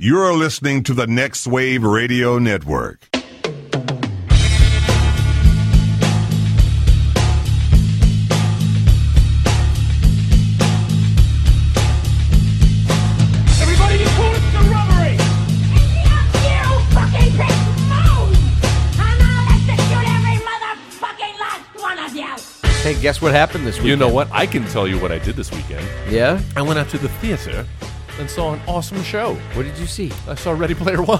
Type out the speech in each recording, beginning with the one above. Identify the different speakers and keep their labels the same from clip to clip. Speaker 1: You're listening to the Next Wave Radio Network.
Speaker 2: Everybody, you call it the robbery!
Speaker 3: Hey, guess what happened this week?
Speaker 4: You know what? I can tell you what I did this weekend.
Speaker 3: Yeah?
Speaker 4: I went out to the theater and saw an awesome show.
Speaker 3: What did you see?
Speaker 4: I saw Ready Player One.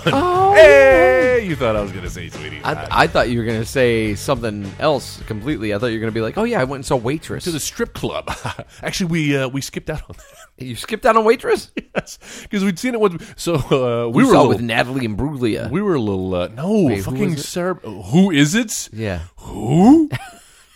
Speaker 4: Hey, you thought I was going to say, sweetie.
Speaker 3: Oh.
Speaker 4: Uh,
Speaker 3: I,
Speaker 4: pie.
Speaker 3: I thought you were going to say something else completely. I thought you were going to be like, oh, yeah, I went and saw Waitress.
Speaker 4: to the strip club. Actually, we uh, we skipped out on that
Speaker 3: You skipped out on Waitress?
Speaker 4: because we'd seen it once. So uh, we
Speaker 3: You
Speaker 4: were
Speaker 3: saw it
Speaker 4: a little,
Speaker 3: with Natalie and Bruglia.
Speaker 4: we were a little uh, no
Speaker 3: Wait, who
Speaker 4: fucking
Speaker 3: was it?
Speaker 4: Sarah. Who is it?
Speaker 3: yeah.
Speaker 4: Who?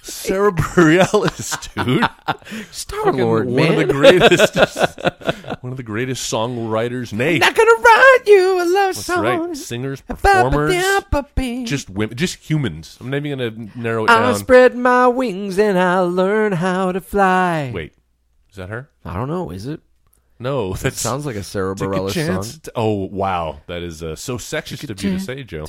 Speaker 4: Sarah Bareilles, dude.
Speaker 3: Star Lord,
Speaker 4: one
Speaker 3: man.
Speaker 4: of the greatest, one of the greatest songwriters. Nay,
Speaker 3: not going to write you a love
Speaker 4: That's
Speaker 3: song.
Speaker 4: right. Singers, performers,
Speaker 3: Ba-ba-da-ba-bing.
Speaker 4: just women, just humans. I'm not even gonna narrow it
Speaker 3: I
Speaker 4: down.
Speaker 3: spread my wings and I learn how to fly.
Speaker 4: Wait, is that her?
Speaker 3: I don't know. Is it?
Speaker 4: No, that
Speaker 3: Sounds like a Sarah
Speaker 4: Take a
Speaker 3: Bareilles
Speaker 4: chance
Speaker 3: song.
Speaker 4: to- oh wow, that is uh, so sexist of you to say, Joe.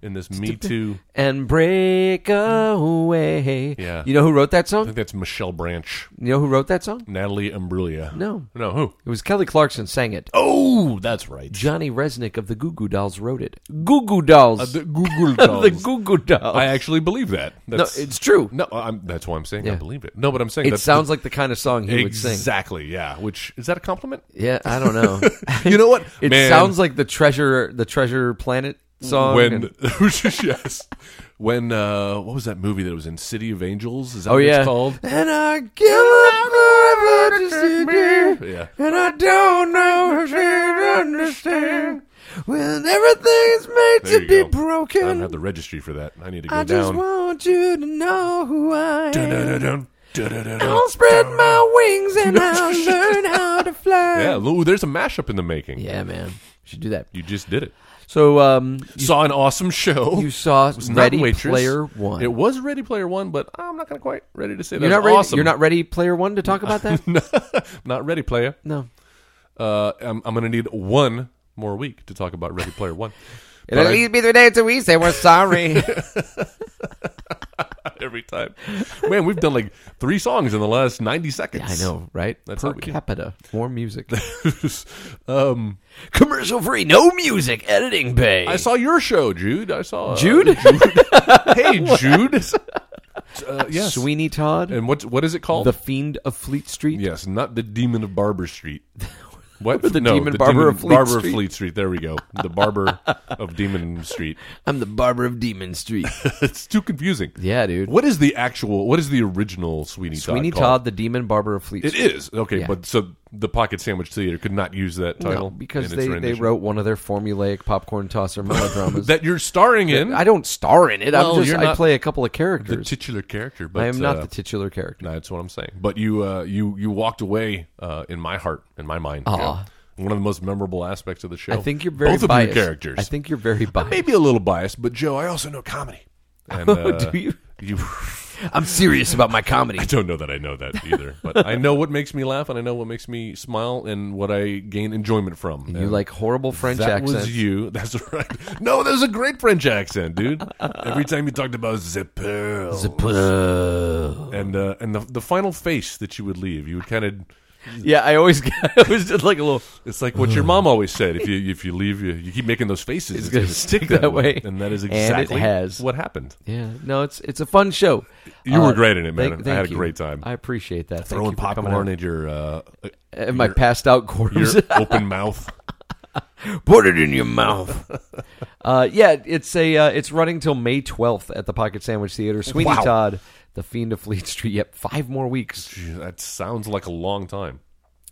Speaker 4: In this Me Too,
Speaker 3: And break away.
Speaker 4: Yeah.
Speaker 3: You know who wrote that
Speaker 4: I
Speaker 3: song?
Speaker 4: think that's Michelle Branch,
Speaker 3: You know who wrote that song?
Speaker 4: Natalie Imbruglia.
Speaker 3: No.
Speaker 4: no, who?
Speaker 3: It was Kelly Clarkson sang it.
Speaker 4: Oh, that's right.
Speaker 3: Johnny Resnick of the Goo Goo Dolls wrote it. Goo Goo Dolls.
Speaker 4: Uh, the Google
Speaker 3: Of
Speaker 4: dolls.
Speaker 3: the Goo Goo Dolls.
Speaker 4: I actually believe that.
Speaker 3: no,
Speaker 4: That's,
Speaker 3: it's true.
Speaker 4: no, I'm, that's why I'm saying I
Speaker 3: Yeah.
Speaker 4: believe it. No, but I'm saying
Speaker 3: It
Speaker 4: that's
Speaker 3: sounds like the kind of song he would sing.
Speaker 4: exactly. Yeah, which is that a compliment?
Speaker 3: Yeah, I don't know.
Speaker 4: You know what?
Speaker 3: it
Speaker 4: Man.
Speaker 3: sounds like the Treasure the Treasure Planet song.
Speaker 4: when
Speaker 3: and-
Speaker 4: yes when uh what was that movie that was in city of angels is that
Speaker 3: oh
Speaker 4: what
Speaker 3: yeah.
Speaker 4: it's called
Speaker 3: And I give up forever just to you.
Speaker 4: yeah
Speaker 3: And I don't know if you understand when everything's made
Speaker 4: there
Speaker 3: to
Speaker 4: you
Speaker 3: be
Speaker 4: go. i don't
Speaker 3: broken.
Speaker 4: have the registry for that i need to go
Speaker 3: I just
Speaker 4: down
Speaker 3: want you to know who I
Speaker 4: Dun, dun,
Speaker 3: am.
Speaker 4: dun, dun. Dun, dun, dun, dun.
Speaker 3: I'll spread my wings and I'll learn how to fly.
Speaker 4: yeah ooh, there's a mashup in the making
Speaker 3: Yeah, man. Should do that.
Speaker 4: you just did it
Speaker 3: So, um,
Speaker 4: saw an awesome show
Speaker 3: you saw
Speaker 4: It's not
Speaker 3: Ready
Speaker 4: Waitress.
Speaker 3: Player One.
Speaker 4: it was ready player one but i'm not gonna quite ready to say that
Speaker 3: you're
Speaker 4: was
Speaker 3: not ready.
Speaker 4: awesome
Speaker 3: You're not Ready Player One to talk about that.
Speaker 4: not ready player
Speaker 3: no.
Speaker 4: uh I'm, I'm gonna need one more week to talk about ready player one But
Speaker 3: It'll
Speaker 4: I-
Speaker 3: be the day till we say we're sorry.
Speaker 4: every time man we've done like three songs in the last 90 seconds
Speaker 3: I know, right?
Speaker 4: That's
Speaker 3: per
Speaker 4: how we do.
Speaker 3: capita, more music,
Speaker 4: um
Speaker 3: commercial free, no music, editing pay.
Speaker 4: I saw your show, Jude. I saw uh,
Speaker 3: Jude?
Speaker 4: hey, Jude. Uh, yes.
Speaker 3: Sweeney Todd,
Speaker 4: And what what is it called?
Speaker 3: the Fiend of Fleet Street.
Speaker 4: yes, not the Demon of Barber Street. What
Speaker 3: The Demon Barber of Fleet
Speaker 4: Barber
Speaker 3: Street.
Speaker 4: Fleet Street. There we go. The Barber of Demon Street.
Speaker 3: I'm the barber of Demon Street.
Speaker 4: it's too confusing.
Speaker 3: yeah, dude.
Speaker 4: What is the actual? What is the original Sweeney Todd?
Speaker 3: Sweeney
Speaker 4: called?
Speaker 3: Todd, the Demon Barber of Fleet
Speaker 4: It
Speaker 3: Street.
Speaker 4: is okay,
Speaker 3: Yeah.
Speaker 4: but so the Pocket Sandwich Theater could not use that
Speaker 3: No,
Speaker 4: title
Speaker 3: because
Speaker 4: in its
Speaker 3: they, they
Speaker 4: rendition.
Speaker 3: wrote one of their formulaic popcorn tosser melodramas.
Speaker 4: that you're starring in.
Speaker 3: I don't star in it.
Speaker 4: Well,
Speaker 3: I'm just
Speaker 4: you're
Speaker 3: I
Speaker 4: not
Speaker 3: play a couple of
Speaker 4: the
Speaker 3: characters.
Speaker 4: titular character, but
Speaker 3: I am not
Speaker 4: uh,
Speaker 3: the titular character.
Speaker 4: No, that's what I'm saying. But you, uh, you, you walked away uh, in my heart, in my mind. you know. One of the most memorable aspects of the show.
Speaker 3: I think you're very
Speaker 4: both of
Speaker 3: biased.
Speaker 4: your characters.
Speaker 3: I think you're very biased.
Speaker 4: maybe a little biased, but Joe, I also know comedy. And, uh,
Speaker 3: Do you?
Speaker 4: you-
Speaker 3: I'm serious about my comedy.
Speaker 4: I don't know that I know that either, but I know what makes me laugh, and I know what makes me smile, and what I gain enjoyment from.
Speaker 3: You like horrible French
Speaker 4: that
Speaker 3: accents.
Speaker 4: was you. That's right. No, that was a great French accent, dude. Every time you talked about the pearl, and uh, and the, the final face that you would leave, you would kind of.
Speaker 3: Yeah, I always, I always did like a little.
Speaker 4: It's like
Speaker 3: Uh-huh.
Speaker 4: what your mom always said: if you if you leave, you, you keep making those faces. It's,
Speaker 3: gonna
Speaker 4: gonna
Speaker 3: stick that way.
Speaker 4: and that is
Speaker 3: And it
Speaker 4: exactly
Speaker 3: has.
Speaker 4: what happened.
Speaker 3: Yeah, no, it's it's a fun show. Uh,
Speaker 4: You were great in it, man.
Speaker 3: thank-
Speaker 4: I had
Speaker 3: thank
Speaker 4: a
Speaker 3: you.
Speaker 4: great time.
Speaker 3: I appreciate that.
Speaker 4: Throwing
Speaker 3: thank you for coming
Speaker 4: popcorn
Speaker 3: out.
Speaker 4: at your uh,
Speaker 3: and my
Speaker 4: your-
Speaker 3: passed out quarters.
Speaker 4: your open mouth.
Speaker 3: Put it in your mouth. uh, yeah, it's a uh, it's running till May twelfth at the Pocket Sandwich Theater. Sweeney
Speaker 4: Wow.
Speaker 3: Todd, The Fiend of Fleet Street. Yep, five more weeks.
Speaker 4: Gee, That sounds like a long time.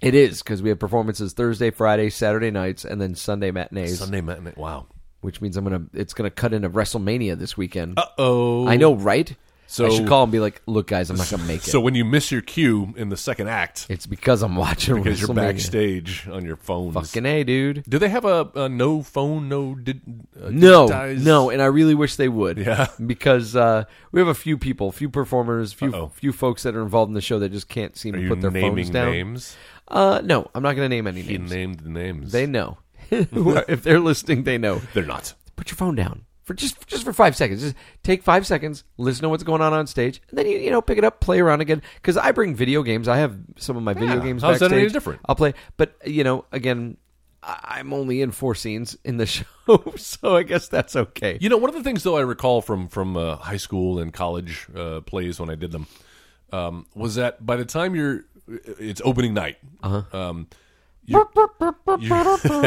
Speaker 3: It is because we have performances Thursday, Friday, Saturday nights, and then Sunday matinees.
Speaker 4: Sunday matinee. Wow.
Speaker 3: Which means I'm gonna it's gonna cut into WrestleMania this weekend.
Speaker 4: Oh,
Speaker 3: I know, right?
Speaker 4: So-
Speaker 3: I should call and be like, "Look, guys, I'm not gonna make it.
Speaker 4: So when you miss your cue in the second act
Speaker 3: it's because I'm watching
Speaker 4: because you're
Speaker 3: WrestleMania."
Speaker 4: backstage on your phones.
Speaker 3: Fucking a, dude.
Speaker 4: Do they have a, a no phone, no did, uh,
Speaker 3: No,
Speaker 4: digitized-
Speaker 3: no, and I really wish they would.
Speaker 4: Yeah.
Speaker 3: because uh, we have a few people, few performers, few
Speaker 4: Uh-oh.
Speaker 3: few folks that are involved in the show that just can't seem
Speaker 4: Are
Speaker 3: to
Speaker 4: you
Speaker 3: put their
Speaker 4: naming
Speaker 3: phones down.
Speaker 4: names?
Speaker 3: Uh, no, I'm not going to name any
Speaker 4: He
Speaker 3: names.
Speaker 4: named the names.
Speaker 3: They know. if they're listening, they know.
Speaker 4: They're not.
Speaker 3: Put your phone down for just just for five seconds. Just take five seconds, listen to what's going on on stage, and then you you know pick it up, play around again. Because I bring video games. I have some of my video
Speaker 4: Yeah.
Speaker 3: games.
Speaker 4: How's that any
Speaker 3: backstage.
Speaker 4: different?
Speaker 3: I'll play, but you know, again, I- I'm only in four scenes in the show, so I guess that's okay.
Speaker 4: You know, one of the things though I recall from from uh, high school and college uh, plays when I did them um, was that by the time you're, uh, it's opening night. Uh-huh. Um, you- you-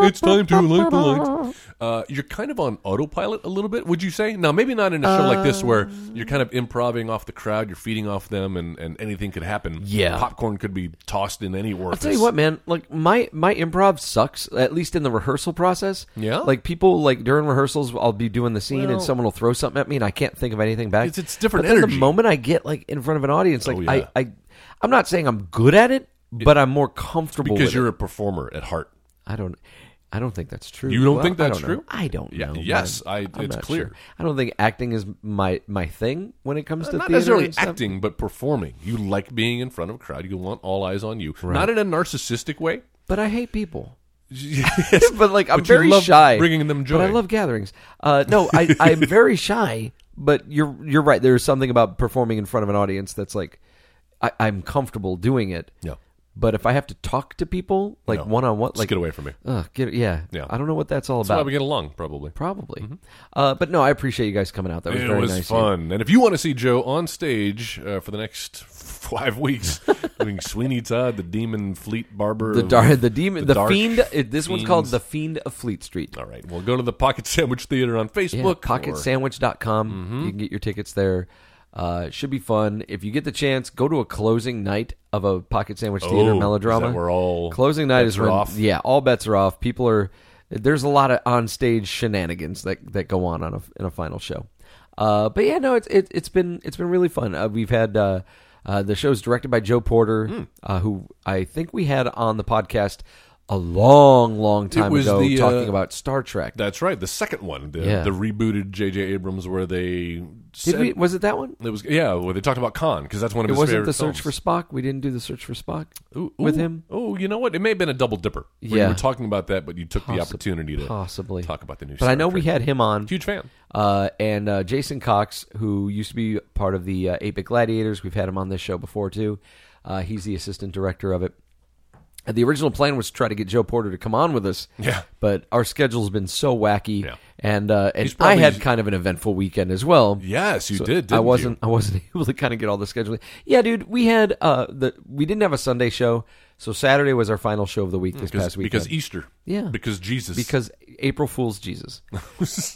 Speaker 4: it's time to light the lights. Uh, you're kind of on autopilot a little bit, would you say? Now, maybe not in a show like this where you're kind of improving off the crowd, you're feeding off them, and, and anything could happen.
Speaker 3: Yeah.
Speaker 4: popcorn could be tossed in any orifice.
Speaker 3: I'll tell you what, man. Like my my improv sucks. At least in the rehearsal process.
Speaker 4: Yeah?
Speaker 3: Like people like during rehearsals, I'll be doing the scene
Speaker 4: Well-
Speaker 3: and someone will throw something at me and I can't think of anything back.
Speaker 4: It's- it's different
Speaker 3: But then
Speaker 4: energy.
Speaker 3: the moment I get like in front of an audience, like
Speaker 4: Oh, yeah.
Speaker 3: I, I I'm not saying I'm good at it, but I'm more comfortable
Speaker 4: because
Speaker 3: with
Speaker 4: you're
Speaker 3: it.
Speaker 4: a performer at heart.
Speaker 3: I don't. I don't think that's true.
Speaker 4: You don't
Speaker 3: Well,
Speaker 4: think
Speaker 3: I
Speaker 4: that's
Speaker 3: don't know.
Speaker 4: true?
Speaker 3: I don't
Speaker 4: Yeah,
Speaker 3: know.
Speaker 4: yes,
Speaker 3: man.
Speaker 4: I-
Speaker 3: I'm
Speaker 4: it's
Speaker 3: not
Speaker 4: clear.
Speaker 3: sure. I don't think acting is my my thing when it comes to
Speaker 4: Uh, not
Speaker 3: theater
Speaker 4: necessarily
Speaker 3: and stuff.
Speaker 4: acting, but performing. You like being in front of a crowd. You want all eyes on you, not in a narcissistic way.
Speaker 3: But I hate people.
Speaker 4: Yes.
Speaker 3: but like I'm
Speaker 4: But you
Speaker 3: very
Speaker 4: love
Speaker 3: shy,
Speaker 4: bringing them joy.
Speaker 3: But I love gatherings. Uh, no, I, I'm very shy. But you're you're right. There's something about performing in front of an audience that's like I, I'm comfortable doing it.
Speaker 4: Yeah.
Speaker 3: But if I have to talk to people like
Speaker 4: No.
Speaker 3: one on one,
Speaker 4: Just
Speaker 3: like
Speaker 4: get away from me.
Speaker 3: Ugh, get yeah,
Speaker 4: Yeah.
Speaker 3: I don't know what that's all
Speaker 4: That's why
Speaker 3: about.
Speaker 4: we get along, probably.
Speaker 3: Probably. Uh, but no, I appreciate you guys coming out. That was
Speaker 4: It
Speaker 3: very
Speaker 4: was
Speaker 3: nice. of you.
Speaker 4: fun. And if you want to see Joe on stage uh, for the next five weeks doing Sweeney Todd, the Demon Fleet Barber,
Speaker 3: The
Speaker 4: of-
Speaker 3: dar- the demon, the,
Speaker 4: dark
Speaker 3: fiend. It, this one's called
Speaker 4: fiends.
Speaker 3: the fiend of Fleet Street.
Speaker 4: All right. Well, go to the Pocket Sandwich Theater on
Speaker 3: Yeah,
Speaker 4: Facebook. or- Mm-hmm.
Speaker 3: pocketsandwich.com. You can get your tickets there. Uh, should be fun. If you get the chance, go to a closing night of a pocket sandwich theater
Speaker 4: Oh, is
Speaker 3: melodrama.
Speaker 4: that where all
Speaker 3: closing night
Speaker 4: bets
Speaker 3: is
Speaker 4: are
Speaker 3: when
Speaker 4: off?
Speaker 3: yeah, all bets are off. People are there's a lot of on stage shenanigans that that go on on a, in a final show. Uh, but yeah, no, it's it, it's been it's been really fun. Uh, we've had uh, uh, the show's directed by Joe Porter,
Speaker 4: Hmm.
Speaker 3: uh, who I think we had on the podcast a long, long time
Speaker 4: was
Speaker 3: ago,
Speaker 4: the, uh,
Speaker 3: talking about Star Trek.
Speaker 4: That's right. The second one, the,
Speaker 3: Yeah.
Speaker 4: the rebooted J.J. Abrams, where they
Speaker 3: Did
Speaker 4: sent-
Speaker 3: we? Was it that one?
Speaker 4: It was yeah, where they talked about Khan because that's one of
Speaker 3: It
Speaker 4: his
Speaker 3: wasn't
Speaker 4: favorite
Speaker 3: the search for
Speaker 4: films.
Speaker 3: Spock. We didn't do the search for Spock
Speaker 4: Ooh,
Speaker 3: with
Speaker 4: ooh,
Speaker 3: him.
Speaker 4: Oh, you know what? It may have been a double dipper. where you
Speaker 3: Yeah.
Speaker 4: were talking about that, but you took
Speaker 3: Possi-
Speaker 4: the opportunity to
Speaker 3: possibly
Speaker 4: talk about the new.
Speaker 3: But I
Speaker 4: Star
Speaker 3: know we
Speaker 4: Trek.
Speaker 3: had him on.
Speaker 4: huge fan.
Speaker 3: Uh, and uh, Jason Cox, who used to be part of the uh, Ape at Gladiators, we've had him on this show before too. Uh, he's the assistant director of it. Uh, The original plan was to try to get Joe Porter to come on with us,
Speaker 4: Yeah.
Speaker 3: But our schedule's been so wacky,
Speaker 4: Yeah.
Speaker 3: and uh, and
Speaker 4: He's
Speaker 3: I
Speaker 4: probably-
Speaker 3: had kind of an eventful weekend as well.
Speaker 4: Yes, you
Speaker 3: So
Speaker 4: did.
Speaker 3: I
Speaker 4: didn't
Speaker 3: wasn't. I wasn't able to kind of get all the scheduling. Yeah, dude. We had uh the we didn't have a Sunday show, so Saturday was our final show of the week this
Speaker 4: you?
Speaker 3: past weekend
Speaker 4: because Easter.
Speaker 3: Yeah.
Speaker 4: because Jesus.
Speaker 3: because April Fool's Jesus.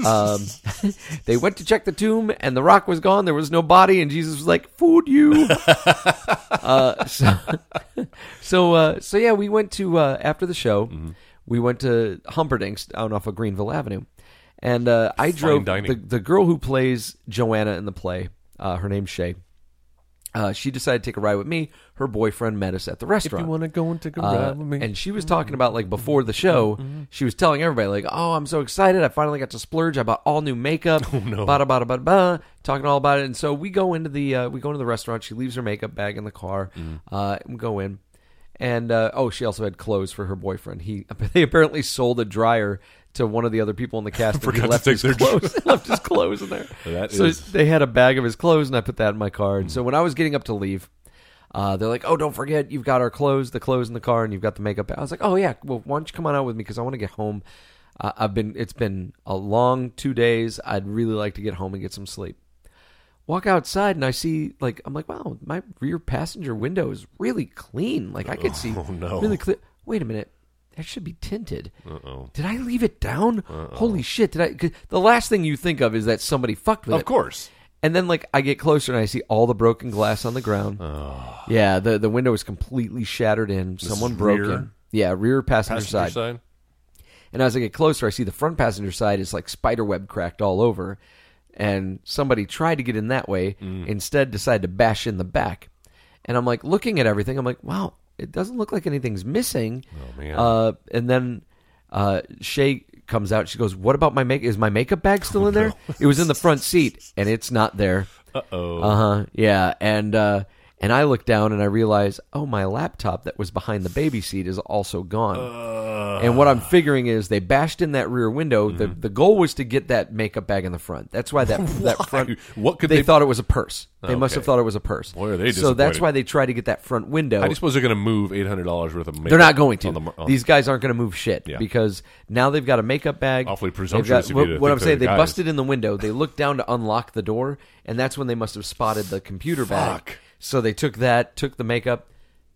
Speaker 3: um, they went to check the tomb, and the rock was gone. There was no body, and Jesus was like, "Food you." uh, so, so, uh, so yeah, we went to uh, after the show.
Speaker 4: Mm-hmm.
Speaker 3: We went to Humperdinck's down off of Greenville Avenue, and uh, I drove
Speaker 4: dining.
Speaker 3: the, the girl who plays Joanna in the play. Uh, her name's Shay. Uh, she decided to take a ride with me. Her boyfriend met us at the restaurant.
Speaker 4: wanna go and take
Speaker 3: Uh,
Speaker 4: a ride with me. Mm-hmm.
Speaker 3: And she was talking about like before the show, she was telling everybody like, "Oh, I'm so excited! I finally got to splurge. I bought all new makeup. Oh no! Bada bada bada bada. Talking all about it. And so we go into the uh, we go into the restaurant. She leaves her makeup bag in the car.
Speaker 4: Mm-hmm.
Speaker 3: Uh, and we go in, and uh, oh, she also had clothes for her boyfriend. He they apparently sold a dryer. To one of the other people in the cast, and he
Speaker 4: Forgot to
Speaker 3: left
Speaker 4: take
Speaker 3: his
Speaker 4: their dr-
Speaker 3: clothes. left his clothes in there.
Speaker 4: That
Speaker 3: so
Speaker 4: is- Hmm.
Speaker 3: they had a bag of his clothes, and I put that in my car. And so when I was getting up to leave, uh, they're like, "Oh, don't forget, you've got our clothes, the clothes in the car, and you've got the makeup." I was like, "Oh yeah, well, why don't you come on out with me? Because I want to get home. Uh, I've been it's been a long two days. I'd really like to get home and get some sleep." Walk outside and I see like I'm like, "Wow, my rear passenger window is really clean. Like I could see
Speaker 4: Oh, no.
Speaker 3: really clear." Wait a minute. That should be tinted. Uh-oh. Did I leave it down? Holy shit! Did I? 'cause The last thing you think of is that somebody fucked with it.
Speaker 4: of course,
Speaker 3: And then like I get closer and I see all the broken glass on the ground. Yeah, the the window is completely shattered in. Someone broke
Speaker 4: rear-
Speaker 3: in. Yeah, rear passenger,
Speaker 4: passenger
Speaker 3: side. And as I get closer, I see the front passenger side is like spider web cracked all over. And somebody tried to get in that way, instead decided to bash in the back. And I'm like looking at everything. I'm like, wow, it doesn't look like anything's missing. Oh
Speaker 4: man.
Speaker 3: Uh, and then uh, Shay comes out. She goes, "What about my make? Is my makeup bag still in there? It was in the front seat, Uh-huh. and it's not there." Uh oh. Uh huh. Yeah. And uh, And I look down and I realize, oh, my laptop that was behind the baby seat is also gone. and what I'm figuring is they bashed in that rear window. The,
Speaker 4: Mm-hmm.
Speaker 3: the goal was to get that makeup bag in the front. That's why that that front.
Speaker 4: What could
Speaker 3: they,
Speaker 4: they-
Speaker 3: thought it was a purse? They must
Speaker 4: Okay.
Speaker 3: have thought it was a purse.
Speaker 4: Boy, are they
Speaker 3: so that's
Speaker 4: disappointed.
Speaker 3: why they tried to get that front window.
Speaker 4: How do you suppose they're going to move eight hundred dollars worth of? Makeup
Speaker 3: Oh. They're not going to.
Speaker 4: on the mar- on-
Speaker 3: These guys aren't going to move shit
Speaker 4: Yeah.
Speaker 3: because now they've got a makeup bag.
Speaker 4: Awfully
Speaker 3: They've
Speaker 4: presumptuous of you
Speaker 3: what- what
Speaker 4: to think
Speaker 3: I'm
Speaker 4: they're
Speaker 3: saying,
Speaker 4: the
Speaker 3: they
Speaker 4: guys.
Speaker 3: busted in the window. They looked down to unlock the door, and that's when they must have spotted the computer bag.
Speaker 4: Fuck.
Speaker 3: So they took that, took the makeup.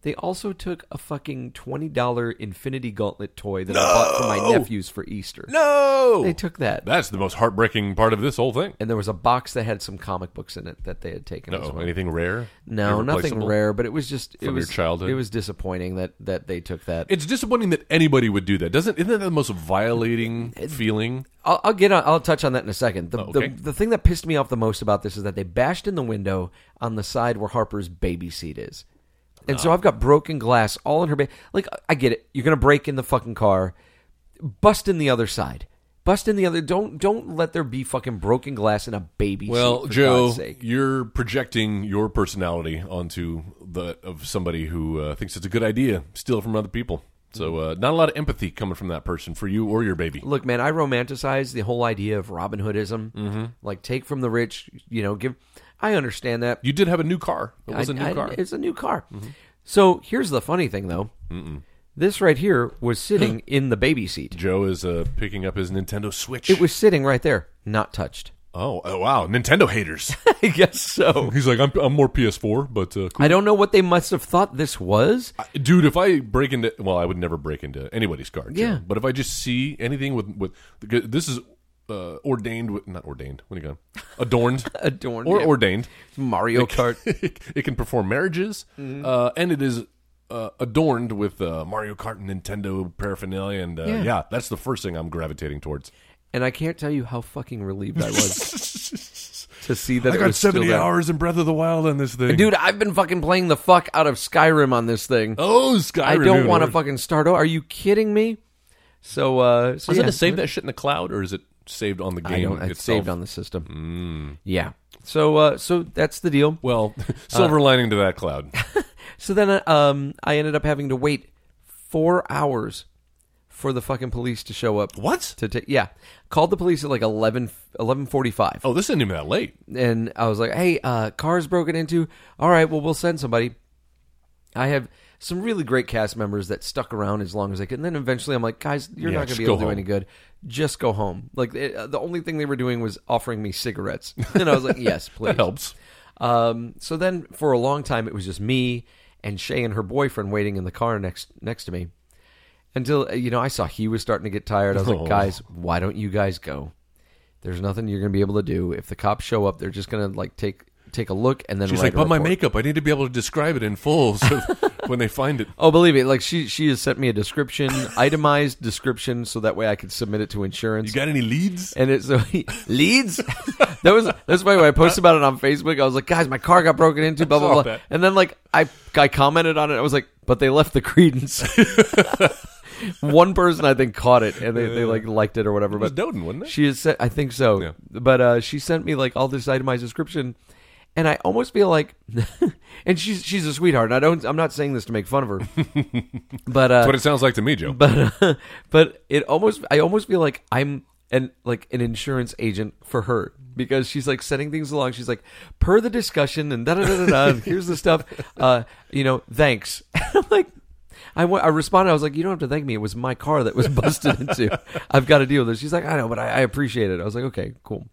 Speaker 3: They also took a fucking twenty dollar Infinity Gauntlet toy that I bought for my nephews for Easter.
Speaker 4: no.
Speaker 3: They took that.
Speaker 4: That's the most heartbreaking part of this whole thing.
Speaker 3: and there was a box that had some comic books in it that they had taken. as
Speaker 4: No,
Speaker 3: well.
Speaker 4: anything rare?
Speaker 3: no, nothing
Speaker 4: Irreplaceable?
Speaker 3: rare, but it was just it
Speaker 4: From your
Speaker 3: was
Speaker 4: childhood?
Speaker 3: It was disappointing that that they took that.
Speaker 4: It's disappointing that anybody would do that. Doesn't isn't that the most violating feeling?
Speaker 3: I'll, I'll get on. I'll touch on that in a second. The,
Speaker 4: okay.
Speaker 3: the the thing that pissed me off the most about this is that they bashed in the window on the side where Harper's baby seat is, and
Speaker 4: Ah.
Speaker 3: so I've got broken glass all in her. Ba- like I- I get it. You're gonna break in the fucking car, bust in the other side, bust in the other. Don't don't let there be fucking broken glass in a baby.
Speaker 4: Well,
Speaker 3: seat, for
Speaker 4: Joe,
Speaker 3: God's sake.
Speaker 4: you're projecting your personality onto the of somebody who uh, thinks it's a good idea, steal from other people. So uh, not a lot of empathy coming from that person for you or your baby.
Speaker 3: look, man, I romanticize the whole idea of Robin Hoodism.
Speaker 4: Mm-hmm.
Speaker 3: Like take from the rich, you know, give. I understand that.
Speaker 4: You did have a new car. It was
Speaker 3: I-
Speaker 4: a new
Speaker 3: I-
Speaker 4: car. Mm-hmm.
Speaker 3: It's a new car. So here's the funny thing, though. This right here was sitting in the baby seat.
Speaker 4: Joe is uh, picking up his Nintendo Switch.
Speaker 3: It was sitting right there, not touched.
Speaker 4: oh, oh wow, Nintendo haters.
Speaker 3: I guess so.
Speaker 4: He's like, I'm, I'm more PS4, but uh,
Speaker 3: I don't know what they must have thought this was.
Speaker 4: dude if i break into well i would never break into anybody's car Jim.
Speaker 3: Yeah.
Speaker 4: but if i just see anything with with this is uh, ordained with not ordained what do you got adorned
Speaker 3: Adorned,
Speaker 4: or
Speaker 3: yeah.
Speaker 4: ordained
Speaker 3: Mario Kart.
Speaker 4: it can perform marriages
Speaker 3: Mm-hmm.
Speaker 4: uh, and it is uh, adorned with uh, mario kart and nintendo paraphernalia and uh,
Speaker 3: Yeah.
Speaker 4: yeah. that's the first thing i'm gravitating towards
Speaker 3: And I can't tell you how fucking relieved I was to see that
Speaker 4: i
Speaker 3: it
Speaker 4: got
Speaker 3: was still
Speaker 4: 70
Speaker 3: there.
Speaker 4: hours in breath of the wild on this thing
Speaker 3: Dude, I've been fucking playing the fuck out of Skyrim on this thing.
Speaker 4: oh skyrim
Speaker 3: I don't
Speaker 4: dude.
Speaker 3: want to fucking start over. Are you kidding me? So, uh, so
Speaker 4: is
Speaker 3: yeah.
Speaker 4: it to save that shit in the cloud or is it saved on the game
Speaker 3: I don't. It's
Speaker 4: itself? Mm.
Speaker 3: saved on the system. Yeah. So, uh, so that's the deal.
Speaker 4: well silver lining to that cloud
Speaker 3: So then, uh, um, I ended up having to wait four hours for the fucking police to show up.
Speaker 4: What?
Speaker 3: To take? Yeah, called the police at like 11, 11.45.
Speaker 4: oh, this isn't even that late.
Speaker 3: and I was like, "Hey, uh, car's broken into. All right, well, we'll send somebody." I have some really great cast members that stuck around as long as they could, and then eventually I'm like, "Guys, you're
Speaker 4: Yeah,
Speaker 3: not going
Speaker 4: just
Speaker 3: to be able
Speaker 4: go
Speaker 3: to do
Speaker 4: home.
Speaker 3: any good. Just go home." Like it, uh, the only thing they were doing was offering me cigarettes, and I was like, "Yes, please."
Speaker 4: That helps.
Speaker 3: Um, so then for a long time it was just me and Shay and her boyfriend waiting in the car next next to me. Until uh, you know, I saw he was starting to get tired. I was
Speaker 4: Oh.
Speaker 3: like, guys, why don't you guys go? There's nothing you're gonna be able to do. If the cops show up, they're just gonna like take take a look and then
Speaker 4: She's
Speaker 3: write
Speaker 4: like,
Speaker 3: a
Speaker 4: but my
Speaker 3: report."
Speaker 4: makeup, I need to be able to describe it in full so when they find it.
Speaker 3: Oh, believe it! Like she she has sent me a description, itemized description, so that way I could submit it to insurance.
Speaker 4: You got any leads?
Speaker 3: And it so he leads. that was that's why when I posted about it on Facebook, I was like, guys, my car got broken into, blah
Speaker 4: saw
Speaker 3: blah blah.
Speaker 4: that.
Speaker 3: And then like I I commented on it, I was like, but they left the credence. One person I think caught it and they, they like liked it or whatever.
Speaker 4: was
Speaker 3: But
Speaker 4: Doden, wasn't it?
Speaker 3: She is sent, I think so.
Speaker 4: Yeah.
Speaker 3: But uh, she sent me like all this itemized description. And I almost feel like, and she's she's a sweetheart. And I don't. I'm not saying this to make fun of her, but uh,
Speaker 4: That's what it sounds like to me, Joe.
Speaker 3: but uh, but it almost I almost feel like I'm an like an insurance agent for her because she's like sending things along. She's like, per the discussion and da da da da. da here's the stuff. Uh, you know, thanks. I'm like. I wa- I responded. I was like, "You don't have to thank me. It was my car that was busted into. I've got to deal with this." She's like, "I know, but I, I appreciate it." I was like, "Okay, cool."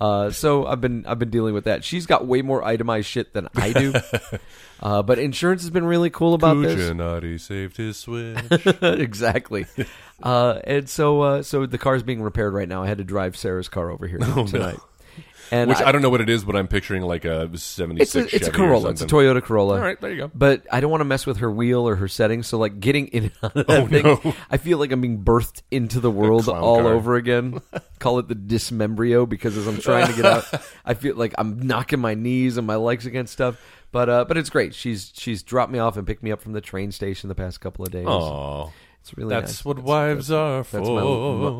Speaker 3: Uh, so I've been I've been dealing with that. She's got way more itemized shit than I do. uh, but insurance has been really cool about this
Speaker 4: Cuginati saved his switch.
Speaker 3: exactly. uh, and so, uh, so the car's being repaired right now. I had to drive Sarah's car over here tonight. And
Speaker 4: Oh, Which
Speaker 3: I-
Speaker 4: I don't know what it is, but I'm picturing like a
Speaker 3: it's
Speaker 4: 76
Speaker 3: a, it's a
Speaker 4: Chevy or
Speaker 3: Corolla. It's a
Speaker 4: something.
Speaker 3: Toyota Corolla.
Speaker 4: All right, there you go.
Speaker 3: But I don't want to mess with her wheel or her settings. So, like getting in and out of that
Speaker 4: Oh,
Speaker 3: thing,
Speaker 4: no.
Speaker 3: I feel like I'm being birthed into the world
Speaker 4: clown
Speaker 3: all
Speaker 4: car.
Speaker 3: over again. Call it the dismembrio because as I'm trying to get out, I feel like I'm knocking my knees and my legs against stuff. But uh, but it's great. She's she's dropped me off and picked me up from the train station the past couple of days.
Speaker 4: Aw.
Speaker 3: It's It's really
Speaker 4: That's
Speaker 3: nice.
Speaker 4: what wives are for.
Speaker 3: That's my,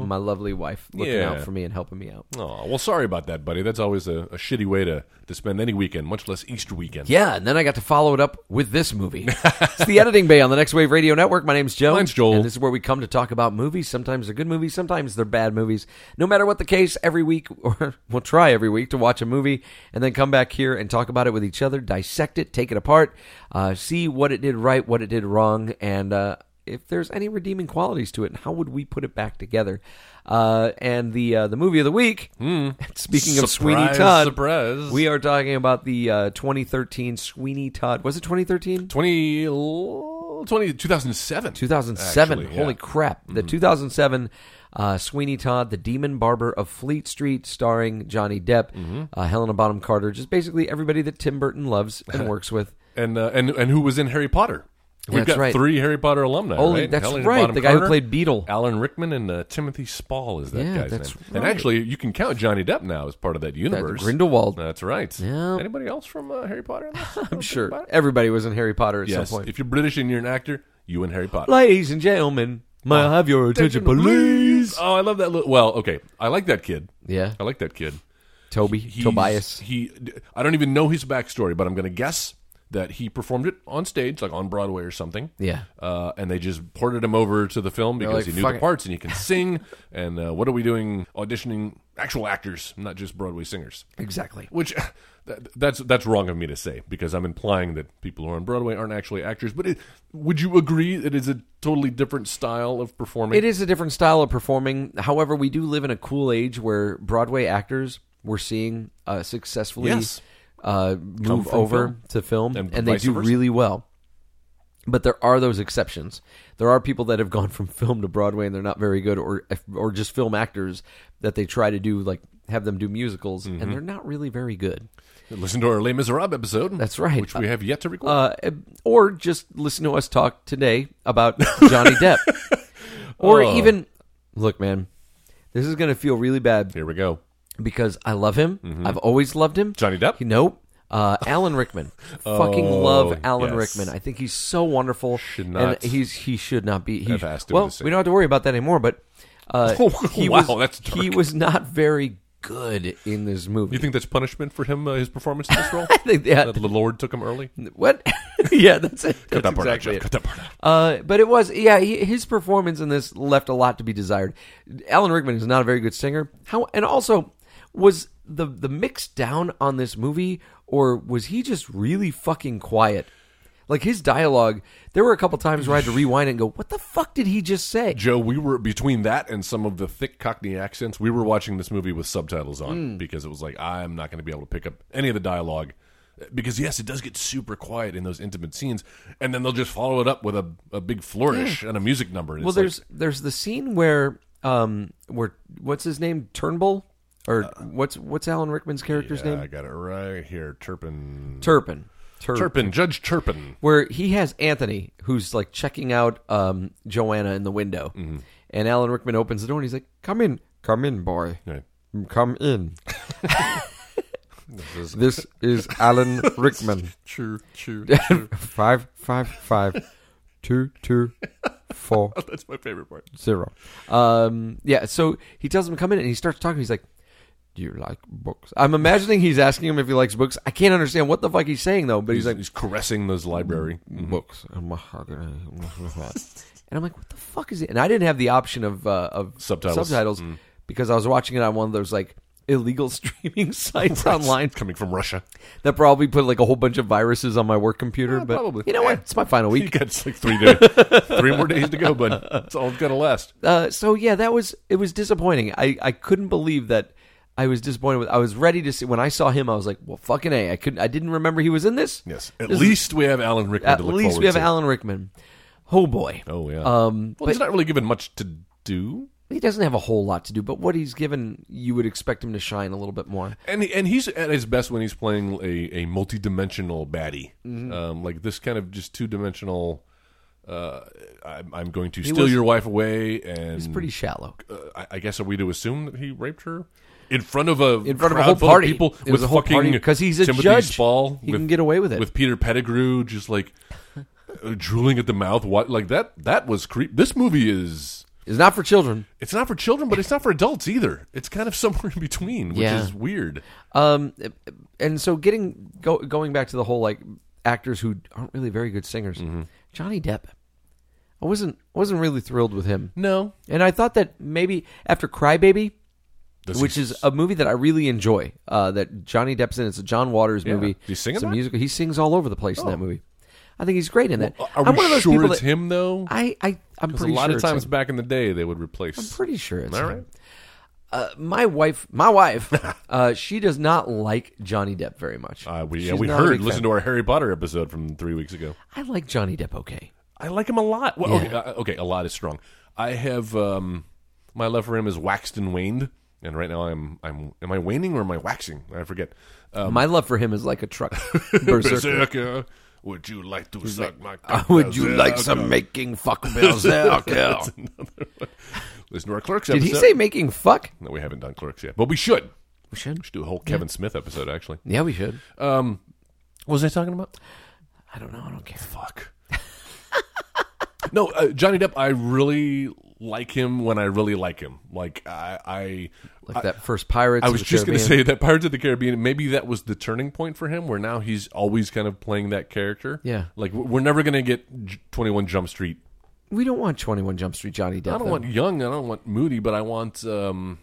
Speaker 3: my, my lovely wife looking
Speaker 4: Yeah.
Speaker 3: out for me and helping me out.
Speaker 4: Oh, well, sorry about that, buddy. That's always a, a shitty way to, to spend any weekend, much less Easter weekend.
Speaker 3: Yeah, and then I got to follow it up with this movie. it's the Editing Bay on the Next Wave Radio Network. My name's Joe.
Speaker 4: Mine's Joel.
Speaker 3: And this is where we come to talk about movies. Sometimes they're good movies, sometimes they're bad movies. No matter what the case, every week, or we'll try every week to watch a movie and then come back here and talk about it with each other, dissect it, take it apart, uh, see what it did right, what it did wrong, and uh, if there's any redeeming qualities to it, and how would we put it back together? Uh, and the uh, the movie of the week. Speaking of Sweeney
Speaker 4: Hmm. Surprise,
Speaker 3: Todd,
Speaker 4: surprise.
Speaker 3: we are talking about the uh, 2013 Sweeney Todd. Was it 2013?
Speaker 4: 20, 20 2007.
Speaker 3: 2007.
Speaker 4: actually, yeah. Mm-hmm.
Speaker 3: Holy crap. The 2007 uh, Sweeney Todd, The Demon Barber of Fleet Street, starring Johnny Depp,
Speaker 4: Mm-hmm.
Speaker 3: uh, Helena Bonham Carter, just basically everybody that Tim Burton loves and works with.
Speaker 4: And, uh, and, and who was in Harry Potter? We've
Speaker 3: That's
Speaker 4: got
Speaker 3: right.
Speaker 4: three Harry Potter alumni.
Speaker 3: Only-
Speaker 4: right?
Speaker 3: that's
Speaker 4: Helena
Speaker 3: right,
Speaker 4: Bonham
Speaker 3: the guy who
Speaker 4: Carter,
Speaker 3: played Beetle.
Speaker 4: Alan Rickman and uh, Timothy Spall is that
Speaker 3: Yeah,
Speaker 4: guy's
Speaker 3: that's
Speaker 4: name. And
Speaker 3: right.
Speaker 4: actually, you can count Johnny Depp now as part of that universe.
Speaker 3: Grindelwald.
Speaker 4: That's right.
Speaker 3: Yeah.
Speaker 4: Anybody else from uh, Harry Potter?
Speaker 3: I'm sure everybody was in Harry Potter at
Speaker 4: Yes.
Speaker 3: some point.
Speaker 4: If you're British and you're an actor, you and Harry Potter.
Speaker 3: Ladies and gentlemen, may I have your attention, please?
Speaker 4: Oh, I love that. Little, well, okay, I like that kid.
Speaker 3: Yeah.
Speaker 4: I like that kid.
Speaker 3: Toby,
Speaker 4: Uh, He's-
Speaker 3: Tobias.
Speaker 4: He. I don't even know his backstory, but I'm going to guess that he performed it on stage, like on Broadway or something.
Speaker 3: Yeah.
Speaker 4: Uh, and they just ported him over to the film because
Speaker 3: like,
Speaker 4: he knew
Speaker 3: "Fuck
Speaker 4: the
Speaker 3: it."
Speaker 4: parts and he can sing. and uh, what are we doing? Auditioning actual actors, not just Broadway singers.
Speaker 3: Exactly.
Speaker 4: Which that, that's that's wrong of me to say because I'm implying that people who are on Broadway aren't actually actors. But it, would you agree it is a totally different style of performing?
Speaker 3: It is a different style of performing. However, we do live in a cool age where Broadway actors we're seeing uh, successfully
Speaker 4: Yes.
Speaker 3: uh, move
Speaker 4: from
Speaker 3: over
Speaker 4: film.
Speaker 3: to film,
Speaker 4: And
Speaker 3: and, they
Speaker 4: vice
Speaker 3: do
Speaker 4: versa.
Speaker 3: really well. But there are those exceptions. There are people that have gone from film to Broadway and they're not very good, or or just film actors that they try to do like have them do musicals
Speaker 4: Mm-hmm.
Speaker 3: and they're not really very good.
Speaker 4: Listen to our Les Miserables episode.
Speaker 3: That's right.
Speaker 4: which we have yet to record.
Speaker 3: Uh, or just listen to us talk today about Johnny Depp, or
Speaker 4: Oh.
Speaker 3: even look, man. This is going to feel really bad
Speaker 4: Here we go.
Speaker 3: because I love him. I've always loved him.
Speaker 4: Mm-hmm. Johnny Depp? Oh,
Speaker 3: He- Nope. Uh, Alan Rickman. Fucking love Alan
Speaker 4: yes.
Speaker 3: Rickman. I think he's so wonderful.
Speaker 4: Should not
Speaker 3: And he's he should not be. He,
Speaker 4: have asked him
Speaker 3: well,
Speaker 4: to say
Speaker 3: we don't have to worry about that anymore. But uh,
Speaker 4: Oh,
Speaker 3: he
Speaker 4: wow,
Speaker 3: was
Speaker 4: that's
Speaker 3: he
Speaker 4: dark.
Speaker 3: was not very good in this movie.
Speaker 4: You think that's punishment for him, uh, his performance in this role?
Speaker 3: I think that-
Speaker 4: that the Lord took him early.
Speaker 3: what? yeah, that's it. That's
Speaker 4: that part out,
Speaker 3: exactly
Speaker 4: Jeff.
Speaker 3: it.
Speaker 4: Cut that part out.
Speaker 3: Uh, but it was, yeah, he, his performance in this left a lot to be desired. Alan Rickman is not a very good singer. How and also was the the mix down on this movie, or was he just really fucking quiet? Like his dialogue, there were a couple times where I had to rewind and go, "What the fuck did he just say?"
Speaker 4: Joe, we were between that and some of the thick Cockney accents. We were watching this movie with subtitles
Speaker 3: Hmm.
Speaker 4: on because it was like I'm not going to be able to pick up any of the dialogue because yes, it does get super quiet in those intimate scenes, and then they'll just follow it up with a, a big flourish and a music number. And
Speaker 3: Hmm. Well,
Speaker 4: it's like,
Speaker 3: there's there's the scene where um where what's his name Turnbull or what's what's Alan Rickman's character's
Speaker 4: Uh, Yeah, I
Speaker 3: name
Speaker 4: got it right here, Turpin.
Speaker 3: Turpin. Tur-
Speaker 4: Turpin, Judge Turpin.
Speaker 3: where he has Anthony, who's like checking out um, Joanna in the window, and Alan Rickman opens the door and he's like, "Come in, come in, boy, Mm,
Speaker 4: Right.
Speaker 3: come in." this is Alan Rickman.
Speaker 4: True, true.
Speaker 3: five five five two two four
Speaker 4: That's my favorite part.
Speaker 3: zero. Um, yeah, so he tells him to come in and he starts talking. He's like, Do you like books? I'm imagining he's asking him if he likes books. I can't understand what the fuck he's saying though, but he's
Speaker 4: He's,
Speaker 3: like
Speaker 4: he's caressing those library.
Speaker 3: books and mahogany. Mm-hmm. and I'm like, what the fuck is it? And I didn't have the option of uh, of
Speaker 4: Subtitles. Mm.
Speaker 3: because I was watching it on one of those like illegal streaming sites online
Speaker 4: coming from Russia.
Speaker 3: that probably put like a whole bunch of viruses on my work computer. but
Speaker 4: probably.
Speaker 3: you know what? It's my final
Speaker 4: You
Speaker 3: week.
Speaker 4: got like three days, three more days to go, bud. That's all it's gonna last.
Speaker 3: Uh, so yeah, that was it was disappointing. I I couldn't believe that. I was disappointed with. I was ready to see when I saw him. I was like, "Well, fucking a!" I couldn't. I didn't remember he was in this.
Speaker 4: Yes, at least we have Alan Rickman.
Speaker 3: At
Speaker 4: to look
Speaker 3: least
Speaker 4: forward
Speaker 3: we have
Speaker 4: to.
Speaker 3: Alan Rickman. Oh boy.
Speaker 4: Oh yeah.
Speaker 3: Um,
Speaker 4: well, he's not really given much to do,
Speaker 3: he doesn't have a whole lot to do, but what he's given, you would expect him to shine a little bit more.
Speaker 4: and he- and he's at his best when he's playing a a multi-dimensional baddie,
Speaker 3: Mm-hmm.
Speaker 4: um, like this kind of just two-dimensional. Uh, I'm, I'm going to steal
Speaker 3: was-
Speaker 4: your wife away, and
Speaker 3: He's pretty shallow.
Speaker 4: uh, I, I guess are we to assume that he raped her in front of a
Speaker 3: In front of a
Speaker 4: crowd
Speaker 3: whole
Speaker 4: full
Speaker 3: party.
Speaker 4: people
Speaker 3: It was
Speaker 4: with
Speaker 3: a whole party
Speaker 4: fucking
Speaker 3: 'cause he's a
Speaker 4: Timothy
Speaker 3: judge.
Speaker 4: Spall
Speaker 3: He
Speaker 4: with-
Speaker 3: can get away with it.
Speaker 4: with Peter Pettigrew just like uh, drooling at the mouth. What like that? That was creep. This movie is.
Speaker 3: It's not for children.
Speaker 4: It's not for children, but it's not for adults either. It's kind of somewhere in between, which
Speaker 3: Yeah.
Speaker 4: is weird.
Speaker 3: Um, and so getting go, going back to the whole like actors who aren't really very good singers.
Speaker 4: Mm-hmm.
Speaker 3: Johnny Depp, I wasn't I wasn't really thrilled with him.
Speaker 4: No,
Speaker 3: And I thought that maybe after Crybaby,
Speaker 4: Does
Speaker 3: which
Speaker 4: he-
Speaker 3: is a movie that I really enjoy, uh, that Johnny Depp's in. It's a John Waters movie.
Speaker 4: Does he sing in
Speaker 3: it's a
Speaker 4: that? Oh.
Speaker 3: musical. He sings all over the place in that movie. I think he's great in that.
Speaker 4: Uh, are
Speaker 3: I'm
Speaker 4: we
Speaker 3: one of those
Speaker 4: sure
Speaker 3: people
Speaker 4: it's
Speaker 3: that-
Speaker 4: him though?
Speaker 3: I, I I'm
Speaker 4: Because
Speaker 3: pretty
Speaker 4: a lot
Speaker 3: sure
Speaker 4: of
Speaker 3: it's
Speaker 4: times
Speaker 3: him.
Speaker 4: back in the day, they would replace. I'm
Speaker 3: pretty sure it's
Speaker 4: All
Speaker 3: him.
Speaker 4: right.
Speaker 3: Uh, my wife, my wife, uh, she does not like Johnny Depp very much.
Speaker 4: Uh, we yeah,
Speaker 3: She's
Speaker 4: we
Speaker 3: not a
Speaker 4: heard.
Speaker 3: big
Speaker 4: Listen
Speaker 3: fan.
Speaker 4: to our Harry Potter episode from three weeks ago.
Speaker 3: I like Johnny Depp. Okay,
Speaker 4: I like him a lot. Well,
Speaker 3: Yeah.
Speaker 4: okay, uh, okay, a lot is strong. I have um, my love for him is waxed and waned, and right now I'm I'm am I waning or am I waxing? I forget. Um,
Speaker 3: my love for him is like a truck berserker. Uh,
Speaker 4: Berserker, would you like to suck my? cock,
Speaker 3: Would you
Speaker 4: Berserker?
Speaker 3: like some making fuck berserker?
Speaker 4: Listen to our clerks
Speaker 3: Did
Speaker 4: episode.
Speaker 3: he say making fuck?
Speaker 4: No, we haven't done clerks yet, but we should.
Speaker 3: We should.
Speaker 4: We should do a whole Kevin Smith episode. Actually,
Speaker 3: Yeah, we should.
Speaker 4: what was I talking about?
Speaker 3: I don't know. I don't care.
Speaker 4: Fuck. no, uh, Johnny Depp. I really like him when I really like him. Like I, I
Speaker 3: Like that first Pirates.
Speaker 4: I
Speaker 3: of
Speaker 4: was
Speaker 3: the
Speaker 4: just going to
Speaker 3: Caribbean.
Speaker 4: say that Pirates of the Caribbean. Maybe that was the turning point for him, where now he's always kind of playing that character.
Speaker 3: Yeah.
Speaker 4: like w- we're never going to get J- Twenty One Jump Street.
Speaker 3: we don't want Twenty One Jump Street Johnny Depp.
Speaker 4: I don't
Speaker 3: though.
Speaker 4: want young. I don't want moody, but I want. um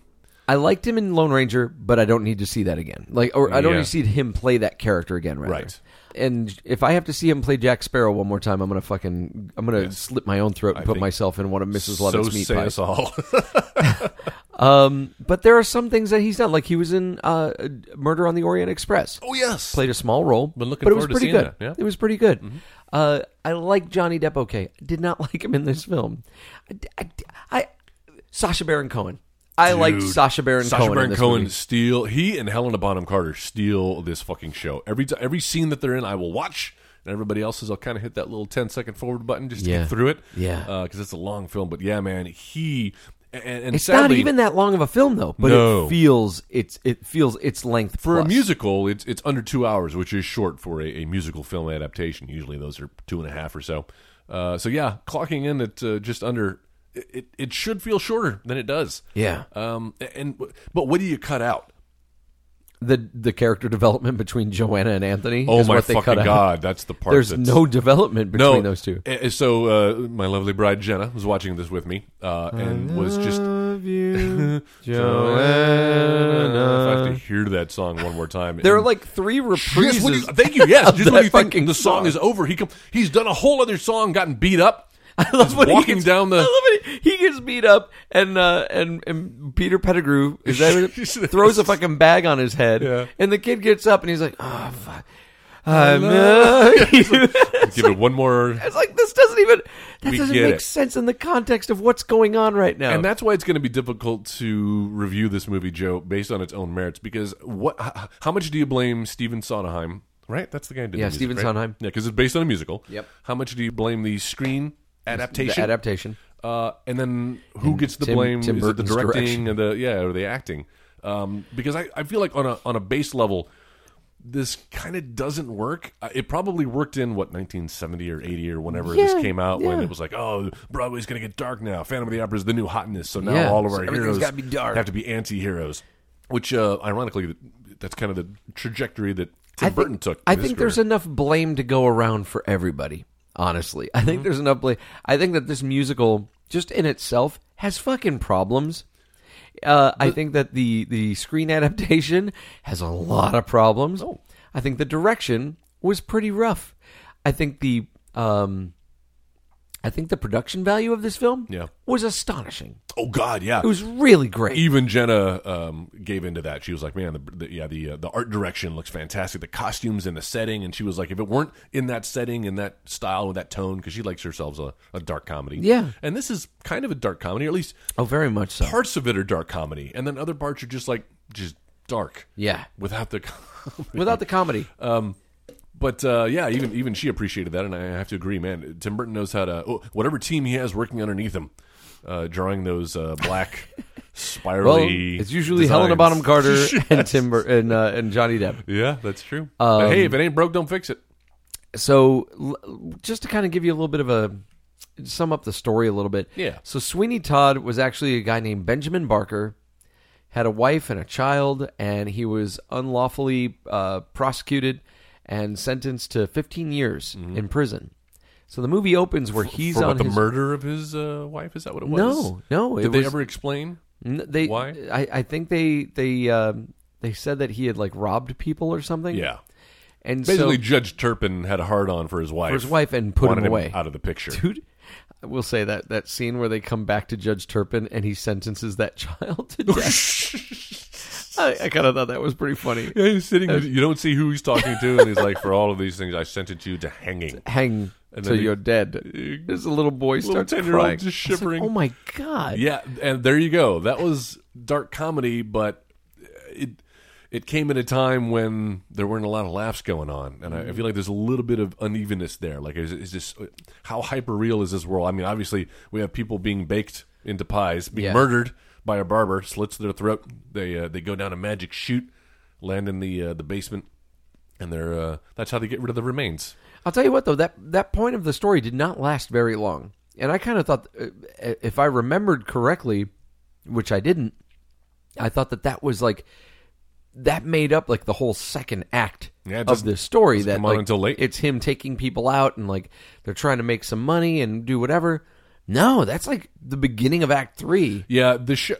Speaker 3: I liked him in Lone Ranger, but I don't need to see that again. Like, or I don't
Speaker 4: Yeah.
Speaker 3: need to see him play that character again. Rather.
Speaker 4: Right.
Speaker 3: And if I have to see him play Jack Sparrow one more time, I'm gonna fucking, I'm gonna slit my own throat and put
Speaker 4: think
Speaker 3: myself in one of Mrs.
Speaker 4: So
Speaker 3: Lovett's meat
Speaker 4: say
Speaker 3: pies.
Speaker 4: us all.
Speaker 3: But there are some things that he's done. Like he was in uh, Murder on the Orient Express.
Speaker 4: oh yes,
Speaker 3: Played a small role,
Speaker 4: Been looking
Speaker 3: but it was
Speaker 4: forward to
Speaker 3: pretty
Speaker 4: seeing
Speaker 3: good.
Speaker 4: that, yeah. Mm-hmm.
Speaker 3: It was pretty good. Uh, I like Johnny Depp. Okay, did not like him in this film. I, I, I- Sacha Baron Cohen. I liked
Speaker 4: Dude,
Speaker 3: Sacha Baron
Speaker 4: Sacha
Speaker 3: Cohen. in
Speaker 4: Baron
Speaker 3: this
Speaker 4: Cohen
Speaker 3: movie.
Speaker 4: steal. He and Helena Bonham Carter steal this fucking show. Every t- every scene that they're in, I will watch. And everybody else's, I'll kind of hit that little 10 second forward button just to
Speaker 3: Yeah.
Speaker 4: get through it.
Speaker 3: Yeah.
Speaker 4: because it's a long film. But yeah, man, he and, and
Speaker 3: It's
Speaker 4: sadly,
Speaker 3: not even that long of a film though, but
Speaker 4: No.
Speaker 3: it feels it's it feels its length
Speaker 4: for a
Speaker 3: plus.
Speaker 4: musical, it's it's under two hours, which is short for a, a musical film adaptation. Usually, those are two and a half or so. Uh, so yeah, clocking in at uh, just under. It, it, it should feel shorter than it does.
Speaker 3: Yeah.
Speaker 4: Um. And but what do you cut out?
Speaker 3: The the character development between Joanna and Anthony.
Speaker 4: Oh
Speaker 3: is
Speaker 4: my
Speaker 3: what they
Speaker 4: fucking
Speaker 3: cut out.
Speaker 4: god! That's the part.
Speaker 3: There's
Speaker 4: that's,
Speaker 3: no development between
Speaker 4: no.
Speaker 3: those two.
Speaker 4: Eh, eh, So uh, my lovely bride Jenna was watching this with me uh, and was just. If I have to hear that song one more time.
Speaker 3: There are
Speaker 4: and-
Speaker 3: like three
Speaker 4: Yes,
Speaker 3: reprises.
Speaker 4: what do you- thank you. Yes,
Speaker 3: of
Speaker 4: just when
Speaker 3: that
Speaker 4: you think
Speaker 3: fucking
Speaker 4: the song,
Speaker 3: song.
Speaker 4: is over, he come, he's done a whole other song, gotten beat up. I
Speaker 3: I love when he
Speaker 4: walking
Speaker 3: gets-
Speaker 4: down
Speaker 3: I
Speaker 4: the.
Speaker 3: love when he, he gets beat up and uh, and and Peter Pettigrew is that what it- throws a fucking bag on his head
Speaker 4: Yeah.
Speaker 3: and the kid gets up and he's like, oh fuck, I'm uh,
Speaker 4: Give it one more.
Speaker 3: It's like this doesn't even that
Speaker 4: We
Speaker 3: doesn't
Speaker 4: get
Speaker 3: make
Speaker 4: it.
Speaker 3: sense in the context of what's going on right now.
Speaker 4: And that's why it's going to be difficult to review this movie, Joe, based on its own merits. Because what? How, how much do you blame Steven Sondheim? Right, that's the guy. Who did
Speaker 3: Yeah,
Speaker 4: the music,
Speaker 3: Stephen
Speaker 4: right?
Speaker 3: Sondheim.
Speaker 4: Yeah, because it's based on a musical.
Speaker 3: Yep.
Speaker 4: How much do you blame the screen
Speaker 3: the
Speaker 4: adaptation?
Speaker 3: adaptation.
Speaker 4: uh, and then who gets the
Speaker 3: Tim-
Speaker 4: blame?
Speaker 3: Tim
Speaker 4: Is it the
Speaker 3: Burton's
Speaker 4: directing
Speaker 3: direction.
Speaker 4: and the yeah or the acting? Um, because I, I feel like on a on a base level, this kind of doesn't work. Uh, It probably worked in what 1970 or 80 or whenever this
Speaker 3: Yeah,
Speaker 4: came out when
Speaker 3: yeah.
Speaker 4: it was like, oh, Broadway's going to get dark now. Phantom of the Opera is the new hotness, so now
Speaker 3: Yeah,
Speaker 4: all of
Speaker 3: so
Speaker 4: our
Speaker 3: everything's
Speaker 4: heroes
Speaker 3: gotta be dark.
Speaker 4: have to be anti-heroes. Which uh, ironically, that's kind of the trajectory that
Speaker 3: I
Speaker 4: Tim
Speaker 3: think,
Speaker 4: Burton took.
Speaker 3: I
Speaker 4: in his
Speaker 3: think there's
Speaker 4: career.
Speaker 3: enough blame to go around for everybody. Honestly, I
Speaker 4: Mm-hmm.
Speaker 3: think there's enough blame. I think that this musical, just in itself, has fucking problems. Uh, I think that the the screen adaptation has a lot of problems.
Speaker 4: Oh.
Speaker 3: I think the direction was pretty rough. I think the um, I think the production value of this film
Speaker 4: Yeah.
Speaker 3: was astonishing.
Speaker 4: oh god, yeah,
Speaker 3: It was really great.
Speaker 4: even Jenna um, gave into that. She was like, "Man, the, the yeah, the uh, the art direction looks fantastic. The costumes and the setting." And she was like, "If it weren't in that setting and that style and that tone, because she likes herself a, a dark comedy,
Speaker 3: Yeah.
Speaker 4: And this is kind of a dark comedy, or at least
Speaker 3: Oh, very much so.
Speaker 4: parts of it are dark comedy, and then other parts are just like just dark,
Speaker 3: Yeah.
Speaker 4: without the comedy.
Speaker 3: Without the comedy.
Speaker 4: But uh, yeah, even even she appreciated that, and I have to agree, man. Tim Burton knows how to oh, whatever team he has working underneath him, uh, drawing those uh, black
Speaker 3: well,
Speaker 4: spirally.
Speaker 3: it's usually Helena
Speaker 4: designs.
Speaker 3: Bonham Carter and Timber and uh, and Johnny Depp. Um,
Speaker 4: Yeah, that's true. but hey, if it ain't broke, don't fix it.
Speaker 3: so l- just to kind of give you a little bit of a sum up the story a little bit.
Speaker 4: Yeah.
Speaker 3: So Sweeney Todd was actually a guy named Benjamin Barker, had a wife and a child, and he was unlawfully uh, prosecuted and sentenced to 15 years in prison. So the movie opens where he's
Speaker 4: Mm-hmm. For
Speaker 3: on
Speaker 4: what, the
Speaker 3: his
Speaker 4: murder of his uh, wife? Is that what it was?
Speaker 3: No, no,
Speaker 4: Did
Speaker 3: it
Speaker 4: they
Speaker 3: was- Mm.
Speaker 4: ever explain?
Speaker 3: N- They,
Speaker 4: Why?
Speaker 3: I, I think they they um, they said that he had like robbed people or something.
Speaker 4: Yeah.
Speaker 3: and
Speaker 4: Basically,
Speaker 3: so
Speaker 4: Judge Turpin had a hard on for his wife.
Speaker 3: for his wife and put
Speaker 4: wanted
Speaker 3: him away
Speaker 4: out of the picture.
Speaker 3: dude. I will say that that scene where they come back to Judge Turpin and he sentences that child
Speaker 4: Oh,
Speaker 3: to death. I, I kind of thought that was pretty funny.
Speaker 4: Yeah, he's sitting. you don't see who he's talking to, and he's like, "For all of these things, I sentenced you to hanging."
Speaker 3: Hang
Speaker 4: And then
Speaker 3: till
Speaker 4: he-
Speaker 3: you're dead. There's a little boy starts
Speaker 4: 10-year-old
Speaker 3: crying.
Speaker 4: just
Speaker 3: I was like,
Speaker 4: shivering.
Speaker 3: oh my god!
Speaker 4: Yeah, and there you go. That was dark comedy, but it it came at a time when there weren't a lot of laughs going on, and I, I feel like there's a little bit of unevenness there. Like, is, is this how hyper real is this world? I mean, obviously, we have people being baked into pies, being
Speaker 3: Yeah.
Speaker 4: murdered by a barber, slits their throat. They uh, they go down a magic chute, land in the uh, the basement, and they're uh, that's how they get rid of the remains.
Speaker 3: I'll tell you what though that that point of the story did not last very long, and I kind of thought, uh, if I remembered correctly, which I didn't, I thought that that was like that made up like the whole second act
Speaker 4: Yeah, it
Speaker 3: of
Speaker 4: doesn't-
Speaker 3: this story
Speaker 4: doesn't
Speaker 3: that
Speaker 4: come on
Speaker 3: like,
Speaker 4: until late.
Speaker 3: it's him taking people out and like they're trying to make some money and do whatever. No, that's like the beginning of Act Three.
Speaker 4: Yeah, the sh-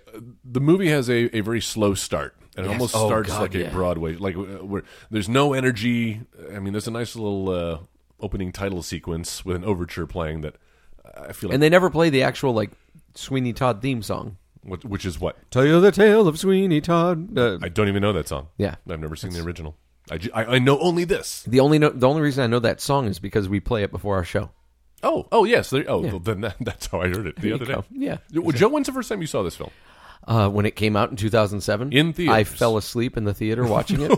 Speaker 4: the movie has a, a very slow start. And it
Speaker 3: Yes.
Speaker 4: almost
Speaker 3: Oh,
Speaker 4: starts
Speaker 3: God,
Speaker 4: like
Speaker 3: yeah.
Speaker 4: a Broadway, like uh, where there's no energy. I mean, there's a nice little uh, opening title sequence with an overture playing that I feel like,
Speaker 3: And they never play the actual like Sweeney Todd theme song.
Speaker 4: what- which is what
Speaker 3: Tell you the tale of Sweeney Todd. Uh,
Speaker 4: I don't even know that song.
Speaker 3: Yeah.
Speaker 4: I've never seen the original. I, ju- I, I know only this.
Speaker 3: the only no- the only reason I know that song is because we play it before our show.
Speaker 4: Oh, oh yes. There, oh, well, then that, that's how I heard it the other
Speaker 3: you
Speaker 4: day.
Speaker 3: go. Yeah.
Speaker 4: Well, Joe, when's the first time you saw this film?
Speaker 3: uh, when it came out in 2007
Speaker 4: In
Speaker 3: I
Speaker 4: theaters.
Speaker 3: fell asleep in the theater watching it.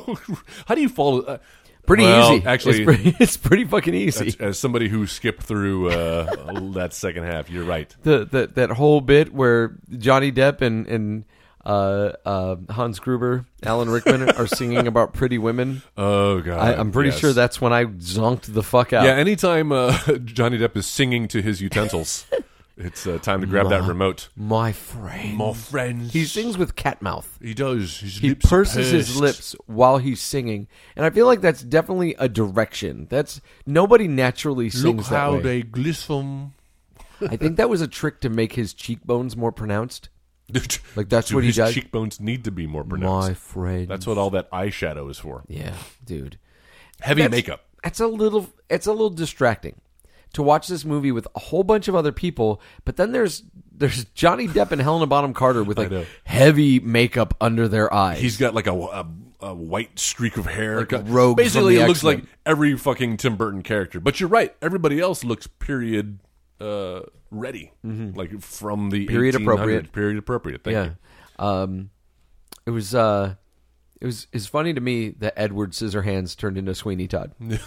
Speaker 4: how do you follow? Uh,
Speaker 3: Pretty
Speaker 4: well,
Speaker 3: easy,
Speaker 4: Actually,
Speaker 3: It's pretty, it's pretty fucking easy.
Speaker 4: as somebody who skipped through uh, that second half, you're right.
Speaker 3: The, the that whole bit where Johnny Depp and and uh, uh, Hans Gruber, Alan Rickman are singing about pretty women.
Speaker 4: Oh god,
Speaker 3: I, I'm pretty
Speaker 4: yes.
Speaker 3: sure that's when I zonked the fuck out.
Speaker 4: Yeah, anytime uh, Johnny Depp is singing to his utensils, it's uh, time to grab that remote.
Speaker 3: My friend,
Speaker 4: friends.
Speaker 3: he sings with cat mouth.
Speaker 4: He does. His
Speaker 3: He
Speaker 4: lips are
Speaker 3: purses his
Speaker 4: pursed.
Speaker 3: lips while he's singing, and I feel like that's definitely a direction. That's nobody naturally
Speaker 4: Look
Speaker 3: sings that
Speaker 4: how
Speaker 3: way.
Speaker 4: they glisten.
Speaker 3: I think that was a trick to make his cheekbones more pronounced. Like, that's
Speaker 4: Dude,
Speaker 3: what he
Speaker 4: his
Speaker 3: does.
Speaker 4: cheekbones need to be more pronounced.
Speaker 3: My friend.
Speaker 4: That's what all that eyeshadow is for.
Speaker 3: Yeah, dude.
Speaker 4: Heavy
Speaker 3: That's-
Speaker 4: makeup.
Speaker 3: That's a little. It's a little distracting to watch this movie with a whole bunch of other people. But then there's there's Johnny Depp and Helena Bonham Carter with like
Speaker 4: know.
Speaker 3: heavy makeup under their eyes.
Speaker 4: He's got like a, a, a white streak of hair.
Speaker 3: Like a rogue
Speaker 4: Basically,
Speaker 3: from the
Speaker 4: it looks like
Speaker 3: X-Men.
Speaker 4: every fucking Tim Burton character. But you're right. Everybody else looks period uh, ready, like from the
Speaker 3: Mm-hmm. Period
Speaker 4: 1800s.
Speaker 3: appropriate.
Speaker 4: Period appropriate. Thank
Speaker 3: yeah.
Speaker 4: you.
Speaker 3: Um, it was uh, it was it's funny to me that Edward Scissorhands turned into Sweeney Todd.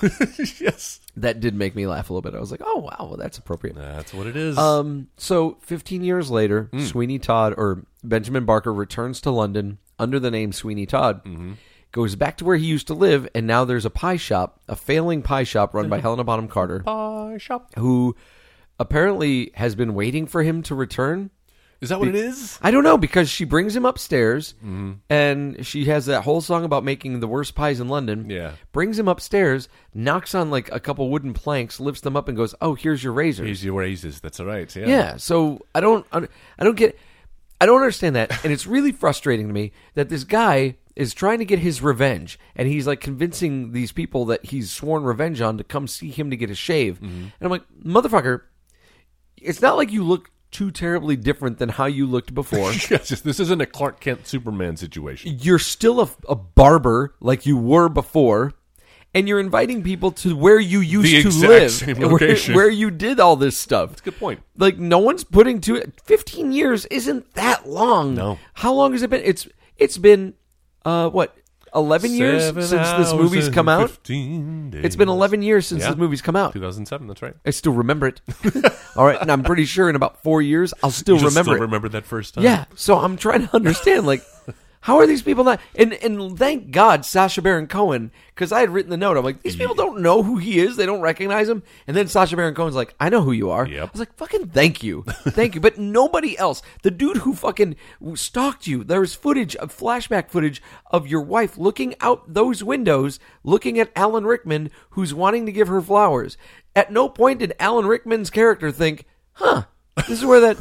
Speaker 4: yes,
Speaker 3: That did make me laugh a little bit. I was like, oh wow, well, that's appropriate.
Speaker 4: that's what it is.
Speaker 3: Um, so 15 years later, Sweeney Todd or Benjamin Barker returns to London under the name Sweeney Todd, goes back to where he used to live, and now there's a pie shop, a failing pie shop run by Helena Bonham Carter,
Speaker 4: Pie Ah, shop.
Speaker 3: who apparently has been waiting for him to return.
Speaker 4: Is that what it is?
Speaker 3: I don't know because she brings him upstairs
Speaker 4: Mm-hmm.
Speaker 3: and she has that whole song about making the worst pies in London.
Speaker 4: Yeah.
Speaker 3: Brings him upstairs, knocks on like a couple wooden planks, lifts them up and goes, "Oh, here's your razor."
Speaker 4: Here's your raises. That's all right. Yeah.
Speaker 3: Yeah. So I don't, I don't get, I don't understand that, and it's really frustrating to me that this guy is trying to get his revenge, and he's like convincing these people that he's sworn revenge on to come see him to get a shave,
Speaker 4: Mm-hmm.
Speaker 3: and I'm like, motherfucker, it's not like you look too terribly different than how you looked before.
Speaker 4: Yes, yes, this isn't a Clark Kent Superman situation.
Speaker 3: You're still a, a barber like you were before. And you're inviting people to where you used
Speaker 4: The
Speaker 3: to
Speaker 4: exact
Speaker 3: live,
Speaker 4: same
Speaker 3: where-
Speaker 4: location.
Speaker 3: Where, you did all this stuff. That's
Speaker 4: a good point.
Speaker 3: like no one's putting to it 15 years isn't that long
Speaker 4: No.
Speaker 3: how long has it been it's it's been uh what 11 years
Speaker 4: Seven
Speaker 3: since this movie's
Speaker 4: hours
Speaker 3: come
Speaker 4: and
Speaker 3: out
Speaker 4: 15 days.
Speaker 3: it's been 11 years since
Speaker 4: Yeah.
Speaker 3: this movie's come out
Speaker 4: 2007. That's right.
Speaker 3: i still remember it all right and i'm pretty sure in about four years i'll still
Speaker 4: You just
Speaker 3: remember
Speaker 4: still
Speaker 3: it
Speaker 4: remember that first time.
Speaker 3: yeah so i'm trying to understand like How are these people not? And and thank God Sasha Baron Cohen because I had written the note. I'm like, these people don't know who he is. They don't recognize him. And then Sasha Baron Cohen's like, I know who you are.
Speaker 4: Yep.
Speaker 3: I was like, fucking thank you, thank you. But nobody else. The dude who fucking stalked you. There was footage of flashback footage of your wife looking out those windows, looking at Alan Rickman, who's wanting to give her flowers. At no point did Alan Rickman's character think, huh, this is where that.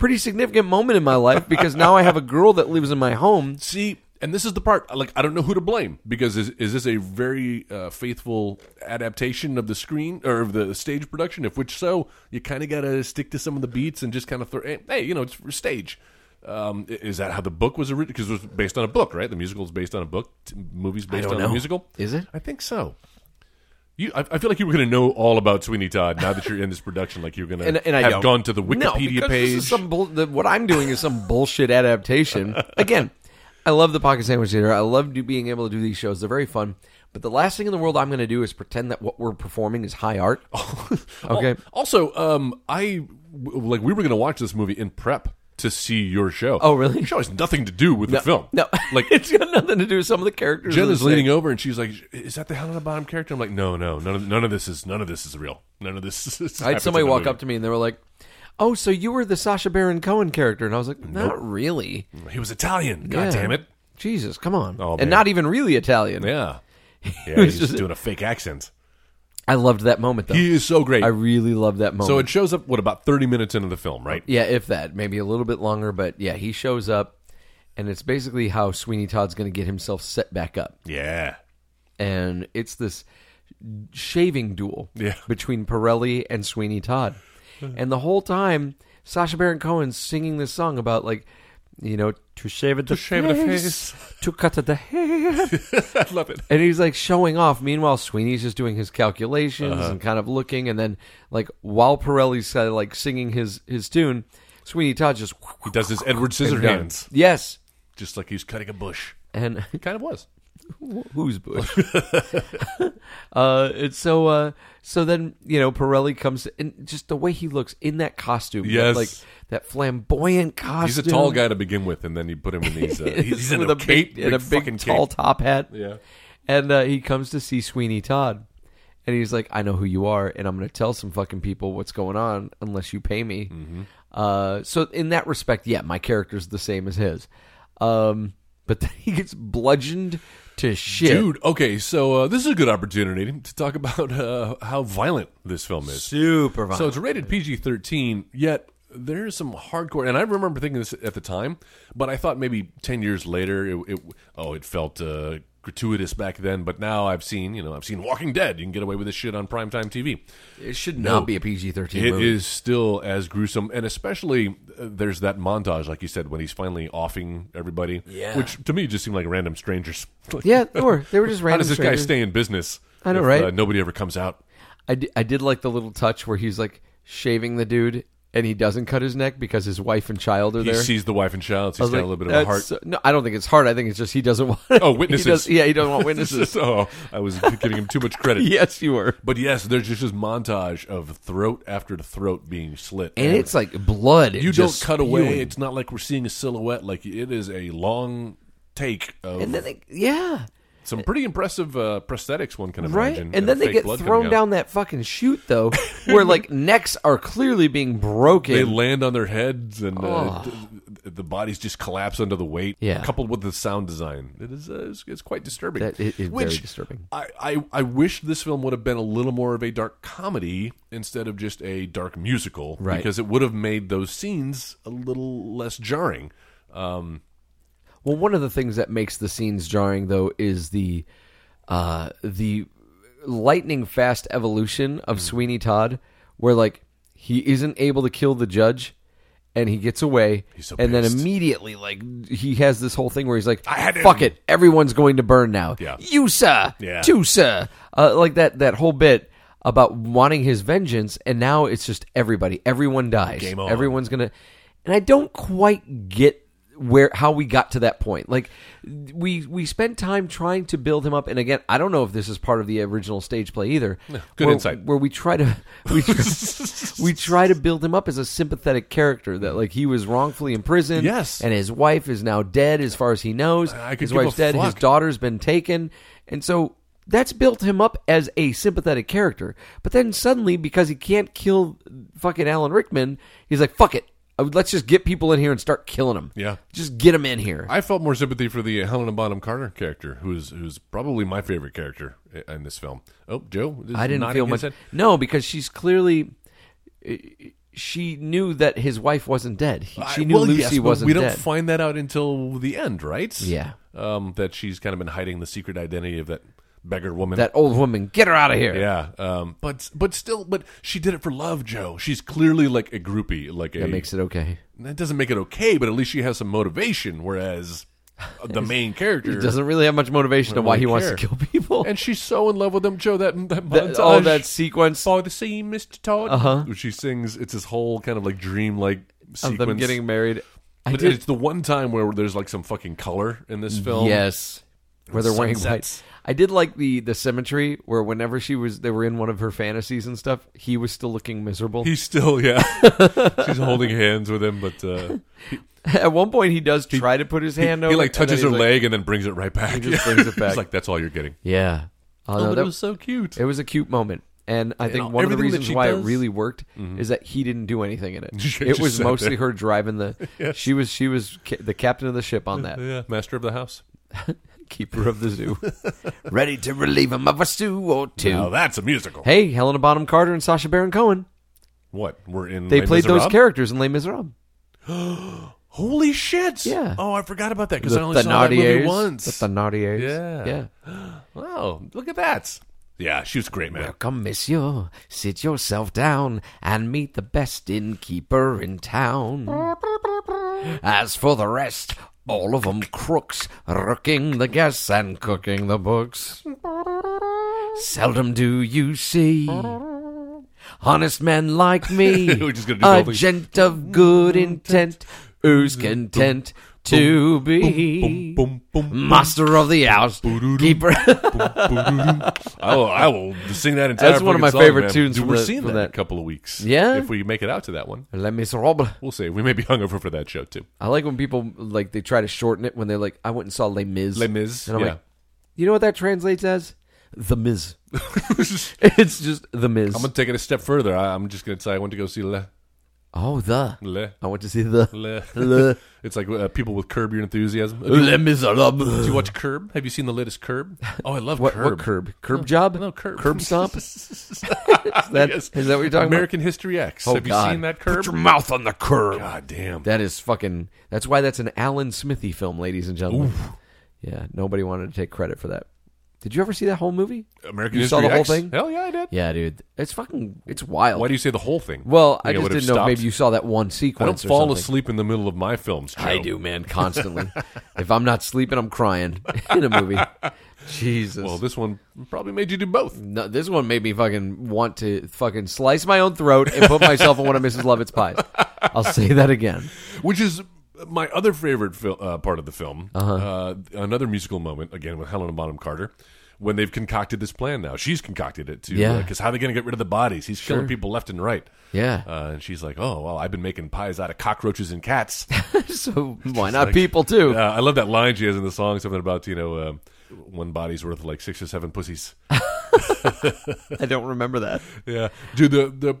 Speaker 3: Pretty significant moment in my life because now I have a girl that lives in my home
Speaker 4: See, and this is the part like I don't know who to blame because is is this a very uh, faithful adaptation of the screen or of the stage production? If which so, you kind of got to stick to some of the beats and just kind of throw. eh, Hey, you know, it's for stage. Um, i- is that how the book was originally? Because it was based on a book, right? The musical is based on a book. T- movies based
Speaker 3: don't
Speaker 4: on
Speaker 3: know.
Speaker 4: a musical.
Speaker 3: Is it?
Speaker 4: I think so. You, I, I feel like you were going to know all about Sweeney Todd now that you're in this production. Like you're going
Speaker 3: and,
Speaker 4: to
Speaker 3: and I
Speaker 4: have
Speaker 3: don't.
Speaker 4: gone to the
Speaker 3: No,
Speaker 4: Wikipedia
Speaker 3: because
Speaker 4: page.
Speaker 3: This is some bull- the, what I'm doing is some bullshit adaptation. Again, I love the Pocket Sandwich Theater. I love do, being able to do these shows. They're very fun. But the last thing in the world I'm going to do is pretend that what we're performing is high art.
Speaker 4: Oh,
Speaker 3: Okay.
Speaker 4: Al- Also, um, I w- like we were going to watch this movie in prep to see your show.
Speaker 3: Oh, really?
Speaker 4: Your show has nothing to do with
Speaker 3: no,
Speaker 4: the film.
Speaker 3: No,
Speaker 4: like
Speaker 3: like it's got nothing to do with some of the characters.
Speaker 4: Jen
Speaker 3: are the
Speaker 4: is
Speaker 3: same.
Speaker 4: leaning over and she's like, "Is that the Helena Bottom character?" I'm like, "No, no, none of none of this is none of this is real. None of this." Is
Speaker 3: I had somebody walk up to me and they were like, "Oh, so you were the Sasha Baron Cohen character?" And I was like, "Not really."
Speaker 4: to. He was Italian. God
Speaker 3: Yeah.
Speaker 4: damn it!
Speaker 3: Jesus, come on!
Speaker 4: Oh, man.
Speaker 3: and not even really Italian.
Speaker 4: Yeah, yeah.
Speaker 3: was
Speaker 4: he's
Speaker 3: just-
Speaker 4: just doing a fake accent.
Speaker 3: I loved that moment though.
Speaker 4: He is so great.
Speaker 3: I really loved that moment.
Speaker 4: so it shows up what about 30 minutes into the film, right?
Speaker 3: Yeah, if that, maybe a little bit longer, but yeah, he shows up, and it's basically how Sweeney Todd's going to get himself set back up,
Speaker 4: Yeah.
Speaker 3: and it's this shaving duel
Speaker 4: Yeah.
Speaker 3: between Pirelli and Sweeney Todd, and the whole time Sasha Baron Cohen's singing this song about like, you know, to shave at the,
Speaker 4: shave at
Speaker 3: face,
Speaker 4: the
Speaker 3: to cut at the hair,
Speaker 4: I love it.
Speaker 3: and he's like showing off. Meanwhile, Sweeney's just doing his calculations
Speaker 4: Uh-huh.
Speaker 3: and kind of looking, and then like while Pirelli's uh, like singing his his tune, Sweeney Todd just
Speaker 4: He does his Edward
Speaker 3: and done.
Speaker 4: Scissorhands,
Speaker 3: Yes,
Speaker 4: just like he's cutting a bush.
Speaker 3: and
Speaker 4: Kind of was.
Speaker 3: who's Bush? uh, and so, uh, so then you know Pirelli comes and just the way he looks in that costume, that,
Speaker 4: Yes.
Speaker 3: like that flamboyant costume.
Speaker 4: He's a tall guy to begin with, and then you put him in these. Uh, he's he's in
Speaker 3: with
Speaker 4: a, cape,
Speaker 3: big, and a
Speaker 4: fucking
Speaker 3: big tall
Speaker 4: cape.
Speaker 3: top hat.
Speaker 4: Yeah.
Speaker 3: and uh, he comes to see Sweeney Todd, and he's like, "I know who you are, and I'm going to tell some fucking people what's going on unless you pay me."
Speaker 4: Mm-hmm.
Speaker 3: Uh, so in that respect, yeah, my character's the same as his, um, but then he gets bludgeoned to shit.
Speaker 4: Dude, okay, so uh, this is a good opportunity to talk about uh, how violent this film is.
Speaker 3: super
Speaker 4: So it's rated PG 13, yet there's some hardcore. And I remember thinking this at the time, but I thought maybe 10 years later, it, it oh, it felt uh, gratuitous back then. But now I've seen, you know, I've seen Walking Dead. You can get away with this shit on primetime TV.
Speaker 3: It should not be a PG-13
Speaker 4: It
Speaker 3: movie.
Speaker 4: is still as gruesome, and especially uh, there's that montage, like you said, when he's finally offing everybody.
Speaker 3: Yeah.
Speaker 4: Which to me just seemed like random strangers. Like,
Speaker 3: Yeah, they were. They were just
Speaker 4: How
Speaker 3: random
Speaker 4: does this
Speaker 3: strangers.
Speaker 4: guy stay in business?
Speaker 3: I know,
Speaker 4: if,
Speaker 3: right?
Speaker 4: Uh, nobody ever comes out.
Speaker 3: I, di- I did like the little touch where he's like shaving the dude and he doesn't cut his neck because his wife and child are
Speaker 4: He
Speaker 3: there.
Speaker 4: sees the wife and child. So
Speaker 3: I was
Speaker 4: he's got
Speaker 3: like,
Speaker 4: a little bit of a
Speaker 3: "That's
Speaker 4: heart.
Speaker 3: so-" no, I don't think it's hard. I think it's just he doesn't want.
Speaker 4: Oh,
Speaker 3: he
Speaker 4: witnesses.
Speaker 3: does- yeah, he doesn't want witnesses.
Speaker 4: oh, I was giving him too much credit.
Speaker 3: yes, you were.
Speaker 4: But yes, there's just this montage of throat after throat being slit,
Speaker 3: And it's like blood.
Speaker 4: you don't
Speaker 3: just
Speaker 4: cut away.
Speaker 3: spewing.
Speaker 4: It's not like we're seeing a silhouette. Like it is a long take of
Speaker 3: And then they, yeah,
Speaker 4: some pretty impressive uh, prosthetics one can
Speaker 3: Eh, right.
Speaker 4: imagine.
Speaker 3: And, then
Speaker 4: a
Speaker 3: they
Speaker 4: fake
Speaker 3: get
Speaker 4: blood
Speaker 3: thrown
Speaker 4: coming out.
Speaker 3: down that fucking chute though, where like necks are clearly being broken.
Speaker 4: They land on their heads, and uh, th- th- the bodies just collapse under the weight.
Speaker 3: Yeah.
Speaker 4: coupled with the sound design, it is uh, it's, it's quite disturbing.
Speaker 3: That- it is very
Speaker 4: Which
Speaker 3: disturbing.
Speaker 4: I, I I wish this film would have been a little more of a dark comedy instead of just a dark musical,
Speaker 3: Right.
Speaker 4: Because it would have made those scenes a little less jarring.
Speaker 3: Well, one of the things that makes the scenes jarring, though, is the uh, the lightning fast evolution
Speaker 4: Hmm.
Speaker 3: of Sweeney Todd, where like he isn't able to kill the judge, and he gets away,
Speaker 4: so
Speaker 3: and
Speaker 4: pissed.
Speaker 3: then immediately like he has this whole thing where he's like,
Speaker 4: I had
Speaker 3: "Fuck
Speaker 4: him."
Speaker 3: it, everyone's going to burn now."
Speaker 4: Yeah.
Speaker 3: you sir,
Speaker 4: Yeah.
Speaker 3: two sir, uh, like that that whole bit about wanting his vengeance, and now it's just everybody, everyone dies,
Speaker 4: Game on.
Speaker 3: everyone's gonna, and I don't quite get where how we got to that point. Like we we spent time trying to build him up, and again, I don't know if this is part of the original stage play either.
Speaker 4: good
Speaker 3: where,
Speaker 4: insight.
Speaker 3: Where we try to we try, we try to build him up as a sympathetic character that like he was wrongfully imprisoned.
Speaker 4: Yes.
Speaker 3: and his wife is now dead, as far as he knows.
Speaker 4: I could
Speaker 3: his
Speaker 4: give a
Speaker 3: wife's dead. His
Speaker 4: fuck.
Speaker 3: daughter's been taken, and so. That's built him up as a sympathetic character, but then suddenly, because he can't kill fucking Alan Rickman, he's like, "Fuck it, I would- let's just get people in here and start killing them."
Speaker 4: Yeah.
Speaker 3: Just get him in here.
Speaker 4: I felt more sympathy for the Helena Bonham Carter character, who's who's probably my favorite character i- in this film. Oh, Joe,
Speaker 3: I didn't
Speaker 4: nodding
Speaker 3: feel
Speaker 4: his
Speaker 3: much.
Speaker 4: head.
Speaker 3: No, because she's clearly. eh, She knew that his wife wasn't dead. He- She
Speaker 4: I-
Speaker 3: knew
Speaker 4: well,
Speaker 3: Lucy
Speaker 4: yes, but
Speaker 3: wasn't
Speaker 4: We don't
Speaker 3: dead.
Speaker 4: find that out until the end, right?
Speaker 3: Yeah.
Speaker 4: um, that she's kind of been hiding the secret identity of that beggar woman.
Speaker 3: that old woman, get her out of here.
Speaker 4: yeah, um, but but still, but she did it for love, Joe. She's clearly like a groupie, like a
Speaker 3: That makes it okay.
Speaker 4: that doesn't make it okay, but at least she has some motivation. Whereas the main character
Speaker 3: It doesn't really have much motivation to
Speaker 4: don't
Speaker 3: why he
Speaker 4: really
Speaker 3: wants to
Speaker 4: care.
Speaker 3: kill people.
Speaker 4: and she's so in love with him, Joe. That that,
Speaker 3: That-
Speaker 4: montage,
Speaker 3: all that sequence
Speaker 4: by the sea, Mister Todd. Uh huh. She sings. It's this whole kind of like dream like
Speaker 3: of
Speaker 4: sequence
Speaker 3: them getting married. I
Speaker 4: But
Speaker 3: did.
Speaker 4: It's the one time where there's like some fucking color in this film.
Speaker 3: Yes. Where they're wearing white.
Speaker 4: Sunsets.
Speaker 3: I did like the the symmetry where whenever she was they were in one of her fantasies and stuff, he was still looking miserable.
Speaker 4: He's still yeah. She's holding hands with him, but uh,
Speaker 3: At one point he does try to put his
Speaker 4: he,
Speaker 3: hand over
Speaker 4: he like
Speaker 3: and then
Speaker 4: touches
Speaker 3: he's
Speaker 4: her
Speaker 3: like-
Speaker 4: leg and then brings it right back. He
Speaker 3: just brings it back.
Speaker 4: He's like that's all you're getting.
Speaker 3: Yeah. Oh, no,
Speaker 4: but
Speaker 3: that-
Speaker 4: it was so cute.
Speaker 3: It was a cute moment. And I think
Speaker 4: all-
Speaker 3: one of the
Speaker 4: everything that
Speaker 3: reasons
Speaker 4: she
Speaker 3: why it
Speaker 4: does-
Speaker 3: really worked is that he didn't do anything in it.
Speaker 4: She
Speaker 3: it
Speaker 4: just
Speaker 3: was
Speaker 4: sat
Speaker 3: mostly
Speaker 4: there.
Speaker 3: her driving the. She was she was ca- the captain of the ship on that
Speaker 4: yeah, master of the house.
Speaker 3: keeper of the zoo, ready to relieve him of a stew or two.
Speaker 4: Now that's a musical.
Speaker 3: Hey, Helena Bonham Carter and Sasha Baron Cohen.
Speaker 4: What we're in?
Speaker 3: They
Speaker 4: Les
Speaker 3: played those
Speaker 4: Miserables?
Speaker 3: characters in Les Miserables.
Speaker 4: Holy shit!
Speaker 3: Yeah.
Speaker 4: Oh, I forgot about that because I only
Speaker 3: the
Speaker 4: saw that movie
Speaker 3: Thenardiers.
Speaker 4: once.
Speaker 3: The Thenardiers.
Speaker 4: Yeah.
Speaker 3: Yeah.
Speaker 4: wow, look at that. Yeah, she was great, man.
Speaker 3: Come, monsieur, sit yourself down and meet the best innkeeper in town. As for the rest, all of 'em crooks, rooking the guests and cooking the books. Seldom do you see honest men like me,
Speaker 4: We're just gonna do
Speaker 3: a
Speaker 4: all these- Mm,
Speaker 3: gent of good intent, who's content to be
Speaker 4: Boom, boom, boom.
Speaker 3: master of the house, keeper.
Speaker 4: I will, Oh, I will sing that entire.
Speaker 3: That's one of
Speaker 4: fucking
Speaker 3: my
Speaker 4: song,
Speaker 3: favorite
Speaker 4: man.
Speaker 3: tunes
Speaker 4: Dude,
Speaker 3: from
Speaker 4: we're
Speaker 3: the-
Speaker 4: seeing
Speaker 3: from
Speaker 4: that in a
Speaker 3: that.
Speaker 4: couple of weeks.
Speaker 3: Yeah?
Speaker 4: if we make it out to that one,
Speaker 3: Les Miserables.
Speaker 4: we'll see. We may be hungover for that show too.
Speaker 3: I like when people like they try to shorten it when they're like, I went and saw Les Mis.
Speaker 4: Les Mis,
Speaker 3: And I'm
Speaker 4: yeah.
Speaker 3: like, you know what that translates as? The Miz. it's just the Miz.
Speaker 4: I'm gonna take it a step further. I, I'm just gonna say I went to go see Le
Speaker 3: oh, the.
Speaker 4: Le
Speaker 3: I went to see the
Speaker 4: Le.
Speaker 3: Le,
Speaker 4: It's like uh, people with Curb Your Enthusiasm. Do
Speaker 3: Les Miserables.
Speaker 4: you watch Curb? Have you seen the latest Curb? Oh, I love
Speaker 3: What,
Speaker 4: Curb.
Speaker 3: what curb? Curb job?
Speaker 4: No, Curb.
Speaker 3: Curb stomp? Is that,
Speaker 4: Yes.
Speaker 3: is that what you're talking about?
Speaker 4: American History X.
Speaker 3: Oh,
Speaker 4: Have you
Speaker 3: God.
Speaker 4: seen that Curb?
Speaker 3: Put your mouth on the curb.
Speaker 4: God damn.
Speaker 3: That is fucking. That's why that's an Alan Smithy film, ladies and gentlemen. Yeah, nobody wanted to take credit for that. Did you ever see that whole movie?
Speaker 4: American
Speaker 3: You saw
Speaker 4: History
Speaker 3: the whole
Speaker 4: X?
Speaker 3: thing?
Speaker 4: Hell yeah, I did.
Speaker 3: Yeah, dude. It's fucking. It's wild.
Speaker 4: Why do you say the whole thing?
Speaker 3: Well, I
Speaker 4: Think
Speaker 3: just
Speaker 4: would've
Speaker 3: didn't know. if
Speaker 4: stopped?
Speaker 3: Maybe you saw that one
Speaker 4: I don't
Speaker 3: sequence. or
Speaker 4: fall
Speaker 3: something.
Speaker 4: asleep in the middle of my films. Joe.
Speaker 3: I do, man, constantly. if I'm not sleeping, I'm crying in a movie. Jesus.
Speaker 4: Well,
Speaker 3: this,
Speaker 4: this one probably made you do both.
Speaker 3: no, this one made me fucking want to fucking slice my own throat and put myself in one of Mrs. Lovett's pies. I'll say that again.
Speaker 4: which is my other favorite fil- uh, part of the film.
Speaker 3: Uh-huh.
Speaker 4: uh another musical moment again with Helena Bonham Carter when they've concocted this plan. Now she's concocted it too.
Speaker 3: Yeah.
Speaker 4: because how are they going to get rid of the bodies? He's killing people left and right.
Speaker 3: Yeah.
Speaker 4: uh, and she's like, "Oh well, I've been making pies out of cockroaches and cats."
Speaker 3: So why not people too?
Speaker 4: uh, I love that line she has in the song, something about you know. um one body's worth like six or seven pussies.
Speaker 3: I don't remember that.
Speaker 4: Yeah, dude, the the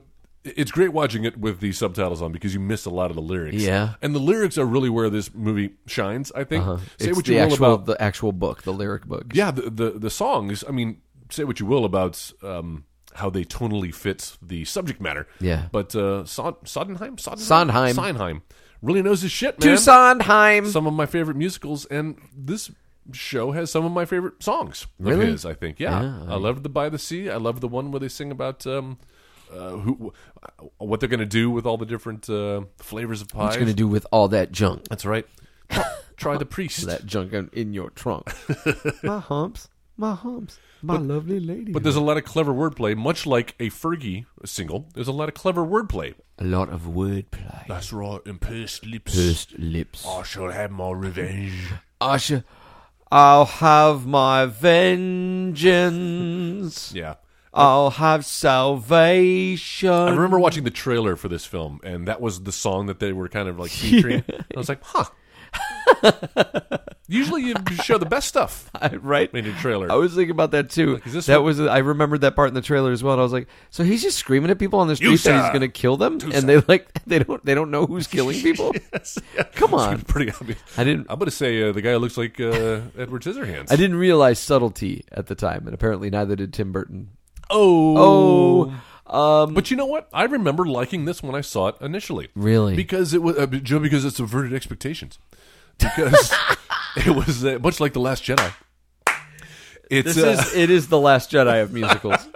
Speaker 4: it's great watching it with the subtitles on because you miss a lot of the lyrics.
Speaker 3: Yeah. Uh-huh.
Speaker 4: and the lyrics are really where this movie shines. I think. Say
Speaker 3: it's
Speaker 4: what
Speaker 3: the
Speaker 4: you will
Speaker 3: actual
Speaker 4: about
Speaker 3: the actual book, the lyric book.
Speaker 4: yeah the, the the songs i mean say what you will about um how they tonally fit the subject matter
Speaker 3: Yeah.
Speaker 4: but uh Son- Sondheim? Sondheim
Speaker 3: Sondheim.
Speaker 4: Sondheim really knows his shit man
Speaker 3: To Sondheim.
Speaker 4: some of my favorite musicals and this show has some of my favorite songs
Speaker 3: Really?
Speaker 4: of his i think yeah, i love the by the sea i love the one where they sing about um uh, who, what they're going to do with all the different uh, flavors of
Speaker 3: What's
Speaker 4: pies?
Speaker 3: going to do with all that junk?
Speaker 4: That's right. Try, try the priest.
Speaker 3: That junk in- in your trunk. My humps. my humps, my lovely lady.
Speaker 4: But there's a lot of clever wordplay, much like a Fergie single. There's a lot of clever wordplay.
Speaker 3: a lot of wordplay.
Speaker 4: That's right, and pursed lips.
Speaker 3: Pursed lips.
Speaker 4: I shall have my revenge.
Speaker 3: Usher, I'll have my vengeance.
Speaker 4: Yeah.
Speaker 3: I'll have salvation.
Speaker 4: I remember watching the trailer for this film, and that was the song that they were kind of like featuring. I was like, huh. Usually you show the best stuff
Speaker 3: right?
Speaker 4: in a trailer.
Speaker 3: I was thinking about that too.
Speaker 4: is this
Speaker 3: that
Speaker 4: what-
Speaker 3: was I remembered that part in the trailer as well. And I was like, so he's just screaming at people on the street that he's
Speaker 4: sir.
Speaker 3: going to kill them, and they like they don't they don't know who's killing people. Come on,
Speaker 4: Pretty obvious.
Speaker 3: I didn't-
Speaker 4: I'm going to say uh, the guy who looks like uh, Edward Scissorhands.
Speaker 3: I didn't realize subtlety at the time, and apparently neither did Tim Burton.
Speaker 4: Oh.
Speaker 3: Oh, um,
Speaker 4: But you know what? I remember liking this when I saw it initially.
Speaker 3: Really?
Speaker 4: Because it was uh, Joe. Because it subverted expectations. Because it was uh, much like the Last Jedi. It's
Speaker 3: this
Speaker 4: uh,
Speaker 3: is it is the Last Jedi of musicals.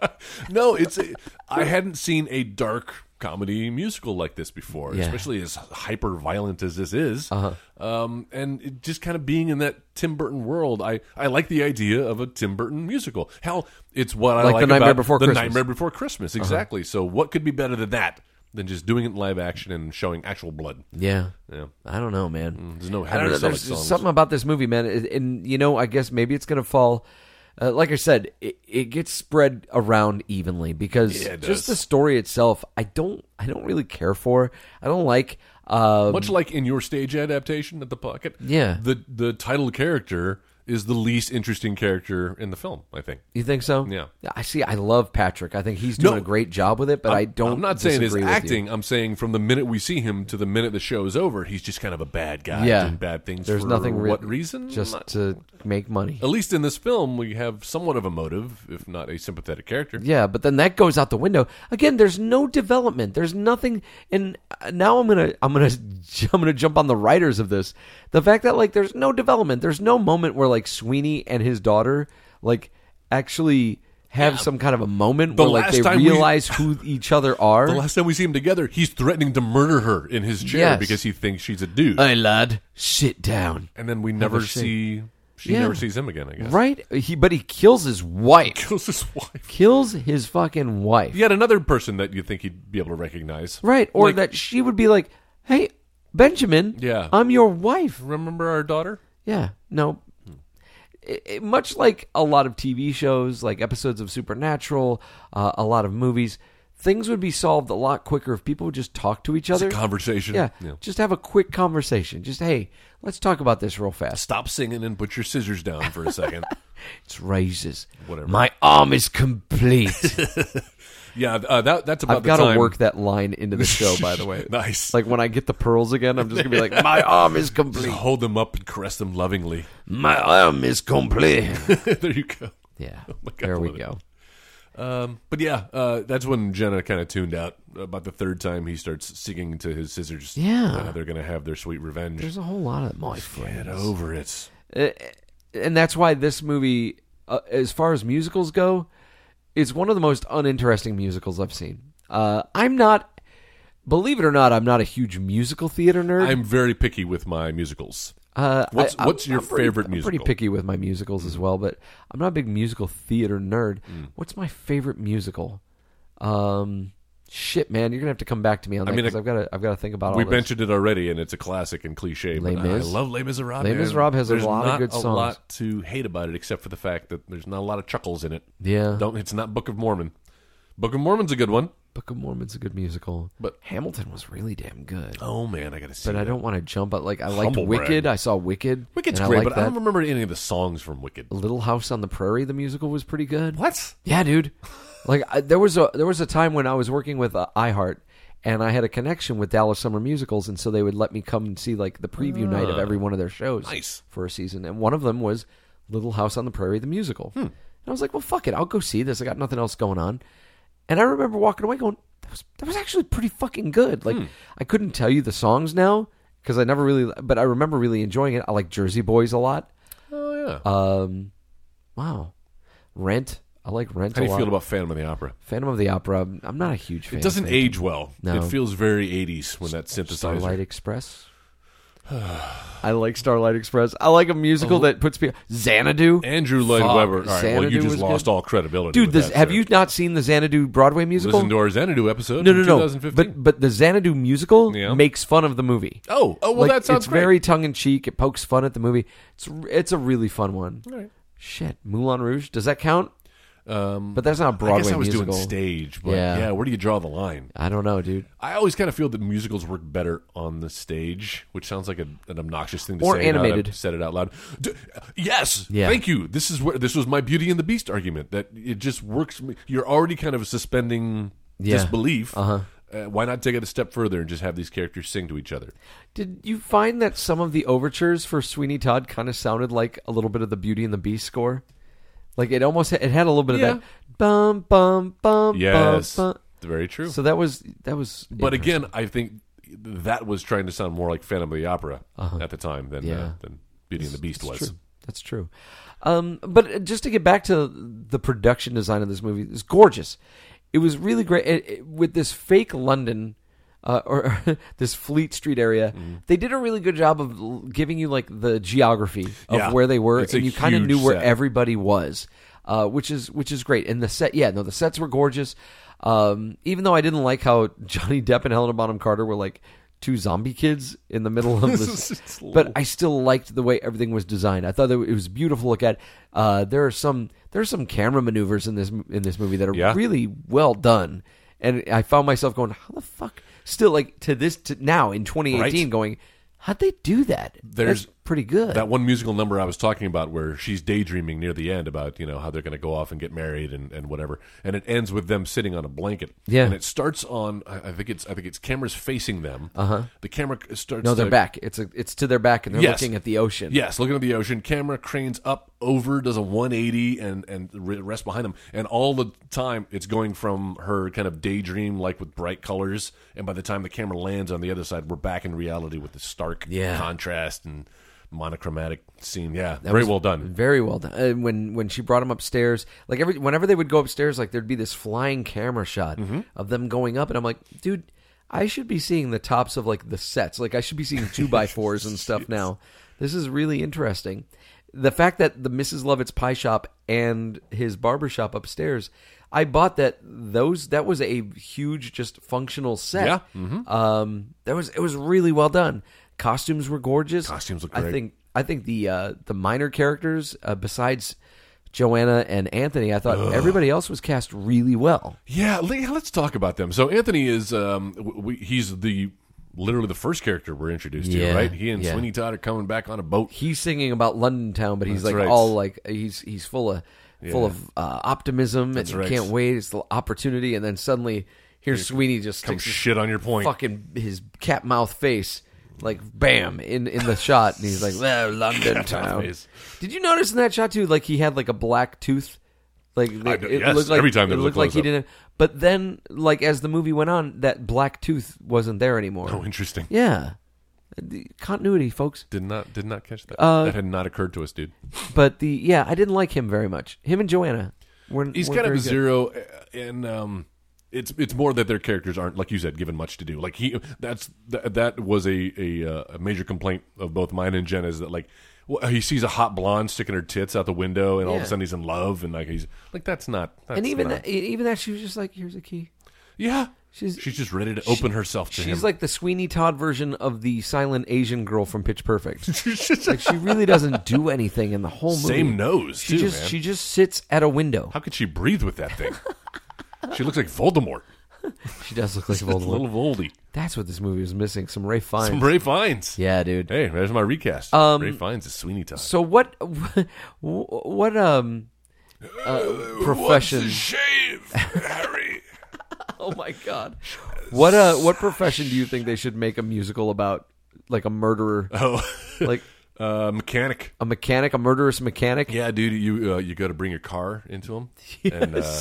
Speaker 4: no. It's a, I hadn't seen a dark comedy musical like this before,
Speaker 3: Yeah.
Speaker 4: especially as hyper violent as this is. Uh-huh. Um, and it just kind of being in that Tim Burton world, I I like the idea of a Tim Burton musical. Hell, it's what I
Speaker 3: Like
Speaker 4: like,
Speaker 3: The Nightmare
Speaker 4: about
Speaker 3: Before
Speaker 4: the
Speaker 3: Christmas. Uh-huh.
Speaker 4: Nightmare Nightmare Before Christmas, exactly. So what could be better than that than just doing it in live action and showing actual blood?
Speaker 3: yeah,
Speaker 4: Yeah.
Speaker 3: I don't know, man.
Speaker 4: Mm, There's no
Speaker 3: I don't
Speaker 4: Henry
Speaker 3: know.
Speaker 4: Selick
Speaker 3: There's
Speaker 4: songs.
Speaker 3: something about this movie, man. It- And, you know, I guess maybe it's going to fall. Uh, like I said, it, it gets spread around evenly because
Speaker 4: Yeah, it
Speaker 3: just
Speaker 4: does.
Speaker 3: the story itself, I don't, I don't really care for. I don't like. Uh,
Speaker 4: Much like in your stage adaptation at the pocket,
Speaker 3: Yeah.
Speaker 4: The the title character is the least interesting character in the film. I think.
Speaker 3: you think so?
Speaker 4: Yeah.
Speaker 3: I see. I love Patrick. I think he's doing
Speaker 4: No.
Speaker 3: a great job with it, but I'm, I do
Speaker 4: I'm not saying his
Speaker 3: disagree with you.
Speaker 4: acting. I'm saying from the minute we see him to the minute the show is over, he's just kind of a bad guy
Speaker 3: Yeah.
Speaker 4: doing bad things.
Speaker 3: There's
Speaker 4: for
Speaker 3: nothing. re-
Speaker 4: What reason?
Speaker 3: Just
Speaker 4: Not-
Speaker 3: to make money.
Speaker 4: at least in this film, we have somewhat of a motive, if not a sympathetic character.
Speaker 3: Yeah, but then that goes out the window. Again, there's no development. There's nothing. And uh, now I'm gonna I'm gonna j- I'm gonna jump on the writers of this. The fact that like there's no development. There's no moment where like Sweeney and his daughter like actually have some kind of a moment
Speaker 4: The
Speaker 3: where like
Speaker 4: last
Speaker 3: they
Speaker 4: time we-
Speaker 3: realize who each other are.
Speaker 4: The last time we see him together, he's threatening to murder her in his chair
Speaker 3: Yes.
Speaker 4: because he thinks she's a dude.
Speaker 3: hey lad, sit down.
Speaker 4: and then we never
Speaker 3: a shake.
Speaker 4: see she
Speaker 3: Yeah.
Speaker 4: never sees him again. I guess
Speaker 3: Right? He but he kills his wife.
Speaker 4: kills his wife.
Speaker 3: Kills his fucking wife.
Speaker 4: Yet another person that you think he'd be able to recognize.
Speaker 3: Right? Or
Speaker 4: Like,
Speaker 3: that she would be like, "Hey, Benjamin,
Speaker 4: Yeah.
Speaker 3: I'm your wife."
Speaker 4: remember our daughter?
Speaker 3: Yeah, no. It, it- much like a lot of TV shows, like episodes of Supernatural, uh, a lot of movies, things would be solved a lot quicker if people would just talk to each other.
Speaker 4: Conversation.
Speaker 3: yeah, just have a quick conversation. Just hey, let's talk about this real fast.
Speaker 4: Stop singing and put your scissors down for a second.
Speaker 3: It's raises.
Speaker 4: Whatever.
Speaker 3: My arm is complete.
Speaker 4: yeah, uh, that that's about
Speaker 3: I've
Speaker 4: the
Speaker 3: got
Speaker 4: time.
Speaker 3: to work that line into the show. By the way,
Speaker 4: Nice.
Speaker 3: Like when I get the pearls again, I'm just gonna be like, my arm is complete.
Speaker 4: Hold them up and caress them lovingly.
Speaker 3: My arm is complete.
Speaker 4: there you go.
Speaker 3: Yeah,
Speaker 4: Oh my God,
Speaker 3: there
Speaker 4: I
Speaker 3: we
Speaker 4: love it.
Speaker 3: go.
Speaker 4: Um, but yeah, uh, that's when Jenna kind of tuned out. About the third time he starts singing to his scissors.
Speaker 3: Yeah.
Speaker 4: Uh, they're gonna have their sweet revenge.
Speaker 3: There's a whole lot of my friends.
Speaker 4: Get over it.
Speaker 3: Uh, and that's why this movie, uh, as far as musicals go, is one of the most uninteresting musicals I've seen. Uh, I'm not, believe it or not, I'm not a huge musical theater nerd.
Speaker 4: I'm very picky with my musicals.
Speaker 3: uh,
Speaker 4: what's-
Speaker 3: I'm-
Speaker 4: what's your
Speaker 3: I'm pretty-
Speaker 4: favorite
Speaker 3: I'm pretty
Speaker 4: musical?
Speaker 3: picky with my musicals as well, but I'm not a big musical theater nerd.
Speaker 4: Hmm.
Speaker 3: What's my favorite musical? Um, shit, man, you're gonna have to come back to me on that
Speaker 4: mean,
Speaker 3: because
Speaker 4: I-
Speaker 3: I've got to I've got to think about all
Speaker 4: We
Speaker 3: this.
Speaker 4: mentioned it already, and it's a classic and cliche.
Speaker 3: Les
Speaker 4: but
Speaker 3: Mis.
Speaker 4: I love Les Miserables.
Speaker 3: Les Miserables has a
Speaker 4: There's
Speaker 3: lot of
Speaker 4: not
Speaker 3: good
Speaker 4: a
Speaker 3: songs.
Speaker 4: lot to hate about it, except for the fact that there's not a lot of chuckles in it.
Speaker 3: Yeah.
Speaker 4: Don't. It's not Book of Mormon. Book of Mormon's a good one.
Speaker 3: Book of Mormon's a good musical,
Speaker 4: But-
Speaker 3: Hamilton was really damn good.
Speaker 4: Oh man, I gotta see.
Speaker 3: but I
Speaker 4: that.
Speaker 3: don't want to jump. But like, I liked
Speaker 4: Humble brag.
Speaker 3: Wicked. I saw Wicked.
Speaker 4: Wicked's
Speaker 3: and I
Speaker 4: great, but
Speaker 3: liked
Speaker 4: I
Speaker 3: that.
Speaker 4: don't remember any of the songs from Wicked.
Speaker 3: Little House on the Prairie, the musical was pretty good.
Speaker 4: What?
Speaker 3: Yeah, dude. Like, I, there was a there was a time when I was working with uh, iHeart, and I had a connection with Dallas Summer Musicals, and so they would let me come and see like the preview night of every one of their shows
Speaker 4: Ah. Nice.
Speaker 3: for a season, and one of them was Little House on the Prairie, the musical.
Speaker 4: Hmm.
Speaker 3: And I was like, well, fuck it, I'll go see this. I got nothing else going on, and I remember walking away going, that was that was actually pretty fucking good.
Speaker 4: Hmm.
Speaker 3: Like, I couldn't tell you the songs now because I never really, but I remember really enjoying it. I like Jersey Boys a lot.
Speaker 4: Oh yeah.
Speaker 3: Um, wow, Rent. I like Rent.
Speaker 4: How do
Speaker 3: a
Speaker 4: you
Speaker 3: lot.
Speaker 4: feel about Phantom of the Opera?
Speaker 3: Phantom of the Opera? I'm not a huge fan.
Speaker 4: It doesn't
Speaker 3: of
Speaker 4: age well.
Speaker 3: No.
Speaker 4: It feels very 80s when that synthesizer.
Speaker 3: Starlight Express. I like Starlight Express. I like a
Speaker 4: Oh.
Speaker 3: musical that puts people Xanadu.
Speaker 4: Andrew Lloyd
Speaker 3: Fuck,
Speaker 4: Webber. All right, well,
Speaker 3: Xanadu
Speaker 4: you just
Speaker 3: was
Speaker 4: lost
Speaker 3: good.
Speaker 4: all credibility,
Speaker 3: Dude,
Speaker 4: with
Speaker 3: this,
Speaker 4: that,
Speaker 3: have
Speaker 4: sir.
Speaker 3: you not seen the Xanadu Broadway musical?
Speaker 4: Listen to our Xanadu episode.
Speaker 3: no,
Speaker 4: from
Speaker 3: no, no.
Speaker 4: 2015.
Speaker 3: But but the Xanadu musical
Speaker 4: Yeah.
Speaker 3: makes fun of the movie.
Speaker 4: oh, oh, well,
Speaker 3: Like,
Speaker 4: that sounds
Speaker 3: it's
Speaker 4: great.
Speaker 3: very tongue in cheek. It pokes fun at the movie. It's it's a really fun one. Shit, Moulin Rouge. Does that count? Um, but that's not a Broadway
Speaker 4: I guess I was
Speaker 3: musical.
Speaker 4: doing stage, but
Speaker 3: Yeah.
Speaker 4: yeah, where do you draw the line?
Speaker 3: I don't know, dude.
Speaker 4: I always kind of feel that musicals work better on the stage, which sounds like a, an obnoxious thing to
Speaker 3: Or
Speaker 4: say. now that
Speaker 3: animated.
Speaker 4: I've said it out loud. D- yes,
Speaker 3: Yeah.
Speaker 4: thank you. This is where this was my Beauty and the Beast argument that it just works. You're already kind of suspending
Speaker 3: Yeah.
Speaker 4: disbelief.
Speaker 3: Uh-huh.
Speaker 4: Uh, why not take it a step further and just have these characters sing to each other?
Speaker 3: Did you find that some of the overtures for Sweeney Todd kind of sounded like a little bit of the Beauty and the Beast score? Like it almost it had a little bit
Speaker 4: Yeah.
Speaker 3: of that bum bum bum
Speaker 4: Yes,
Speaker 3: bum.
Speaker 4: very true.
Speaker 3: bum. So that was that was
Speaker 4: but again, I think that was trying to sound more like Phantom of the Opera at the time than uh,
Speaker 3: Uh-huh. Yeah.
Speaker 4: than Beauty and the Beast was.
Speaker 3: That's true. That's true. Um, but just to get back to the production design of this movie, it's gorgeous. It was really great it, it- with this fake London. Uh, or this Fleet Street area,
Speaker 4: Mm-hmm.
Speaker 3: they did a really good job of l- giving you like the geography of
Speaker 4: Yeah.
Speaker 3: where they were,
Speaker 4: It's a
Speaker 3: and you kind of
Speaker 4: huge
Speaker 3: knew where
Speaker 4: set.
Speaker 3: everybody was, uh, which is which is great. And the set, yeah, no, the sets were gorgeous. Um, even though I didn't like how Johnny Depp and Helena Bonham Carter were like two zombie kids in the middle of this, but I still liked the way everything was designed. I thought that it was beautiful to look at. Uh, there are some there are some camera maneuvers in this in this movie that are
Speaker 4: Yeah.
Speaker 3: really well done, and I found myself going, "How the fuck?" Still, like to this to now in 2018,
Speaker 4: Right.
Speaker 3: going, "How'd they do that?"
Speaker 4: There's-
Speaker 3: That's pretty good.
Speaker 4: That one musical number I was talking about, where she's daydreaming near the end about you know how they're going to go off and get married and, and whatever, and it ends with them sitting on a blanket.
Speaker 3: Yeah.
Speaker 4: and it starts on I I think it's I think it's cameras facing them. Uh huh. The camera c- starts.
Speaker 3: Uh-huh. no, they're
Speaker 4: to-
Speaker 3: back. It's a, it's to their back, and they're
Speaker 4: Yes.
Speaker 3: looking at the ocean.
Speaker 4: Yes, looking at the ocean. Camera cranes up over, does a 180, and and re- rests behind them. And all the time, it's going from her kind of daydream, like with bright colors. And by the time the camera lands on the other side, we're back in reality with the stark
Speaker 3: Yeah.
Speaker 4: contrast and monochromatic scene. Yeah, very
Speaker 3: was
Speaker 4: well done.
Speaker 3: Very well done. Uh, when when she brought him upstairs, like every whenever they would go upstairs, like there'd be this flying camera shot
Speaker 4: Mm-hmm.
Speaker 3: of them going up, and I'm like, dude, I should be seeing the tops of like the sets. Like I should be seeing two by fours and stuff now. This is really interesting. The fact that the Mrs. Lovett's pie shop and his barber shop upstairs, I bought that those that was a huge just functional set.
Speaker 4: Yeah. Mm-hmm.
Speaker 3: Um, that was it was really well done. Costumes were gorgeous.
Speaker 4: Costumes look
Speaker 3: I
Speaker 4: great.
Speaker 3: think I think the uh, the minor characters uh, besides Joanna and Anthony, I thought everybody else was cast really well.
Speaker 4: Yeah, le- let's talk about them. So Anthony is um, w- we, he's the literally the first character we're introduced
Speaker 3: Yeah,
Speaker 4: to, right? He and
Speaker 3: yeah.
Speaker 4: Sweeney Todd are coming back on a boat.
Speaker 3: He's singing about London town, but he's
Speaker 4: That's
Speaker 3: like
Speaker 4: right.
Speaker 3: all like he's he's full of full of uh, optimism and
Speaker 4: right.
Speaker 3: he can't wait. It's the opportunity, and then suddenly here's Sweeney just sticks his
Speaker 4: Shit on your point.
Speaker 3: fucking his cat mouth face. Like bam in in the shot, and he's like, "Well, London town."
Speaker 4: face.
Speaker 3: Did you notice in that shot too? Like he had like a black tooth. Like
Speaker 4: I-
Speaker 3: it
Speaker 4: yes,
Speaker 3: looked like,
Speaker 4: every time
Speaker 3: it
Speaker 4: there was a
Speaker 3: looked like he
Speaker 4: close-up.
Speaker 3: didn't. But then, like as the movie went on, that black tooth wasn't there anymore.
Speaker 4: Oh, interesting.
Speaker 3: yeah, The continuity, folks.
Speaker 4: Did not did not catch that.
Speaker 3: Uh,
Speaker 4: that had not occurred to us, dude.
Speaker 3: But the yeah, I didn't like him very much. Him and Joanna. Were,
Speaker 4: He's
Speaker 3: were
Speaker 4: kind of
Speaker 3: very
Speaker 4: a
Speaker 3: good.
Speaker 4: zero, uh, and um, it's it's more that their characters aren't like you said given much to do. Like he, that's that, that was a a, uh, a major complaint of both mine and Jen is that like well, he sees a hot blonde sticking her tits out the window, and all of
Speaker 3: Yeah.
Speaker 4: a sudden he's in love, and like he's like that's not. That's
Speaker 3: And even
Speaker 4: not-
Speaker 3: that, even that, she was just like, "Here's a key."
Speaker 4: yeah,
Speaker 3: she's-
Speaker 4: she's she's just ready to open herself to him.
Speaker 3: She's like the Sweeney Todd version of the silent Asian girl from Pitch Perfect. like she really doesn't do anything in the whole movie.
Speaker 4: same nose
Speaker 3: She
Speaker 4: too,
Speaker 3: just
Speaker 4: man.
Speaker 3: she just sits at a window.
Speaker 4: How could she breathe with that thing? she looks like Voldemort,
Speaker 3: She does look like a
Speaker 4: a little Voldy.
Speaker 3: That's what this movie was missing. Some Ray Fiennes.
Speaker 4: Some Ray Fiennes.
Speaker 3: yeah, dude.
Speaker 4: Hey, there's my recast. Ray Fiennes is Sweeney Todd.
Speaker 3: So what? What um uh, profession?
Speaker 4: shave, Harry.
Speaker 3: Oh my god. What uh? What profession do you think they should make a musical about? Like a murderer,
Speaker 4: Oh,
Speaker 3: like
Speaker 4: uh, mechanic.
Speaker 3: a mechanic, a murderous mechanic.
Speaker 4: Yeah, dude, you uh, you got to bring your car into him, and uh,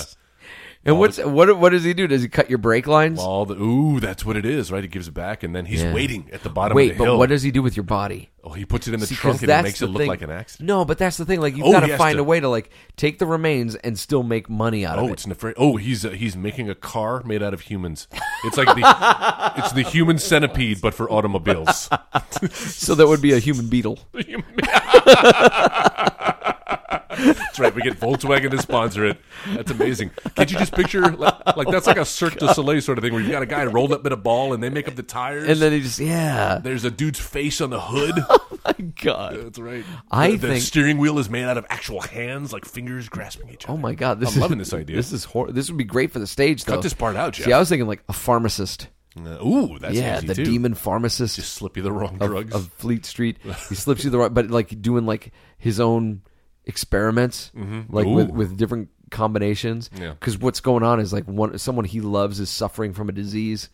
Speaker 3: And what's what? What does he do? Does he cut your brake lines?
Speaker 4: All the ooh, that's what it is, right? He gives it back, and then he's
Speaker 3: Yeah.
Speaker 4: waiting at the bottom
Speaker 3: Wait,
Speaker 4: of the
Speaker 3: but
Speaker 4: hill.
Speaker 3: what does he do with your body?
Speaker 4: oh, he puts it in the
Speaker 3: See, 'cause
Speaker 4: trunk and it
Speaker 3: that's
Speaker 4: makes
Speaker 3: the
Speaker 4: it look
Speaker 3: thing.
Speaker 4: like an accident.
Speaker 3: No, but that's the thing. Like you've
Speaker 4: Oh,
Speaker 3: got
Speaker 4: he
Speaker 3: to
Speaker 4: has
Speaker 3: find
Speaker 4: to-
Speaker 3: a way to like take the remains and still make money out
Speaker 4: Oh,
Speaker 3: of it.
Speaker 4: it's nefarious. Oh, he's uh, he's making a car made out of humans. It's like the it's the human centipede, but for automobiles.
Speaker 3: So that would be a human beetle.
Speaker 4: That's right. We get Volkswagen to sponsor it. That's amazing. Can't you just picture like, like that's like a Cirque du Soleil sort of thing where you've got a guy rolled up in a ball and they make up the tires.
Speaker 3: And then he just yeah,
Speaker 4: there's a dude's face on the hood.
Speaker 3: God.
Speaker 4: That's right.
Speaker 3: I
Speaker 4: the, the
Speaker 3: think-
Speaker 4: steering wheel is made out of actual hands, like fingers grasping each other.
Speaker 3: Oh my God! This
Speaker 4: I'm
Speaker 3: is,
Speaker 4: loving this idea.
Speaker 3: This is hor- This would be great for the stage. Though.
Speaker 4: Cut this part out,
Speaker 3: See,
Speaker 4: Jeff.
Speaker 3: I was thinking like a pharmacist.
Speaker 4: Uh, ooh, that's
Speaker 3: yeah,
Speaker 4: easy
Speaker 3: the
Speaker 4: too.
Speaker 3: demon pharmacist
Speaker 4: Just slip you the wrong
Speaker 3: of,
Speaker 4: drugs.
Speaker 3: of Fleet Street. He slips you the right, but like doing like his own experiments, like with,
Speaker 4: Mm-hmm. Ooh.
Speaker 3: with different combinations.
Speaker 4: Yeah.
Speaker 3: Because what's going on is like one someone he loves is suffering from a disease.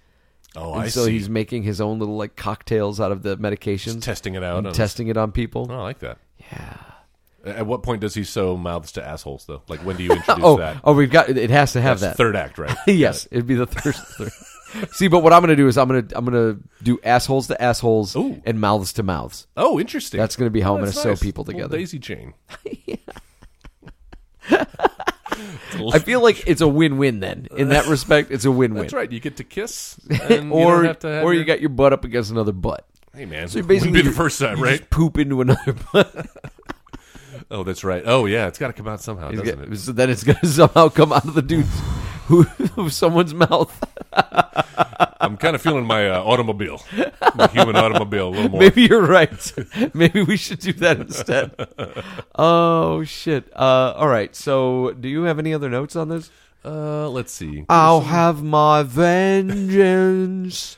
Speaker 4: oh,
Speaker 3: and
Speaker 4: I
Speaker 3: so
Speaker 4: see.
Speaker 3: he's making his own little like cocktails out of the medications,
Speaker 4: testing it out.
Speaker 3: and
Speaker 4: on-
Speaker 3: testing it on people.
Speaker 4: Oh, I like that.
Speaker 3: Yeah.
Speaker 4: At what point does he sew mouths to assholes, though? Like, when do you introduce
Speaker 3: Oh,
Speaker 4: that?
Speaker 3: oh, we've got it. Has to have
Speaker 4: That's
Speaker 3: that.
Speaker 4: third act, right?
Speaker 3: yes, it'd be the third. third. See, but what I'm gonna do is I'm gonna I'm gonna do assholes to assholes
Speaker 4: Ooh.
Speaker 3: and mouths to mouths.
Speaker 4: Oh, interesting.
Speaker 3: That's gonna be how I'm
Speaker 4: That's
Speaker 3: gonna
Speaker 4: nice.
Speaker 3: sew people
Speaker 4: Little
Speaker 3: together.
Speaker 4: Daisy chain.
Speaker 3: I feel like it's a win-win then. In that respect, it's a win-win.
Speaker 4: That's right. You get to kiss, and you
Speaker 3: or
Speaker 4: don't have to have
Speaker 3: or
Speaker 4: your-
Speaker 3: you got your butt up against another butt.
Speaker 4: Hey man,
Speaker 3: So
Speaker 4: so
Speaker 3: you
Speaker 4: basically
Speaker 3: basically
Speaker 4: be the
Speaker 3: you-
Speaker 4: first time,
Speaker 3: you
Speaker 4: right?
Speaker 3: just poop into another butt.
Speaker 4: Oh, that's right. Oh yeah, it's got to come out somehow, doesn't it?
Speaker 3: So then it's gonna somehow come out of the dude's who of someone's mouth.
Speaker 4: I'm kind of feeling my uh, automobile, my human automobile, a little more.
Speaker 3: Maybe you're right. Maybe we should do that instead. oh shit. Uh, all right. So do you have any other notes on this?
Speaker 4: Uh, let's see.
Speaker 3: I'll have my vengeance.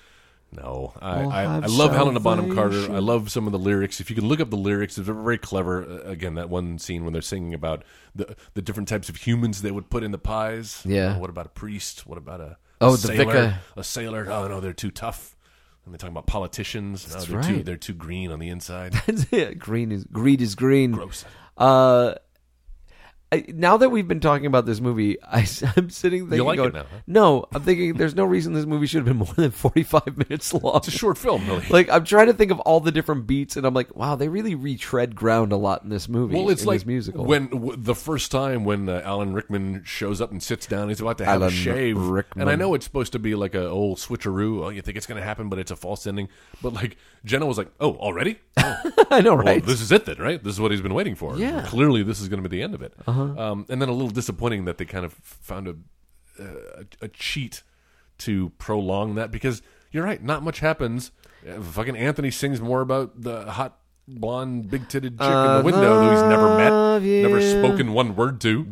Speaker 4: No, I,
Speaker 3: We'll
Speaker 4: I, I
Speaker 3: have
Speaker 4: love Helena Bonham Carter.
Speaker 3: salvation.
Speaker 4: I love some of the lyrics. If you can look up the lyrics, they're very clever. Uh, again, that one scene when they're singing about the the different types of humans they would put in the pies.
Speaker 3: Yeah.
Speaker 4: Oh, what about a priest? What about a
Speaker 3: Oh, the
Speaker 4: sailor?
Speaker 3: vicar.
Speaker 4: A sailor? Oh no, they're too tough. And they're talking about politicians. No, they're too
Speaker 3: right.
Speaker 4: they're too green on the inside.
Speaker 3: green is greed is green.
Speaker 4: Gross.
Speaker 3: Uh, I, now that we've been talking about this movie, I, am sitting thinking,
Speaker 4: like it
Speaker 3: going,
Speaker 4: now, huh?
Speaker 3: no, I'm thinking there's no reason this movie should have been more than 45 minutes long.
Speaker 4: It's a short film, really.
Speaker 3: Like I'm trying to think of all the different beats, and I'm like, wow, they really retread ground a lot in this movie.
Speaker 4: Well, it's
Speaker 3: in
Speaker 4: like
Speaker 3: this musical.
Speaker 4: when w- the first time when uh, Alan Rickman shows up and sits down, he's about to have a
Speaker 3: Alan
Speaker 4: shave.
Speaker 3: Rickman.
Speaker 4: And I know it's supposed to be like a old switcheroo. Oh, you think it's going to happen, but it's a false ending. But like Jenna was like, "Oh, already? Oh,
Speaker 3: I know,
Speaker 4: well,
Speaker 3: right?
Speaker 4: this is it then, right? This is what he's been waiting for.
Speaker 3: Yeah. Uh-huh.
Speaker 4: Clearly, this is going to be the end of it. Um, and then a little disappointing that they kind of found a uh, a, a cheat to prolong that because you're right, not much happens. Uh, Fucking Anthony sings more about the hot blonde, big titted chick in the window who he's never met,
Speaker 3: love you.
Speaker 4: never spoken one word to.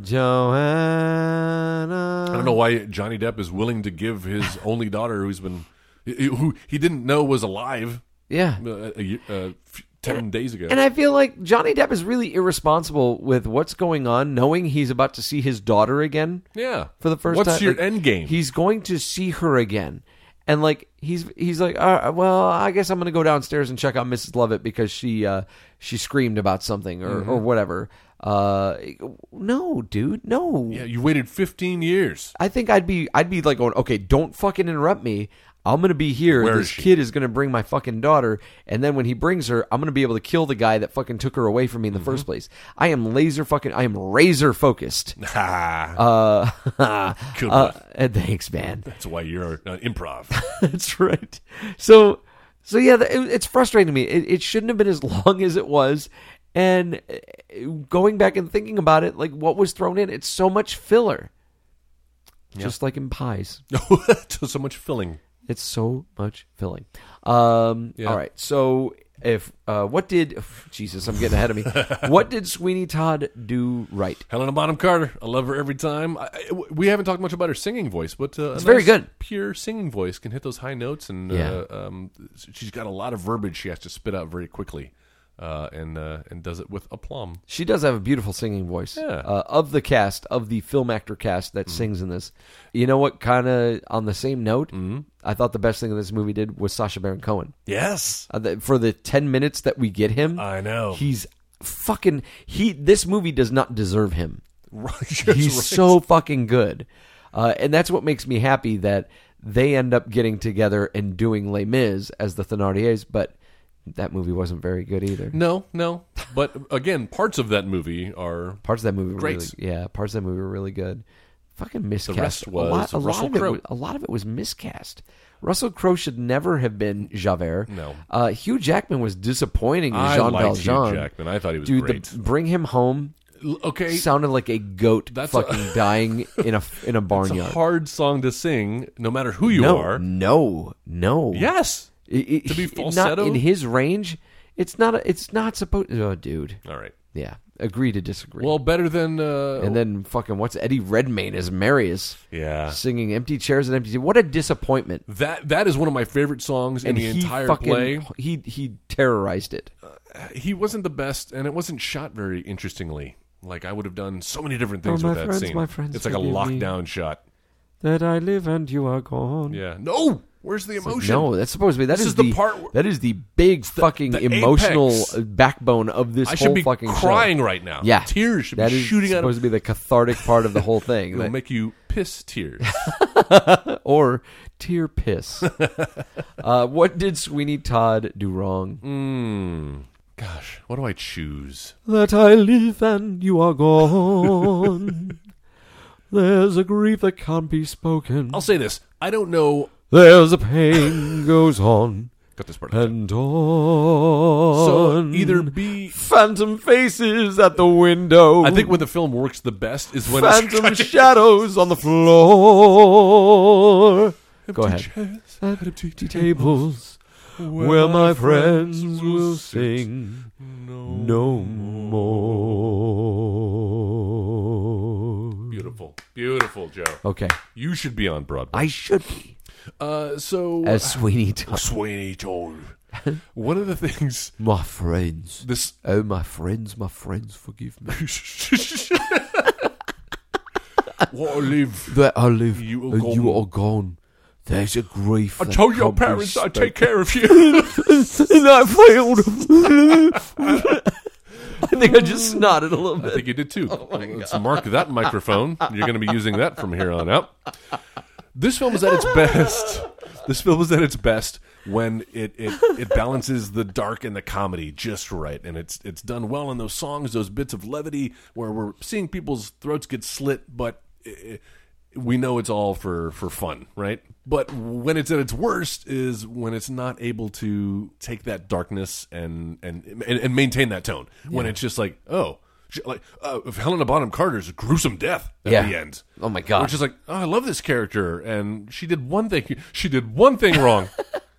Speaker 3: Joanna.
Speaker 4: I don't know why Johnny Depp is willing to give his only daughter, who's been who he didn't know was alive
Speaker 3: Yeah.
Speaker 4: uh, a year- uh, f- ten days ago.
Speaker 3: And I feel like Johnny Depp is really irresponsible with what's going on, knowing he's about to see his daughter again.
Speaker 4: yeah,
Speaker 3: for the first
Speaker 4: What's
Speaker 3: time.
Speaker 4: your
Speaker 3: like,
Speaker 4: end game?
Speaker 3: He's going to see her again, and like he's he's like, All right, well, I guess I'm going to go downstairs and check on Mrs. Lovett because she uh, she screamed about something or
Speaker 4: Mm-hmm.
Speaker 3: or whatever. Uh, no, dude, no.
Speaker 4: yeah, you waited fifteen years.
Speaker 3: I think I'd be I'd be like going, okay, don't fucking interrupt me. I'm gonna be here.
Speaker 4: Where
Speaker 3: this
Speaker 4: is she?
Speaker 3: kid is gonna bring my fucking daughter, and then when he brings her, I'm gonna be able to kill the guy that fucking took her away from me in
Speaker 4: Mm-hmm.
Speaker 3: the first place. I am laser fucking. I am razor focused. uh,
Speaker 4: Good
Speaker 3: uh,
Speaker 4: one.
Speaker 3: and thanks, man.
Speaker 4: That's why you're uh, improv.
Speaker 3: That's right. So, so yeah, th- it, it's frustrating to me. It, it shouldn't have been as long as it was. And uh, going back and thinking about it, like what was thrown in, it's so much filler. Just like in pies,
Speaker 4: so, so much filling.
Speaker 3: it's so much filling. Um,
Speaker 4: Yeah.
Speaker 3: All right, so if uh, what did Jesus, I'm getting ahead of me. what did Sweeney Todd do right?
Speaker 4: Helena Bonham Carter, I love her every time. I, I- we haven't talked much about her singing voice, but uh,
Speaker 3: It's very good.
Speaker 4: Pure singing voice can hit those high notes, and
Speaker 3: Yeah.
Speaker 4: uh, um, she's got a lot of verbiage she has to spit out very quickly, uh, and uh, and does it with aplomb.
Speaker 3: She does have a beautiful singing voice.
Speaker 4: Yeah. Mm.
Speaker 3: Uh, of the cast, of the film actor cast that sings in this, you know what? Kind of on the same note,
Speaker 4: Mm-hmm.
Speaker 3: I thought the best thing that this movie did was Sasha Baron Cohen.
Speaker 4: Yes,
Speaker 3: Uh, the, for the ten minutes that we get him,
Speaker 4: I know.
Speaker 3: he's fucking he. This movie does not deserve him.
Speaker 4: right.
Speaker 3: He's so fucking good. Uh, and that's what makes me happy that they end up getting together and doing Les Mis as the Thenardiers, but that movie wasn't very good either.
Speaker 4: No, no. But again, parts of that movie are
Speaker 3: Parts of that movie were
Speaker 4: Great.
Speaker 3: really yeah, parts of that movie were really good. Fucking miscast.
Speaker 4: rest was
Speaker 3: a lot, a lot
Speaker 4: Russell
Speaker 3: of it
Speaker 4: Crowe.
Speaker 3: was, a lot of it was miscast. Russell Crowe should never have been Javert.
Speaker 4: No.
Speaker 3: Uh, Hugh Jackman was disappointing as
Speaker 4: I
Speaker 3: Jean
Speaker 4: liked Hugh
Speaker 3: Valjean.
Speaker 4: Jackman. I thought he was
Speaker 3: Dude,
Speaker 4: great.
Speaker 3: The, bring him home
Speaker 4: L- okay.
Speaker 3: sounded like a goat
Speaker 4: That's a-
Speaker 3: fucking dying in a in a
Speaker 4: it's a
Speaker 3: barnyard.
Speaker 4: hard song to sing, no matter who you
Speaker 3: no, Mm.
Speaker 4: are.
Speaker 3: no, no.
Speaker 4: Yes.
Speaker 3: I- I-
Speaker 4: To be
Speaker 3: not
Speaker 4: falsetto?
Speaker 3: in his range. It's not. A, it's not supposed. Oh, dude.
Speaker 4: All right.
Speaker 3: Yeah. Agree to disagree.
Speaker 4: Well, better than. Uh,
Speaker 3: and then fucking what's Eddie Redmayne as Marius?
Speaker 4: Yeah.
Speaker 3: singing empty chairs and empty. Seats. What a disappointment!
Speaker 4: that that is one of my favorite songs in
Speaker 3: And
Speaker 4: the
Speaker 3: he
Speaker 4: entire
Speaker 3: fucking
Speaker 4: play.
Speaker 3: he he terrorized it.
Speaker 4: He wasn't the best, and it wasn't shot very interestingly. Like I would have done so many different things
Speaker 3: Oh, my
Speaker 4: with that
Speaker 3: friends,
Speaker 4: scene.
Speaker 3: my friends,
Speaker 4: it's like a
Speaker 3: forgive me.
Speaker 4: lockdown shot.
Speaker 3: That I live and you are gone.
Speaker 4: Yeah. No. Where's the emotion?
Speaker 3: No, that's supposed to be. That
Speaker 4: Oh, This
Speaker 3: is
Speaker 4: is the
Speaker 3: the
Speaker 4: part where-
Speaker 3: that is the big fucking
Speaker 4: the
Speaker 3: emotional
Speaker 4: apex.
Speaker 3: backbone of this
Speaker 4: I
Speaker 3: whole
Speaker 4: should be
Speaker 3: fucking show.
Speaker 4: crying right now.
Speaker 3: Yeah,
Speaker 4: Tears should
Speaker 3: That
Speaker 4: be
Speaker 3: is
Speaker 4: shooting out.
Speaker 3: supposed
Speaker 4: Of,
Speaker 3: to be the cathartic part of the whole thing,
Speaker 4: it'll
Speaker 3: That-
Speaker 4: make you piss tears.
Speaker 3: or tear piss. uh, what did Sweeney Todd do wrong?
Speaker 4: Hmm. Gosh, what do I choose?
Speaker 3: That I live and you are gone. There's a grief that can't be spoken.
Speaker 4: I'll say this. I don't know.
Speaker 3: There's a pain goes on
Speaker 4: Got this part.
Speaker 3: and on.
Speaker 4: So either be.
Speaker 3: phantom faces at the window.
Speaker 4: I think when the film works the best is when it's
Speaker 3: phantom shadows on the floor. Go ahead.
Speaker 4: Chairs
Speaker 3: At
Speaker 4: at empty
Speaker 3: empty
Speaker 4: tables
Speaker 3: tables where my friends will sing no more.
Speaker 4: Beautiful, beautiful, Joe.
Speaker 3: Okay,
Speaker 4: You should be on Broadway.
Speaker 3: I should be
Speaker 4: Uh, so
Speaker 3: as Sweeney Todd.
Speaker 4: Sweeney Todd. One of the things
Speaker 3: My friends.
Speaker 4: this
Speaker 3: Oh, my friends, my friends, forgive me.
Speaker 4: what I live.
Speaker 3: that I live
Speaker 4: You are
Speaker 3: and you
Speaker 4: gone.
Speaker 3: are gone. There's a grief.
Speaker 4: I
Speaker 3: that
Speaker 4: told your
Speaker 3: can't be
Speaker 4: parents I'd take
Speaker 3: spoken.
Speaker 4: care of you.
Speaker 3: And I failed. I think I just snotted a little
Speaker 4: I
Speaker 3: bit.
Speaker 4: think you did too. Let's mark that microphone. You're going to be using that from here on out. This film is at its best. This film is at its best when it, it, it balances the dark and the comedy just right, and it's it's done well in those songs, those bits of levity where we're seeing people's throats get slit, but i i we know it's all for for fun, right? But when it's at its worst is when it's not able to take that darkness and and and, and maintain that tone. When it's just like, oh. sh- Like uh, if Helena Bonham Carter's gruesome death at
Speaker 3: Yeah.
Speaker 4: the end.
Speaker 3: Oh my God.
Speaker 4: Which is like, oh, I love this character, and she did one thing. She did one thing wrong.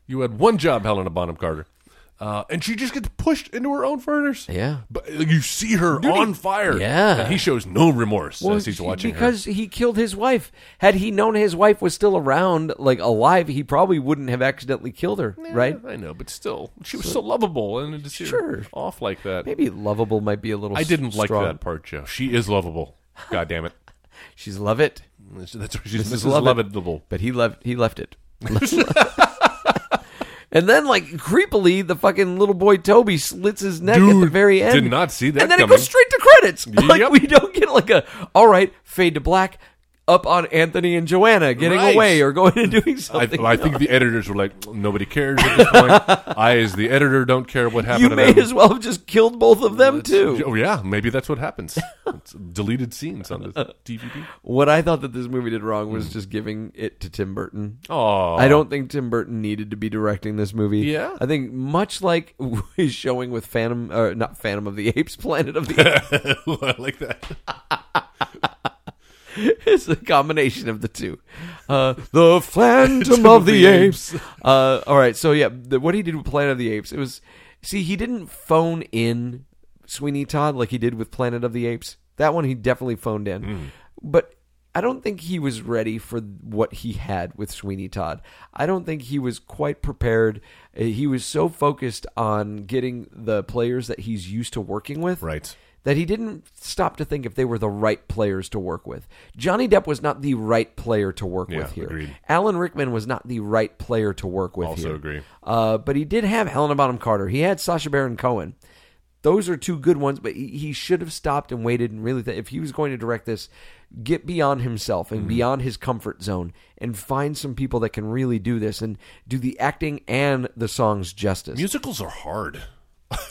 Speaker 4: you had one job, Helena Bonham Carter, uh, and she just gets pushed into her own furnace.
Speaker 3: Yeah.
Speaker 4: but you see her on fire.
Speaker 3: Yeah.
Speaker 4: and he shows no remorse
Speaker 3: Well,
Speaker 4: as he's
Speaker 3: she-
Speaker 4: watching
Speaker 3: because he killed his wife. Had he known his wife was still around, like alive, he probably wouldn't have accidentally killed her,
Speaker 4: her.
Speaker 3: right?
Speaker 4: I know, but still, she was so, lovable, and to see
Speaker 3: Sure.
Speaker 4: her off like that,
Speaker 3: Maybe lovable might be a little.
Speaker 4: I didn't
Speaker 3: s-
Speaker 4: like
Speaker 3: strong.
Speaker 4: that part, Joe. She is lovable. God damn it,
Speaker 3: She's love it,
Speaker 4: that's what she's
Speaker 3: Mrs.
Speaker 4: Mrs.
Speaker 3: Lovett.
Speaker 4: Lovable.
Speaker 3: but he left. He left it. and then, like creepily, the fucking little boy Toby slits his neck at the
Speaker 4: Dude,
Speaker 3: very end.
Speaker 4: did not see that
Speaker 3: And then it
Speaker 4: coming.
Speaker 3: goes straight to credits. Like
Speaker 4: Yep.
Speaker 3: we don't get like a all right fade to black up on Anthony and Joanna getting
Speaker 4: Right.
Speaker 3: away or going and doing
Speaker 4: I,
Speaker 3: something.
Speaker 4: I think the editors were like, nobody cares at this point. I, as the editor, don't care what happened.
Speaker 3: you
Speaker 4: to
Speaker 3: may
Speaker 4: them.
Speaker 3: as well have just killed both of them too.
Speaker 4: Oh yeah, maybe that's what happens. It's deleted scenes on the DVD.
Speaker 3: What I thought that this movie did wrong was just giving it to Tim Burton.
Speaker 4: Oh,
Speaker 3: I don't think Tim Burton needed to be directing this movie.
Speaker 4: Yeah?
Speaker 3: I think much like is showing with Phantom, or not Phantom of the Apes, Planet of the Apes,
Speaker 4: I like that.
Speaker 3: it's a combination of the two. Uh, the Phantom of the, Apes. Uh, all right, so yeah, the, what he did with Planet of the Apes, it was see he didn't phone in Sweeney Todd like he did with Planet of the Apes. That one he definitely phoned in,
Speaker 4: Hmm.
Speaker 3: but. I don't think he was ready for what he had with Sweeney Todd. I don't think he was quite prepared. Uh, He was so focused on getting the players that he's used to working with
Speaker 4: Right.
Speaker 3: that he didn't stop to think if they were the right players to work with. Johnny Depp was not the right player to work
Speaker 4: Yeah,
Speaker 3: with here.
Speaker 4: agreed.
Speaker 3: Alan Rickman was not the right player to work with
Speaker 4: Also
Speaker 3: here.
Speaker 4: agree.
Speaker 3: Uh, but he did have Helena Bonham Carter. He had Sasha Baron Cohen. Those are two good ones, but he- he should have stopped and waited and really, th- if he was going to direct this, get beyond himself
Speaker 4: Mm-hmm.
Speaker 3: and beyond his comfort zone and find some people that can really do this and do the acting and the songs justice.
Speaker 4: Musicals are hard.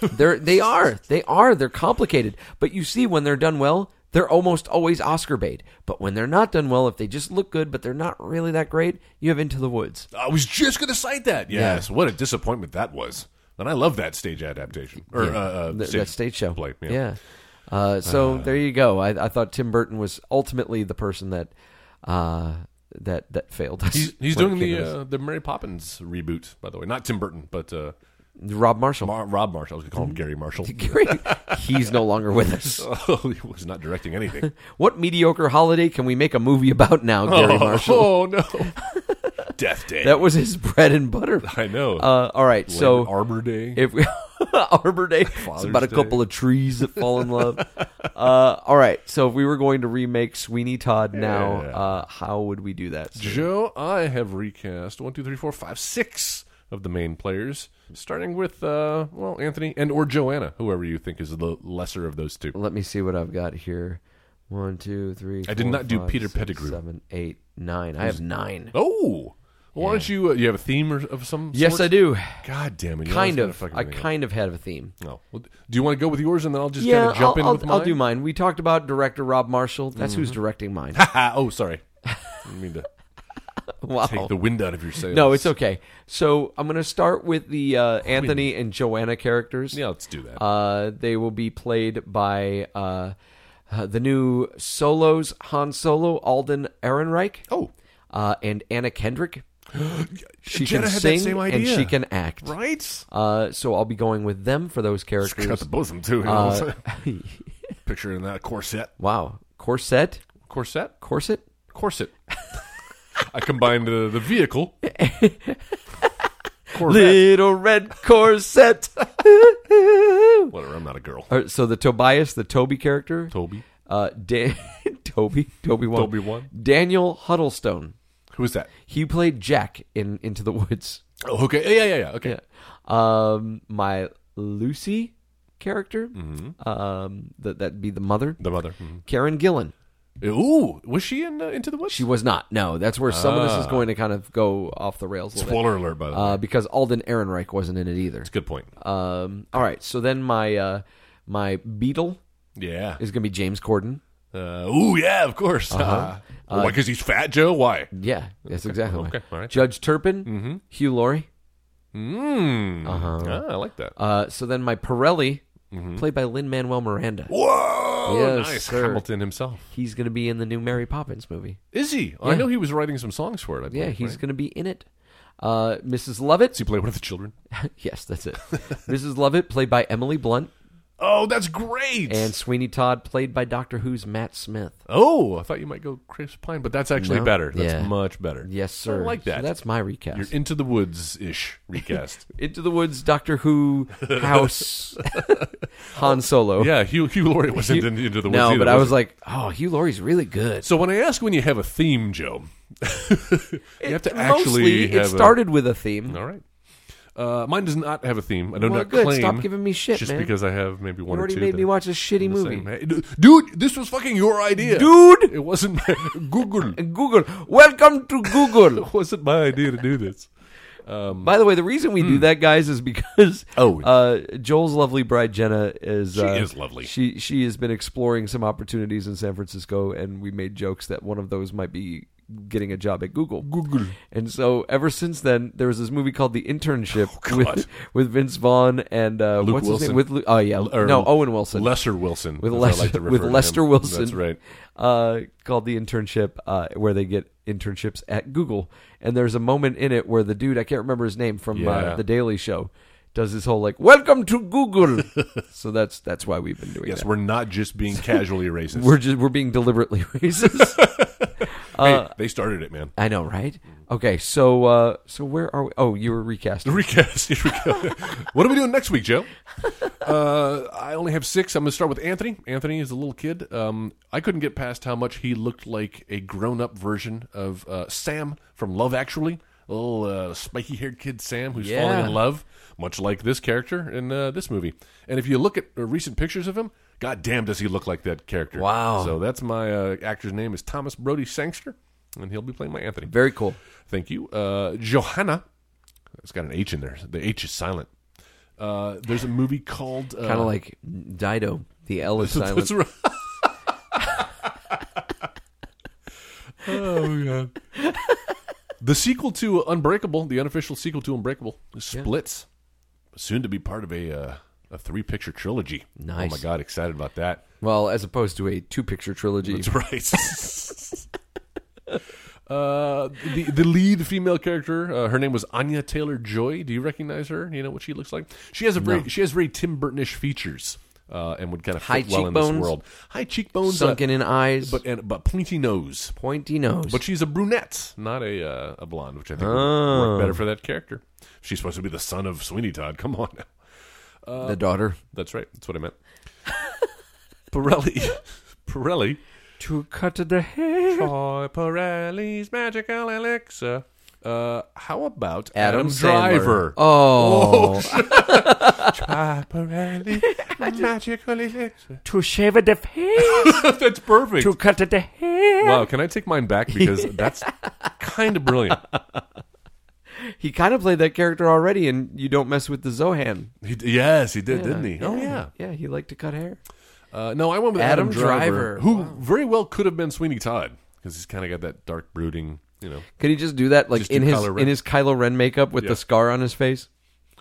Speaker 3: They're they are they are they're complicated, but you see when they're done well, they're almost always Oscar bait. But when they're not done well, if they just look good but they're not really that great, you have Into the Woods.
Speaker 4: I was just going to cite that. Yes, what a disappointment that was. And I love that stage adaptation or uh, uh,
Speaker 3: Th-
Speaker 4: stage
Speaker 3: that stage show.
Speaker 4: play. Yeah.
Speaker 3: Uh, so there you go. I, I thought Tim Burton was ultimately the person that uh, that that failed. us
Speaker 4: he's, he's
Speaker 3: when it
Speaker 4: doing
Speaker 3: came
Speaker 4: the
Speaker 3: to this.
Speaker 4: uh, the Mary Poppins reboot, by the way, not Tim Burton, but uh,
Speaker 3: Rob Marshall.
Speaker 4: Mar- Rob Marshall. I was going to call him Gary Marshall.
Speaker 3: Great. he's no longer with us.
Speaker 4: oh, he was not directing anything.
Speaker 3: What mediocre holiday can we make a movie about now, Gary Marshall?
Speaker 4: Oh no, Death Day.
Speaker 3: That was his bread and butter.
Speaker 4: I know.
Speaker 3: Uh, all right, so
Speaker 4: Arbor Day.
Speaker 3: If we Arbor Day, it's about a
Speaker 4: Day.
Speaker 3: couple of trees that fall in love. uh, all right, so if we were going to remake Sweeney Todd now,
Speaker 4: Yeah.
Speaker 3: uh, how would we do that?
Speaker 4: Joe, I have recast one, two, three, four, five, six of the main players, starting with uh, well Anthony and or Joanna, whoever you think is the lesser of those two.
Speaker 3: Let me see what I've got here. One, two, three.
Speaker 4: I did
Speaker 3: four,
Speaker 4: not do
Speaker 3: five,
Speaker 4: Peter
Speaker 3: six,
Speaker 4: Pettigrew.
Speaker 3: Seven, eight, nine. I have nine.
Speaker 4: Oh, well, why don't you? Uh, you have a theme or, of some?
Speaker 3: Yes,
Speaker 4: sort?
Speaker 3: I do.
Speaker 4: God damn it! you always
Speaker 3: Kind
Speaker 4: gotta
Speaker 3: of.
Speaker 4: fucking
Speaker 3: I
Speaker 4: think of-
Speaker 3: kind of have a theme.
Speaker 4: No. Well, do you want to go with yours and then I'll just
Speaker 3: Yeah,
Speaker 4: kind of jump
Speaker 3: I'll,
Speaker 4: in
Speaker 3: I'll-
Speaker 4: with mine?
Speaker 3: I'll do mine. We talked about director Rob Marshall. That's who's directing mine.
Speaker 4: Ah, oh, sorry. I didn't mean to
Speaker 3: wow.
Speaker 4: take the wind out of your sails.
Speaker 3: no, it's okay. So I'm going to start with the uh, Anthony and Joanna characters.
Speaker 4: Yeah, let's do that.
Speaker 3: Uh, they will be played by uh, uh, the new solos Han Solo, Alden Ehrenreich.
Speaker 4: Oh.
Speaker 3: Uh, and Anna Kendrick. She
Speaker 4: Jenna
Speaker 3: can
Speaker 4: had that
Speaker 3: sing
Speaker 4: same
Speaker 3: and
Speaker 4: idea.
Speaker 3: she can act.
Speaker 4: right?
Speaker 3: Uh, so I'll be going with them for those
Speaker 4: Got
Speaker 3: characters.
Speaker 4: the bosom too. You
Speaker 3: Uh,
Speaker 4: know? Picture in that corset.
Speaker 3: Wow, corset,
Speaker 4: Corset?
Speaker 3: corset.
Speaker 4: Corset. I combined uh, the vehicle. Corvette.
Speaker 3: Little red corset.
Speaker 4: Whatever, I'm not a girl.
Speaker 3: All right, so the Tobias, the Toby character,
Speaker 4: Toby.
Speaker 3: uh, Dan, Toby, Toby one,
Speaker 4: Toby one.
Speaker 3: Daniel Huddlestone.
Speaker 4: Who is that?
Speaker 3: He played Jack in Into the Woods.
Speaker 4: Oh, okay. Yeah, yeah, yeah. Okay.
Speaker 3: Yeah. Um, my Lucy character,
Speaker 4: Mm-hmm.
Speaker 3: um, that that'd be the mother,
Speaker 4: The mother. Mhm.
Speaker 3: Karen Gillan.
Speaker 4: Ooh, was she in uh, Into the Woods?
Speaker 3: She was not. No, that's where some of this is going to kind of go off the rails. A little bit.
Speaker 4: Ah. Spoiler alert, by the way.
Speaker 3: Uh, because Alden Ehrenreich wasn't in it either.
Speaker 4: Good point.
Speaker 3: Um, all right, so then my uh, my beetle
Speaker 4: yeah.
Speaker 3: is going to be James Corden.
Speaker 4: Uh, ooh, yeah, of course.
Speaker 3: Uh-huh.
Speaker 4: uh why? Because he's fat, Joe? Why?
Speaker 3: Yeah, that's exactly. why.
Speaker 4: Okay, all right. Mm-hmm.
Speaker 3: Judge Turpin, Hugh Laurie.
Speaker 4: Mm. Ah, I like that.
Speaker 3: Uh-huh. Uh, so then my Pirelli,
Speaker 4: Mm-hmm.
Speaker 3: played by Lin Manuel Miranda.
Speaker 4: Whoa!
Speaker 3: yes,
Speaker 4: nice.
Speaker 3: sir.
Speaker 4: Hamilton himself.
Speaker 3: He's going to be in the new Mary Poppins movie.
Speaker 4: Is he? I know he was writing some songs for it. I believe,
Speaker 3: Yeah, he's
Speaker 4: right?
Speaker 3: going to be in it. Uh, Mrs. Lovett.
Speaker 4: Does he play one of the children?
Speaker 3: yes, that's it. Mrs. Lovett, played by Emily Blunt,
Speaker 4: Oh, that's great!
Speaker 3: and Sweeney Todd, played by Doctor Who's Matt Smith.
Speaker 4: oh, I thought you might go Chris Pine, but that's actually
Speaker 3: No?
Speaker 4: better. That's
Speaker 3: Yeah.
Speaker 4: much better.
Speaker 3: Yes, sir.
Speaker 4: I like
Speaker 3: So
Speaker 4: that.
Speaker 3: that's my recast.
Speaker 4: You're into the woods ish recast.
Speaker 3: Into the Woods, Doctor Who, House, Han Solo.
Speaker 4: yeah, Hugh, Hugh Laurie wasn't in into the woods.
Speaker 3: Oh. No,
Speaker 4: either,
Speaker 3: but I
Speaker 4: was
Speaker 3: was
Speaker 4: he?
Speaker 3: like, oh, Hugh Laurie's really good.
Speaker 4: so when I ask when you have a theme, Joe, you have to
Speaker 3: Mostly,
Speaker 4: actually.
Speaker 3: it
Speaker 4: Have a-
Speaker 3: started with a theme.
Speaker 4: all right. Uh, mine does not have a theme. I do
Speaker 3: Well,
Speaker 4: not
Speaker 3: good.
Speaker 4: claim.
Speaker 3: Stop giving me shit,
Speaker 4: Just
Speaker 3: man.
Speaker 4: because I have maybe one
Speaker 3: you
Speaker 4: or
Speaker 3: already
Speaker 4: two.
Speaker 3: made
Speaker 4: that-
Speaker 3: me watch a shitty
Speaker 4: the
Speaker 3: movie.
Speaker 4: same- Hey, d- Dude, this was fucking your idea.
Speaker 3: Dude!
Speaker 4: It wasn't my- Google. It
Speaker 3: Google, welcome to Google.
Speaker 4: wasn't my idea to do this.
Speaker 3: Um, By the way, the reason we do that, guys, is because
Speaker 4: Hmm. Oh.
Speaker 3: uh, Joel's lovely bride Jenna is she
Speaker 4: is lovely.
Speaker 3: She she has been exploring some opportunities in San Francisco, and we made jokes that one of those might be getting a job at Google.
Speaker 4: Google.
Speaker 3: And so ever since then, there was this movie called The Internship
Speaker 4: Oh, God.
Speaker 3: with with Vince Vaughn and uh,
Speaker 4: Luke
Speaker 3: what's his
Speaker 4: Wilson.
Speaker 3: name? With Lu- oh yeah,
Speaker 4: L- or
Speaker 3: no Owen Wilson.
Speaker 4: Lesser Wilson.
Speaker 3: with
Speaker 4: as I
Speaker 3: Lester,
Speaker 4: like to refer
Speaker 3: with
Speaker 4: to him.
Speaker 3: Lester Wilson.
Speaker 4: That's right.
Speaker 3: Uh, called the internship, uh, where they get internships at Google. And there's a moment in it where the dude I can't remember his name from
Speaker 4: Yeah.
Speaker 3: uh, the Daily Show does his whole like "Welcome to Google." so that's that's why we've been doing
Speaker 4: Yes,
Speaker 3: that.
Speaker 4: we're not just being casually racist.
Speaker 3: We're just we're being deliberately racist.
Speaker 4: Hey, they started it, man.
Speaker 3: I know, right? Okay, so uh, so where are we? Oh, you were recasting.
Speaker 4: Recast. Here we go. what are we doing next week, Joe? Uh, I only have six. I'm going to start with Anthony. Anthony is a little kid. Um, I couldn't get past how much he looked like a grown up version of uh, Sam from Love Actually. little uh, spiky haired kid Sam who's
Speaker 3: Yeah.
Speaker 4: falling in love, much like this character in uh, this movie. And if you look at uh, recent pictures of him, god damn does he look like that character.
Speaker 3: Wow.
Speaker 4: So that's my uh, actor's name is Thomas Brody Sangster, and he'll be playing my Anthony.
Speaker 3: Very cool.
Speaker 4: Thank you. Uh, Johanna. It's got an H in there. The H is silent. Uh, there's a movie called. Uh,
Speaker 3: Kind of like Dido. The L is silent.
Speaker 4: That's right. oh, God. The sequel to Unbreakable, the unofficial sequel to Unbreakable, splits. Soon to be part of a, uh, a three picture trilogy.
Speaker 3: Nice.
Speaker 4: Oh, my God. Excited about that.
Speaker 3: Well, as opposed to a two picture trilogy.
Speaker 4: That's right. Uh, the the lead female character, uh, her name was Anya Taylor Joy. Do you recognize her? You know what she looks like. She has a very she has very Tim Burtonish features, uh, and would kind of
Speaker 3: High
Speaker 4: fit well in this
Speaker 3: cheekbones.
Speaker 4: world. High cheekbones, uh,
Speaker 3: Sunken in eyes,
Speaker 4: but and but pointy nose.
Speaker 3: pointy nose.
Speaker 4: But she's a brunette, not a uh, a blonde, which I think
Speaker 3: Ah.
Speaker 4: would work better for that character. She's supposed to be the son of Sweeney Todd. Come on, now.
Speaker 3: the daughter.
Speaker 4: that's right. That's what I meant. Pirelli, Pirelli.
Speaker 3: To cut the hair.
Speaker 4: Troy Pirelli's magical elixir. Uh, how about
Speaker 3: Adam,
Speaker 4: Adam,
Speaker 3: Sandler.
Speaker 4: Driver?
Speaker 3: Oh.
Speaker 4: Troy Pirelli's magical elixir.
Speaker 3: To shave the face.
Speaker 4: that's perfect.
Speaker 3: to cut the hair.
Speaker 4: Wow, can I take mine back because that's kind of brilliant.
Speaker 3: He kind of played that character already in You Don't Mess with the Zohan.
Speaker 4: He, d- yes, he did, didn't he? Oh yeah.
Speaker 3: Yeah, he liked to cut hair.
Speaker 4: Uh, no, I went with
Speaker 3: Adam
Speaker 4: Adam,
Speaker 3: Driver.
Speaker 4: who very well could have been Sweeney Todd because he's kind of got that dark brooding. You know,
Speaker 3: Could he just do that like
Speaker 4: Just do
Speaker 3: in his
Speaker 4: Kylo Ren.
Speaker 3: in his Kylo Ren makeup with
Speaker 4: Yeah.
Speaker 3: the scar on his face?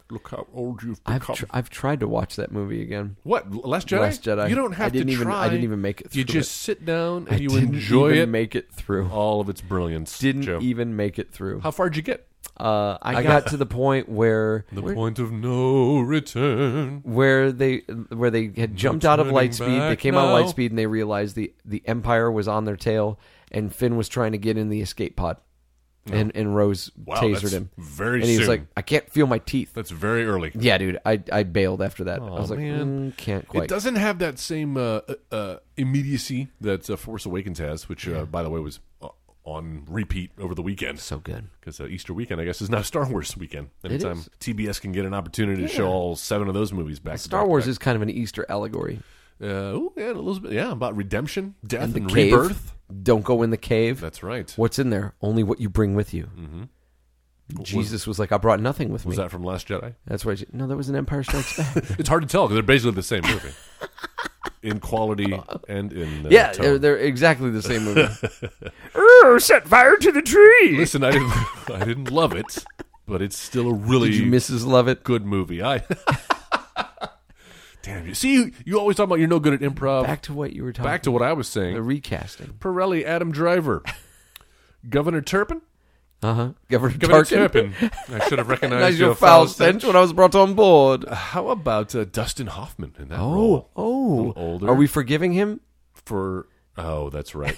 Speaker 4: look how old you've
Speaker 3: I've tr- I've tried to watch that movie again.
Speaker 4: What Last Jedi?
Speaker 3: Last Jedi.
Speaker 4: You don't
Speaker 3: I
Speaker 4: have
Speaker 3: didn't
Speaker 4: to
Speaker 3: even-
Speaker 4: try.
Speaker 3: I didn't even make it
Speaker 4: You
Speaker 3: through
Speaker 4: just
Speaker 3: it.
Speaker 4: sit down and
Speaker 3: I
Speaker 4: you
Speaker 3: didn't
Speaker 4: enjoy
Speaker 3: even
Speaker 4: it.
Speaker 3: Make it through.
Speaker 4: all of its brilliance.
Speaker 3: didn't
Speaker 4: Joe.
Speaker 3: even make it through.
Speaker 4: How far'd you get?
Speaker 3: Uh, I, got to the point where
Speaker 4: The point of no return.
Speaker 3: where they where they had jumped out of
Speaker 4: turning
Speaker 3: lightspeed. They
Speaker 4: back
Speaker 3: came out
Speaker 4: now.
Speaker 3: of lightspeed and they realized the the Empire was on their tail, and Finn was trying to get in the escape pod, and and Rose
Speaker 4: Wow,
Speaker 3: tasered
Speaker 4: that's
Speaker 3: him
Speaker 4: very
Speaker 3: and he was
Speaker 4: soon.
Speaker 3: like, "I can't feel my teeth."
Speaker 4: That's very early.
Speaker 3: yeah, dude, I I bailed after that. I was like,
Speaker 4: man.
Speaker 3: "Mm, can't
Speaker 4: It
Speaker 3: quite.
Speaker 4: doesn't have that same uh, uh, immediacy that uh, Force Awakens has, which, uh, by the way, was uh, on repeat over the weekend.
Speaker 3: So good.
Speaker 4: Because uh, Easter weekend, I guess, is now Star Wars weekend. Anytime
Speaker 3: is.
Speaker 4: TBS can get an opportunity to show all seven of those movies back.
Speaker 3: Star Wars is kind of an Easter allegory.
Speaker 4: uh, ooh, yeah, a little bit, yeah, about redemption, death, and,
Speaker 3: The cave.
Speaker 4: rebirth.
Speaker 3: Don't go in the cave.
Speaker 4: That's right.
Speaker 3: What's in there? Only what you bring with you. Mm-hmm. Jesus was like, "I brought nothing with
Speaker 4: was
Speaker 3: me."
Speaker 4: that from Last Jedi?
Speaker 3: That's why. she- No, that was an Empire Strikes Back.
Speaker 4: It's hard to tell 'cause they're basically the same movie in quality and in uh,
Speaker 3: yeah,
Speaker 4: tone.
Speaker 3: they're, they're exactly the same movie. oh, set fire to the tree.
Speaker 4: Listen, I didn't, I didn't love it, but it's still a really
Speaker 3: Did you Mrs. Lovett?
Speaker 4: good movie. I damn you. See, you always talk about you're no good at improv.
Speaker 3: Back to what you were talking.
Speaker 4: Back to what I was
Speaker 3: the
Speaker 4: saying.
Speaker 3: recasting.
Speaker 4: Pirelli, Adam Driver, Governor Turpin.
Speaker 3: Uh huh. Governor,
Speaker 4: Uh-huh. Governor
Speaker 3: Tarkin.
Speaker 4: Turpin. I should have recognized
Speaker 3: Recognize
Speaker 4: your
Speaker 3: your foul
Speaker 4: stench.
Speaker 3: stench when I was brought on board.
Speaker 4: How about uh, Dustin Hoffman in that
Speaker 3: Oh,
Speaker 4: role? A
Speaker 3: oh.
Speaker 4: little older.
Speaker 3: Are we forgiving him?
Speaker 4: for oh that's right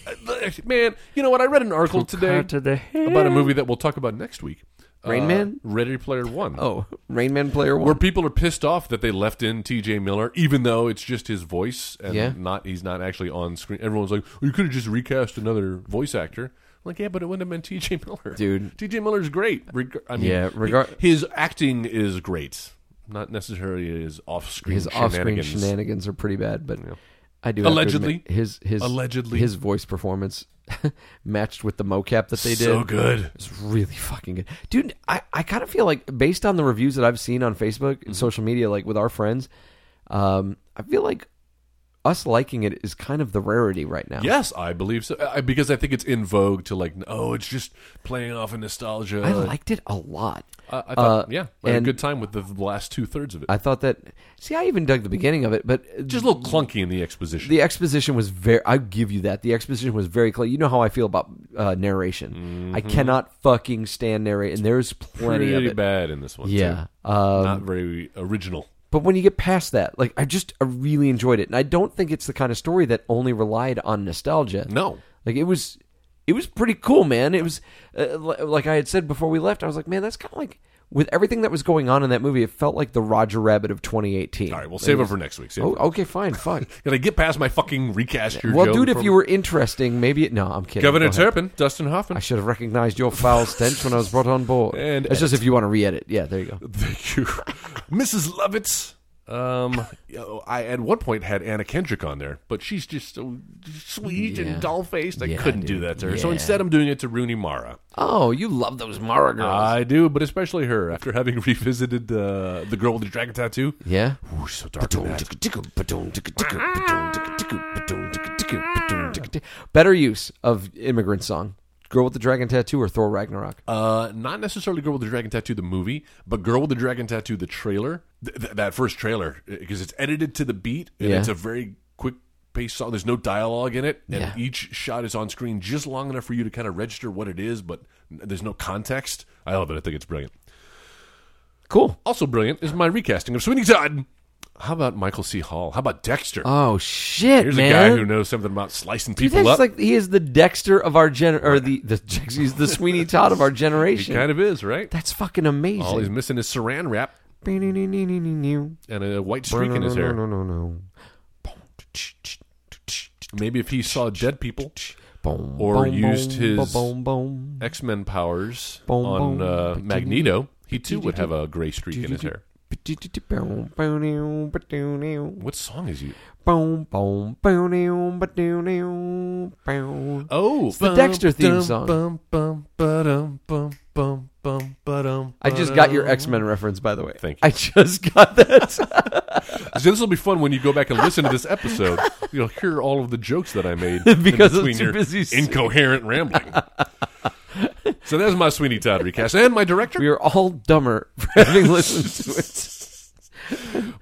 Speaker 4: man you know what i read an article today
Speaker 3: cut to the hair.
Speaker 4: about a movie that we'll talk about next week Uh,
Speaker 3: Rain Man?
Speaker 4: ready player one
Speaker 3: Oh, Rain Man player one.
Speaker 4: where people are pissed off that they left in tj miller even though it's just his voice and
Speaker 3: Yeah.
Speaker 4: not he's not actually on screen everyone's like well, you could have just recast another voice actor I'm like yeah but it wouldn't have been tj miller
Speaker 3: Dude.
Speaker 4: tj miller's great Reg- I mean,
Speaker 3: Yeah, regar-
Speaker 4: he- his acting is great not necessarily his off-screen
Speaker 3: his off-screen
Speaker 4: shenanigans.
Speaker 3: shenanigans are pretty bad, but I do have to
Speaker 4: Allegedly.
Speaker 3: admit, his his
Speaker 4: Allegedly.
Speaker 3: his voice performance matched with the mocap that they did.
Speaker 4: so good
Speaker 3: It's really fucking good, dude. I, I kind of feel like based on the reviews that I've seen on Facebook,
Speaker 4: Mm-hmm.
Speaker 3: and social media, like with our friends, um, I feel like us liking it is kind of the rarity right now.
Speaker 4: Yes, I believe so I, because I think it's in vogue to like. Oh, it's just playing off of nostalgia.
Speaker 3: I liked it a lot.
Speaker 4: I, I thought,
Speaker 3: uh,
Speaker 4: yeah, I had a
Speaker 3: and-
Speaker 4: good time with the last two thirds of it.
Speaker 3: I thought that. See, I even dug the beginning of it, but
Speaker 4: just a little clunky in the exposition.
Speaker 3: the exposition was very i give you that the exposition was very clear you know how i feel about uh, narration i cannot fucking stand narrate and there's plenty
Speaker 4: Mm-hmm. Pretty
Speaker 3: of it
Speaker 4: bad in this one.
Speaker 3: yeah
Speaker 4: too.
Speaker 3: uh,
Speaker 4: not very original.
Speaker 3: but when you get past that like i just i really enjoyed it and i don't think it's the kind of story that only relied on nostalgia
Speaker 4: No,
Speaker 3: like it was it was pretty cool man it was uh, li- like i had said before we left i was like man that's kind of like with everything that was going on in that movie, it felt like the Roger Rabbit of 2018.
Speaker 4: All right, we'll save it for next week. Save it
Speaker 3: Oh,
Speaker 4: for-
Speaker 3: okay, fine, fine.
Speaker 4: Can I get past my fucking recast your
Speaker 3: well,
Speaker 4: joke
Speaker 3: dude, if
Speaker 4: from-
Speaker 3: you were interesting, maybe it, no, I'm kidding.
Speaker 4: Governor
Speaker 3: Go ahead.
Speaker 4: Turpin, Dustin Hoffman.
Speaker 3: I should have recognized your foul stench when I was brought on board.
Speaker 4: And
Speaker 3: it's just if you want to re-edit. Yeah, there you go.
Speaker 4: Thank you, Mrs. Lovitz. Um, you know, I at one point had Anna Kendrick on there, but she's just so sweet
Speaker 3: Yeah.
Speaker 4: and doll faced. I
Speaker 3: Yeah,
Speaker 4: couldn't do
Speaker 3: dude.
Speaker 4: that to her. So
Speaker 3: Yeah.
Speaker 4: instead, I'm doing it to Rooney Mara.
Speaker 3: Oh, you love those Mara girls.
Speaker 4: I do, but especially her after having revisited uh, the girl with the dragon tattoo.
Speaker 3: yeah.
Speaker 4: Ooh, she's so dark. in that. Ah.
Speaker 3: Better use of immigrant song. Girl with the Dragon Tattoo or Thor Ragnarok.
Speaker 4: Uh, not necessarily Girl with the Dragon Tattoo, the movie, but Girl with the Dragon Tattoo, the trailer. Th- th- that first trailer, because it's edited to the beat, and
Speaker 3: Yeah.
Speaker 4: it's a very quick paced song. There's no dialogue in it, and
Speaker 3: Yeah.
Speaker 4: each shot is on screen just long enough for you to kind of register what it is, but n- there's no context. I love it. I think it's brilliant.
Speaker 3: Cool.
Speaker 4: Also brilliant is my recasting of Sweeney Todd. How about Michael C. Hall? How about Dexter?
Speaker 3: Oh shit,
Speaker 4: Here's
Speaker 3: man.
Speaker 4: a guy who knows something about slicing people
Speaker 3: That's
Speaker 4: up.
Speaker 3: like he is the Dexter of our gen or the the he's the Sweeney Todd of our generation.
Speaker 4: he kind of is, right?
Speaker 3: That's fucking
Speaker 4: All he's
Speaker 3: amazing.
Speaker 4: missing is saran wrap and a white streak in his hair.
Speaker 3: No, no, no.
Speaker 4: Maybe if he saw dead people,
Speaker 3: Boom,
Speaker 4: Or
Speaker 3: boom,
Speaker 4: used
Speaker 3: boom,
Speaker 4: his-
Speaker 3: boom, boom.
Speaker 4: X Men powers
Speaker 3: Boom,
Speaker 4: on
Speaker 3: boom,
Speaker 4: uh,
Speaker 3: ba-ding,
Speaker 4: Magneto, he too would have a gray streak in his hair. What song is he?
Speaker 3: Boom, boom, boom, boom, boom.
Speaker 4: Oh,
Speaker 3: the Dexter theme song.
Speaker 4: song.
Speaker 3: I just got your X Men reference, by the way.
Speaker 4: Thank you.
Speaker 3: I just got that.
Speaker 4: This will be fun when you go back and listen to this episode. You'll hear all of the jokes that I made in
Speaker 3: Because I'm
Speaker 4: between
Speaker 3: too
Speaker 4: your
Speaker 3: busy singing.
Speaker 4: incoherent rambling. so that's my Sweeney Todd recast and my director.
Speaker 3: we are all dumber for having listened to it.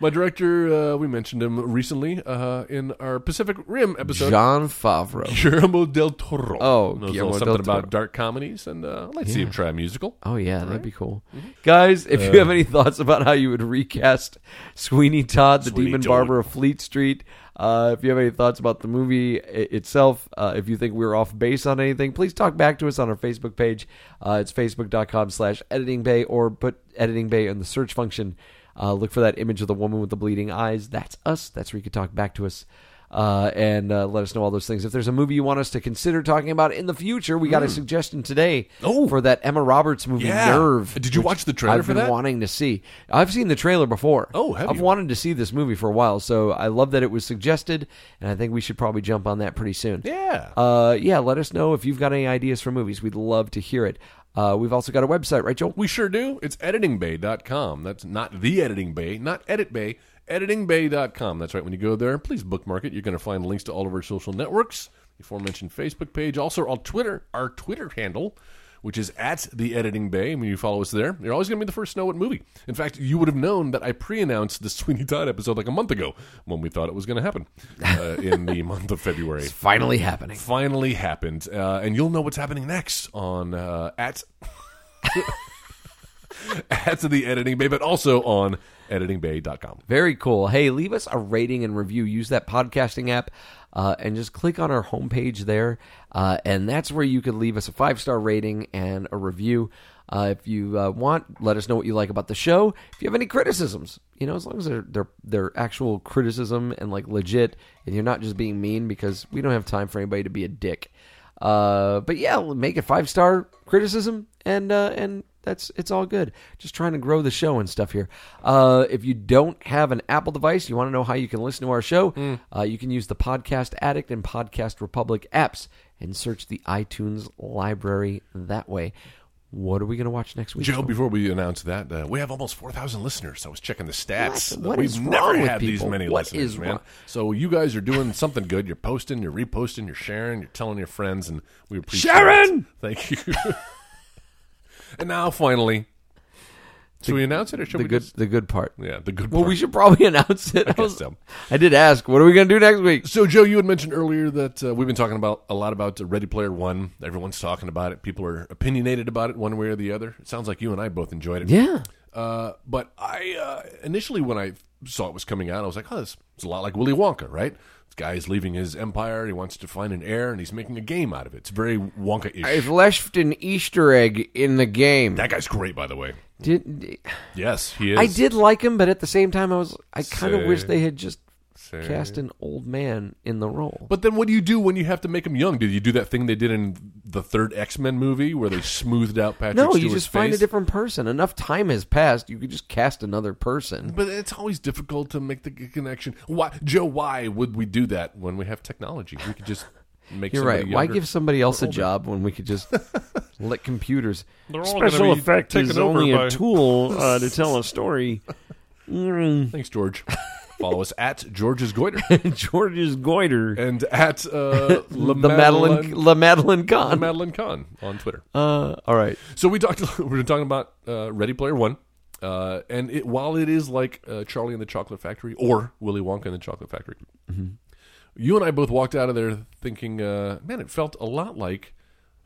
Speaker 4: My director, uh, we mentioned him recently uh, in our Pacific Rim episode.
Speaker 3: John Favreau.
Speaker 4: Guillermo del Toro.
Speaker 3: Oh,
Speaker 4: knows a little
Speaker 3: Guillermo
Speaker 4: something
Speaker 3: del Toro.
Speaker 4: about dark comedies, and uh, I'd like to see him try a musical.
Speaker 3: Oh yeah, that'd be cool, Mm-hmm. guys. If
Speaker 4: Uh,
Speaker 3: you have any thoughts about how you would recast Sweeney Todd, the
Speaker 4: Sweeney
Speaker 3: Demon
Speaker 4: Todd.
Speaker 3: Barber of Fleet Street, uh, if you have any thoughts about the movie i- itself, uh, if you think we were off base on anything, please talk back to us on our Facebook page. Uh, it's facebook.com/slash Editing Bay, or put Editing Bay in the search function. Uh, look for that image of the woman with the bleeding eyes. That's us. That's where you can talk back to us. Uh, and uh, let us know all those things. If there's a movie you want us to consider talking about in the future, we got a suggestion today
Speaker 4: Hmm. Oh.
Speaker 3: for that Emma Roberts movie
Speaker 4: Yeah.
Speaker 3: nerve.
Speaker 4: Did you
Speaker 3: which
Speaker 4: watch the trailer
Speaker 3: I've
Speaker 4: for
Speaker 3: been
Speaker 4: that?
Speaker 3: Wanting to see. I've seen the trailer before.
Speaker 4: Oh, have
Speaker 3: I've
Speaker 4: you?
Speaker 3: wanted to see this movie for a while, so I love that it was suggested, and I think we should probably jump on that pretty soon.
Speaker 4: Yeah.
Speaker 3: Uh, yeah. Let us know if you've got any ideas for movies. We'd love to hear it. Uh, we've also got a website, right, Joel?
Speaker 4: We sure do. It's editingbay.com. That's not the editing bay, not edit bay, editingbay.com. That's right. When you go there, please bookmark it. You're going to find links to all of our social networks, the aforementioned Facebook page, also our Twitter, our Twitter handle. Which is at the editing bay. When you follow us there, you're always going to be the first to know what movie. In fact, you would have known that I pre announced the Sweeney Todd episode like a month ago when we thought it was going to happen uh, in the month of February.
Speaker 3: Finally happening.
Speaker 4: finally happened, uh, and you'll know what's happening next on uh, at at the editing bay, but also on editingbay.com.
Speaker 3: Very cool. Hey, leave us a rating and review. Use that podcasting app uh, and just click on our homepage there. Uh, and that's where you could leave us a five star rating and a review. Uh, if you uh, want, let us know what you like about the show. If you have any criticisms, you know, as long as they're, they're, they're actual criticism and like legit, and you're not just being mean because we don't have time for anybody to be a dick. Uh, but yeah, we'll make it five star criticism, and uh, and that's it's all good. Just trying to grow the show and stuff here. Uh, if you don't have an Apple device, you want to know how you can listen to our show,
Speaker 4: Hmm.
Speaker 3: uh, you can use the Podcast Addict and Podcast Republic apps and search the iTunes library that way. What are we going to watch next week?
Speaker 4: Joe, before we announce that, uh, we have almost 4,000 listeners. I was checking the stats.
Speaker 3: What? What
Speaker 4: We've
Speaker 3: is
Speaker 4: never
Speaker 3: wrong with
Speaker 4: had these
Speaker 3: people?
Speaker 4: many
Speaker 3: What
Speaker 4: listeners,
Speaker 3: is
Speaker 4: man.
Speaker 3: wrong?
Speaker 4: So you guys are doing something good. You're posting, you're reposting, you're sharing, you're telling your friends, and we appreciate
Speaker 3: Sharon!
Speaker 4: it. Thank you. and now, finally, should we announce it or should
Speaker 3: the
Speaker 4: we
Speaker 3: good
Speaker 4: just-
Speaker 3: the good part.
Speaker 4: Yeah, the good
Speaker 3: Well,
Speaker 4: part.
Speaker 3: we should probably announce it. I, was-
Speaker 4: so.
Speaker 3: I did ask, what are we going to do next week?
Speaker 4: So, Joe, you had mentioned earlier that uh, we've been talking about a lot about uh, Ready Player One. Everyone's talking about it. People are opinionated about it one way or the other. It sounds like you and I both enjoyed it.
Speaker 3: Yeah.
Speaker 4: Uh, but I uh, initially, when I saw it was coming out, I was like, "Oh, this it's a lot like Willy Wonka, right?" This guy is leaving his empire. He wants to find an heir, and he's making a game out of it. It's very Wonka-ish.
Speaker 3: I've left an Easter egg in the game.
Speaker 4: that guy's great, by the way.
Speaker 3: Did
Speaker 4: Yes, he is.
Speaker 3: I did like him, but at the same time, I was I kind of
Speaker 4: Say-
Speaker 3: wish they had just
Speaker 4: Say-
Speaker 3: cast an old man in the role.
Speaker 4: But then, what do you do when you have to make him young? Did you do that thing they did in the third X Men movie where they smoothed out Patrick?
Speaker 3: no, you
Speaker 4: Stewart's
Speaker 3: just find a
Speaker 4: face?
Speaker 3: different person. Enough time has passed. You could just cast another person.
Speaker 4: But it's always difficult to make the c- connection. Why, Joe? Why would we do that when we have technology? We could just make.
Speaker 3: You're
Speaker 4: somebody
Speaker 3: right. Why
Speaker 4: younger.
Speaker 3: give somebody else a job when we could just let computers?
Speaker 4: all
Speaker 5: Special
Speaker 4: gonna be
Speaker 5: effect is
Speaker 4: taken over
Speaker 5: only
Speaker 4: by-
Speaker 5: a tool uh, to tell a story.
Speaker 4: Thanks, George. Follow us at George's Goiter
Speaker 5: George's goiter.
Speaker 4: and at uh, La
Speaker 3: The Madeline,
Speaker 4: Madeline,
Speaker 3: La Madeline
Speaker 4: La
Speaker 3: Kahn.
Speaker 4: Madeline Kahn on Twitter.
Speaker 3: Uh, all right.
Speaker 4: So we talked. We were talking about uh, Ready Player One, uh, and it, while it is like uh, Charlie and the Chocolate Factory or Willy Wonka and the Chocolate Factory, Mm-hmm. you and I both walked out of there thinking, uh, "Man, it felt a lot like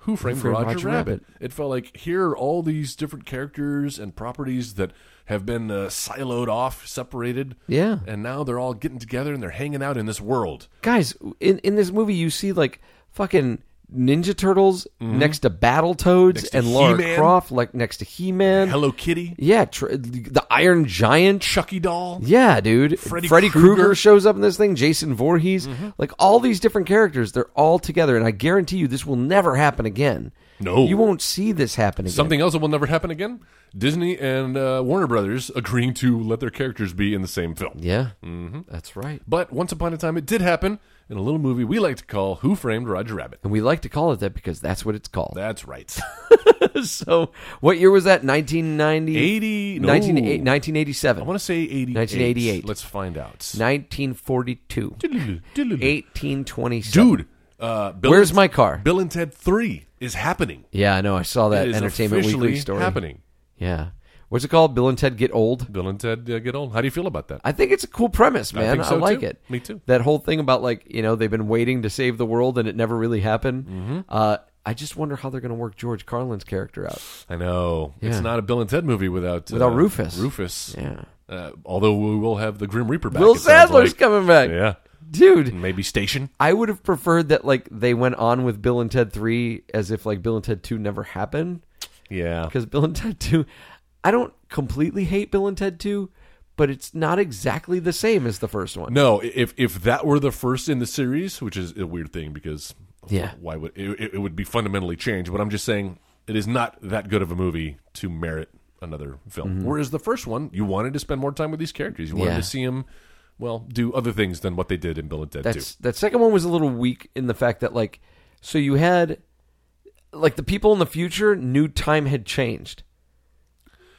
Speaker 4: Who Framed,
Speaker 3: Framed
Speaker 4: Roger,
Speaker 3: Roger
Speaker 4: Rabbit.
Speaker 3: Rabbit.
Speaker 4: It felt like here are all these different characters and properties that have been uh, siloed off, separated,
Speaker 3: Yeah.
Speaker 4: and now they're all getting together and they're hanging out in this world.
Speaker 3: guys in, in this movie you see like fucking ninja turtles next to battletoads
Speaker 4: Mm-hmm. Next to
Speaker 3: and laura
Speaker 4: He-Man.
Speaker 3: croft like next to he-man
Speaker 4: Hello Kitty,
Speaker 3: yeah tr- the iron giant
Speaker 4: Chucky doll.
Speaker 3: yeah dude
Speaker 4: Freddy
Speaker 3: krueger.
Speaker 4: Krueger. Mm-hmm.
Speaker 3: shows up in this thing jason voorhees like all these different characters they're all together and i guarantee you this will never happen again
Speaker 4: No.
Speaker 3: you won't see this happen again
Speaker 4: Something else that will never happen again: Disney and uh, Warner Brothers agreeing to let their characters be in the same film.
Speaker 3: yeah mm-hmm. that's right
Speaker 4: But once upon a time, it did happen in a little movie we like to call "Who Framed Roger Rabbit."
Speaker 3: and we like to call it that because that's what it's called
Speaker 4: That's right,
Speaker 3: so what year was that 1990
Speaker 4: eighty.
Speaker 3: 1988
Speaker 4: No, I
Speaker 3: 1987
Speaker 4: want to say eighty.
Speaker 3: 1988.
Speaker 4: Let's find out.
Speaker 3: 1942 1827.
Speaker 4: Dude, uh, Bill
Speaker 3: Where's
Speaker 4: and-
Speaker 3: my car?
Speaker 4: Bill and Ted Three is happening.
Speaker 3: Yeah, I know. I saw that
Speaker 4: It is
Speaker 3: Entertainment
Speaker 4: officially
Speaker 3: Weekly story.
Speaker 4: happening.
Speaker 3: Yeah. What's it called? Bill and Ted Get Old?
Speaker 4: Bill and Ted uh, get old. How do you feel about that?
Speaker 3: I think it's a cool premise, man. I,
Speaker 4: think so,
Speaker 3: like
Speaker 4: too.
Speaker 3: it.
Speaker 4: Me too.
Speaker 3: That whole thing about like you know they've been waiting to save the world and it never really happened.
Speaker 4: Mm-hmm.
Speaker 3: Uh, I just wonder how they're going to work George Carlin's character out.
Speaker 4: I know
Speaker 3: Yeah.
Speaker 4: it's not a Bill and Ted movie without uh,
Speaker 3: Without Rufus.
Speaker 4: Rufus,
Speaker 3: Yeah.
Speaker 4: Uh, although we will have the Grim Reaper back.
Speaker 3: Will
Speaker 4: it sounds
Speaker 3: Sadler's
Speaker 4: like.
Speaker 3: coming back,
Speaker 4: Yeah,
Speaker 3: dude.
Speaker 4: maybe Station.
Speaker 3: I would have preferred that like they went on with Bill and Ted Three as if like Bill and Ted Two never happened.
Speaker 4: Yeah,
Speaker 3: because Bill and Ted 2, I don't completely hate Bill and Ted 2, but it's not exactly the same as the first one.
Speaker 4: no. If if that were the first in the series, which is a weird thing because
Speaker 3: Yeah.
Speaker 4: why would it, it- it would be fundamentally changed? But I'm just saying it is not that good of a movie to merit another film. Whereas the first one, you wanted to spend more time with these characters. You wanted
Speaker 3: Mm-hmm. Yeah.
Speaker 4: to see them, well, do other things than what they did in Bill and Ted
Speaker 3: That's
Speaker 4: 2.
Speaker 3: that second one was a little weak in the fact that like so you had like the people in the future knew time had changed.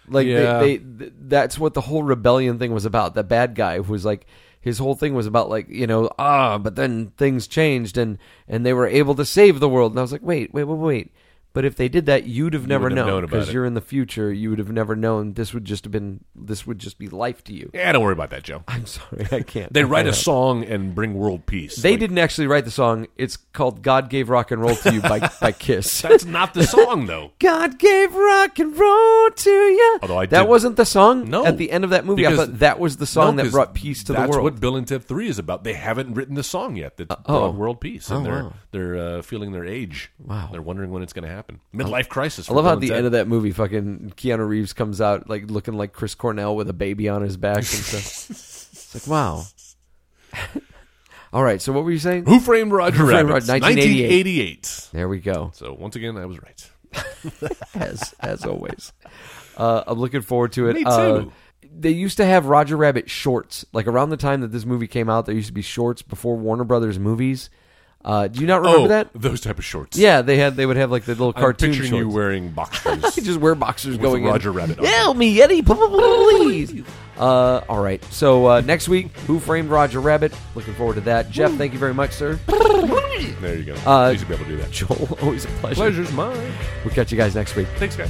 Speaker 3: Like
Speaker 4: Yeah.
Speaker 3: they, they th- that's what the whole rebellion thing was about. The bad guy was like his whole thing was about like you know ah, but then things changed and and they were able to save the world. And I was like, wait, wait, wait, wait. But if they did that, you'd have never
Speaker 4: wouldn't have known
Speaker 3: known
Speaker 4: about
Speaker 3: because
Speaker 4: it.
Speaker 3: you're in the future. You would have never known. This would just have been. This would just be life to you.
Speaker 4: Yeah, don't worry about that, Joe.
Speaker 3: I'm sorry, I can't.
Speaker 4: They write
Speaker 3: I
Speaker 4: a
Speaker 3: know.
Speaker 4: song and bring world peace.
Speaker 3: They
Speaker 4: Like,
Speaker 3: didn't actually write the song. It's called "God Gave Rock and Roll to You" by by Kiss.
Speaker 4: That's not the song though.
Speaker 3: God gave rock and roll to you.
Speaker 4: Although I
Speaker 3: that
Speaker 4: did-
Speaker 3: wasn't the song.
Speaker 4: No.
Speaker 3: at the end of that movie, I
Speaker 4: Because-
Speaker 3: thought that was the song
Speaker 4: No,
Speaker 3: that
Speaker 4: 'cause
Speaker 3: brought peace to the
Speaker 4: That's
Speaker 3: world. Uh,
Speaker 4: what Bill and Ted Three is about. They haven't written the song yet that brought world peace, and
Speaker 3: Oh,
Speaker 4: they're
Speaker 3: wow.
Speaker 4: they're uh, feeling their age.
Speaker 3: Wow.
Speaker 4: they're wondering when it's going to happen. Midlife crisis.
Speaker 3: I love how at the end of that movie, fucking Keanu Reeves comes out like looking like Chris Cornell with a baby on his back and stuff. it's like wow. All right, so what were you saying?
Speaker 4: Who Framed Roger
Speaker 3: Framed
Speaker 4: Rabbit?
Speaker 3: Roger- 1988.
Speaker 4: 1988.
Speaker 3: There we go.
Speaker 4: So once again, I was right.
Speaker 3: As as always, uh, I'm looking forward to it.
Speaker 4: Me
Speaker 3: Uh,
Speaker 4: too.
Speaker 3: they used to have Roger Rabbit shorts. Like around the time that this movie came out, there used to be shorts before Warner Brothers movies. Uh, do you not remember
Speaker 4: oh,
Speaker 3: that?
Speaker 4: those type of shorts.
Speaker 3: Yeah, they had. They would have like the little
Speaker 4: I'm
Speaker 3: cartoon
Speaker 4: picturing
Speaker 3: shorts.
Speaker 4: you wearing boxers.
Speaker 3: You just wear boxers going
Speaker 4: Roger
Speaker 3: in.
Speaker 4: Rabbit on
Speaker 3: Yeah, me Yeti, please. Uh, all right. So uh, next week, Who Framed Roger Rabbit? Looking forward to that. Jeff, thank you very much, sir.
Speaker 4: there you go.
Speaker 3: Uh,
Speaker 4: Please be able to do that.
Speaker 3: Joel, always a pleasure.
Speaker 4: Pleasure's mine.
Speaker 3: We'll catch you guys next week.
Speaker 4: Thanks, guys.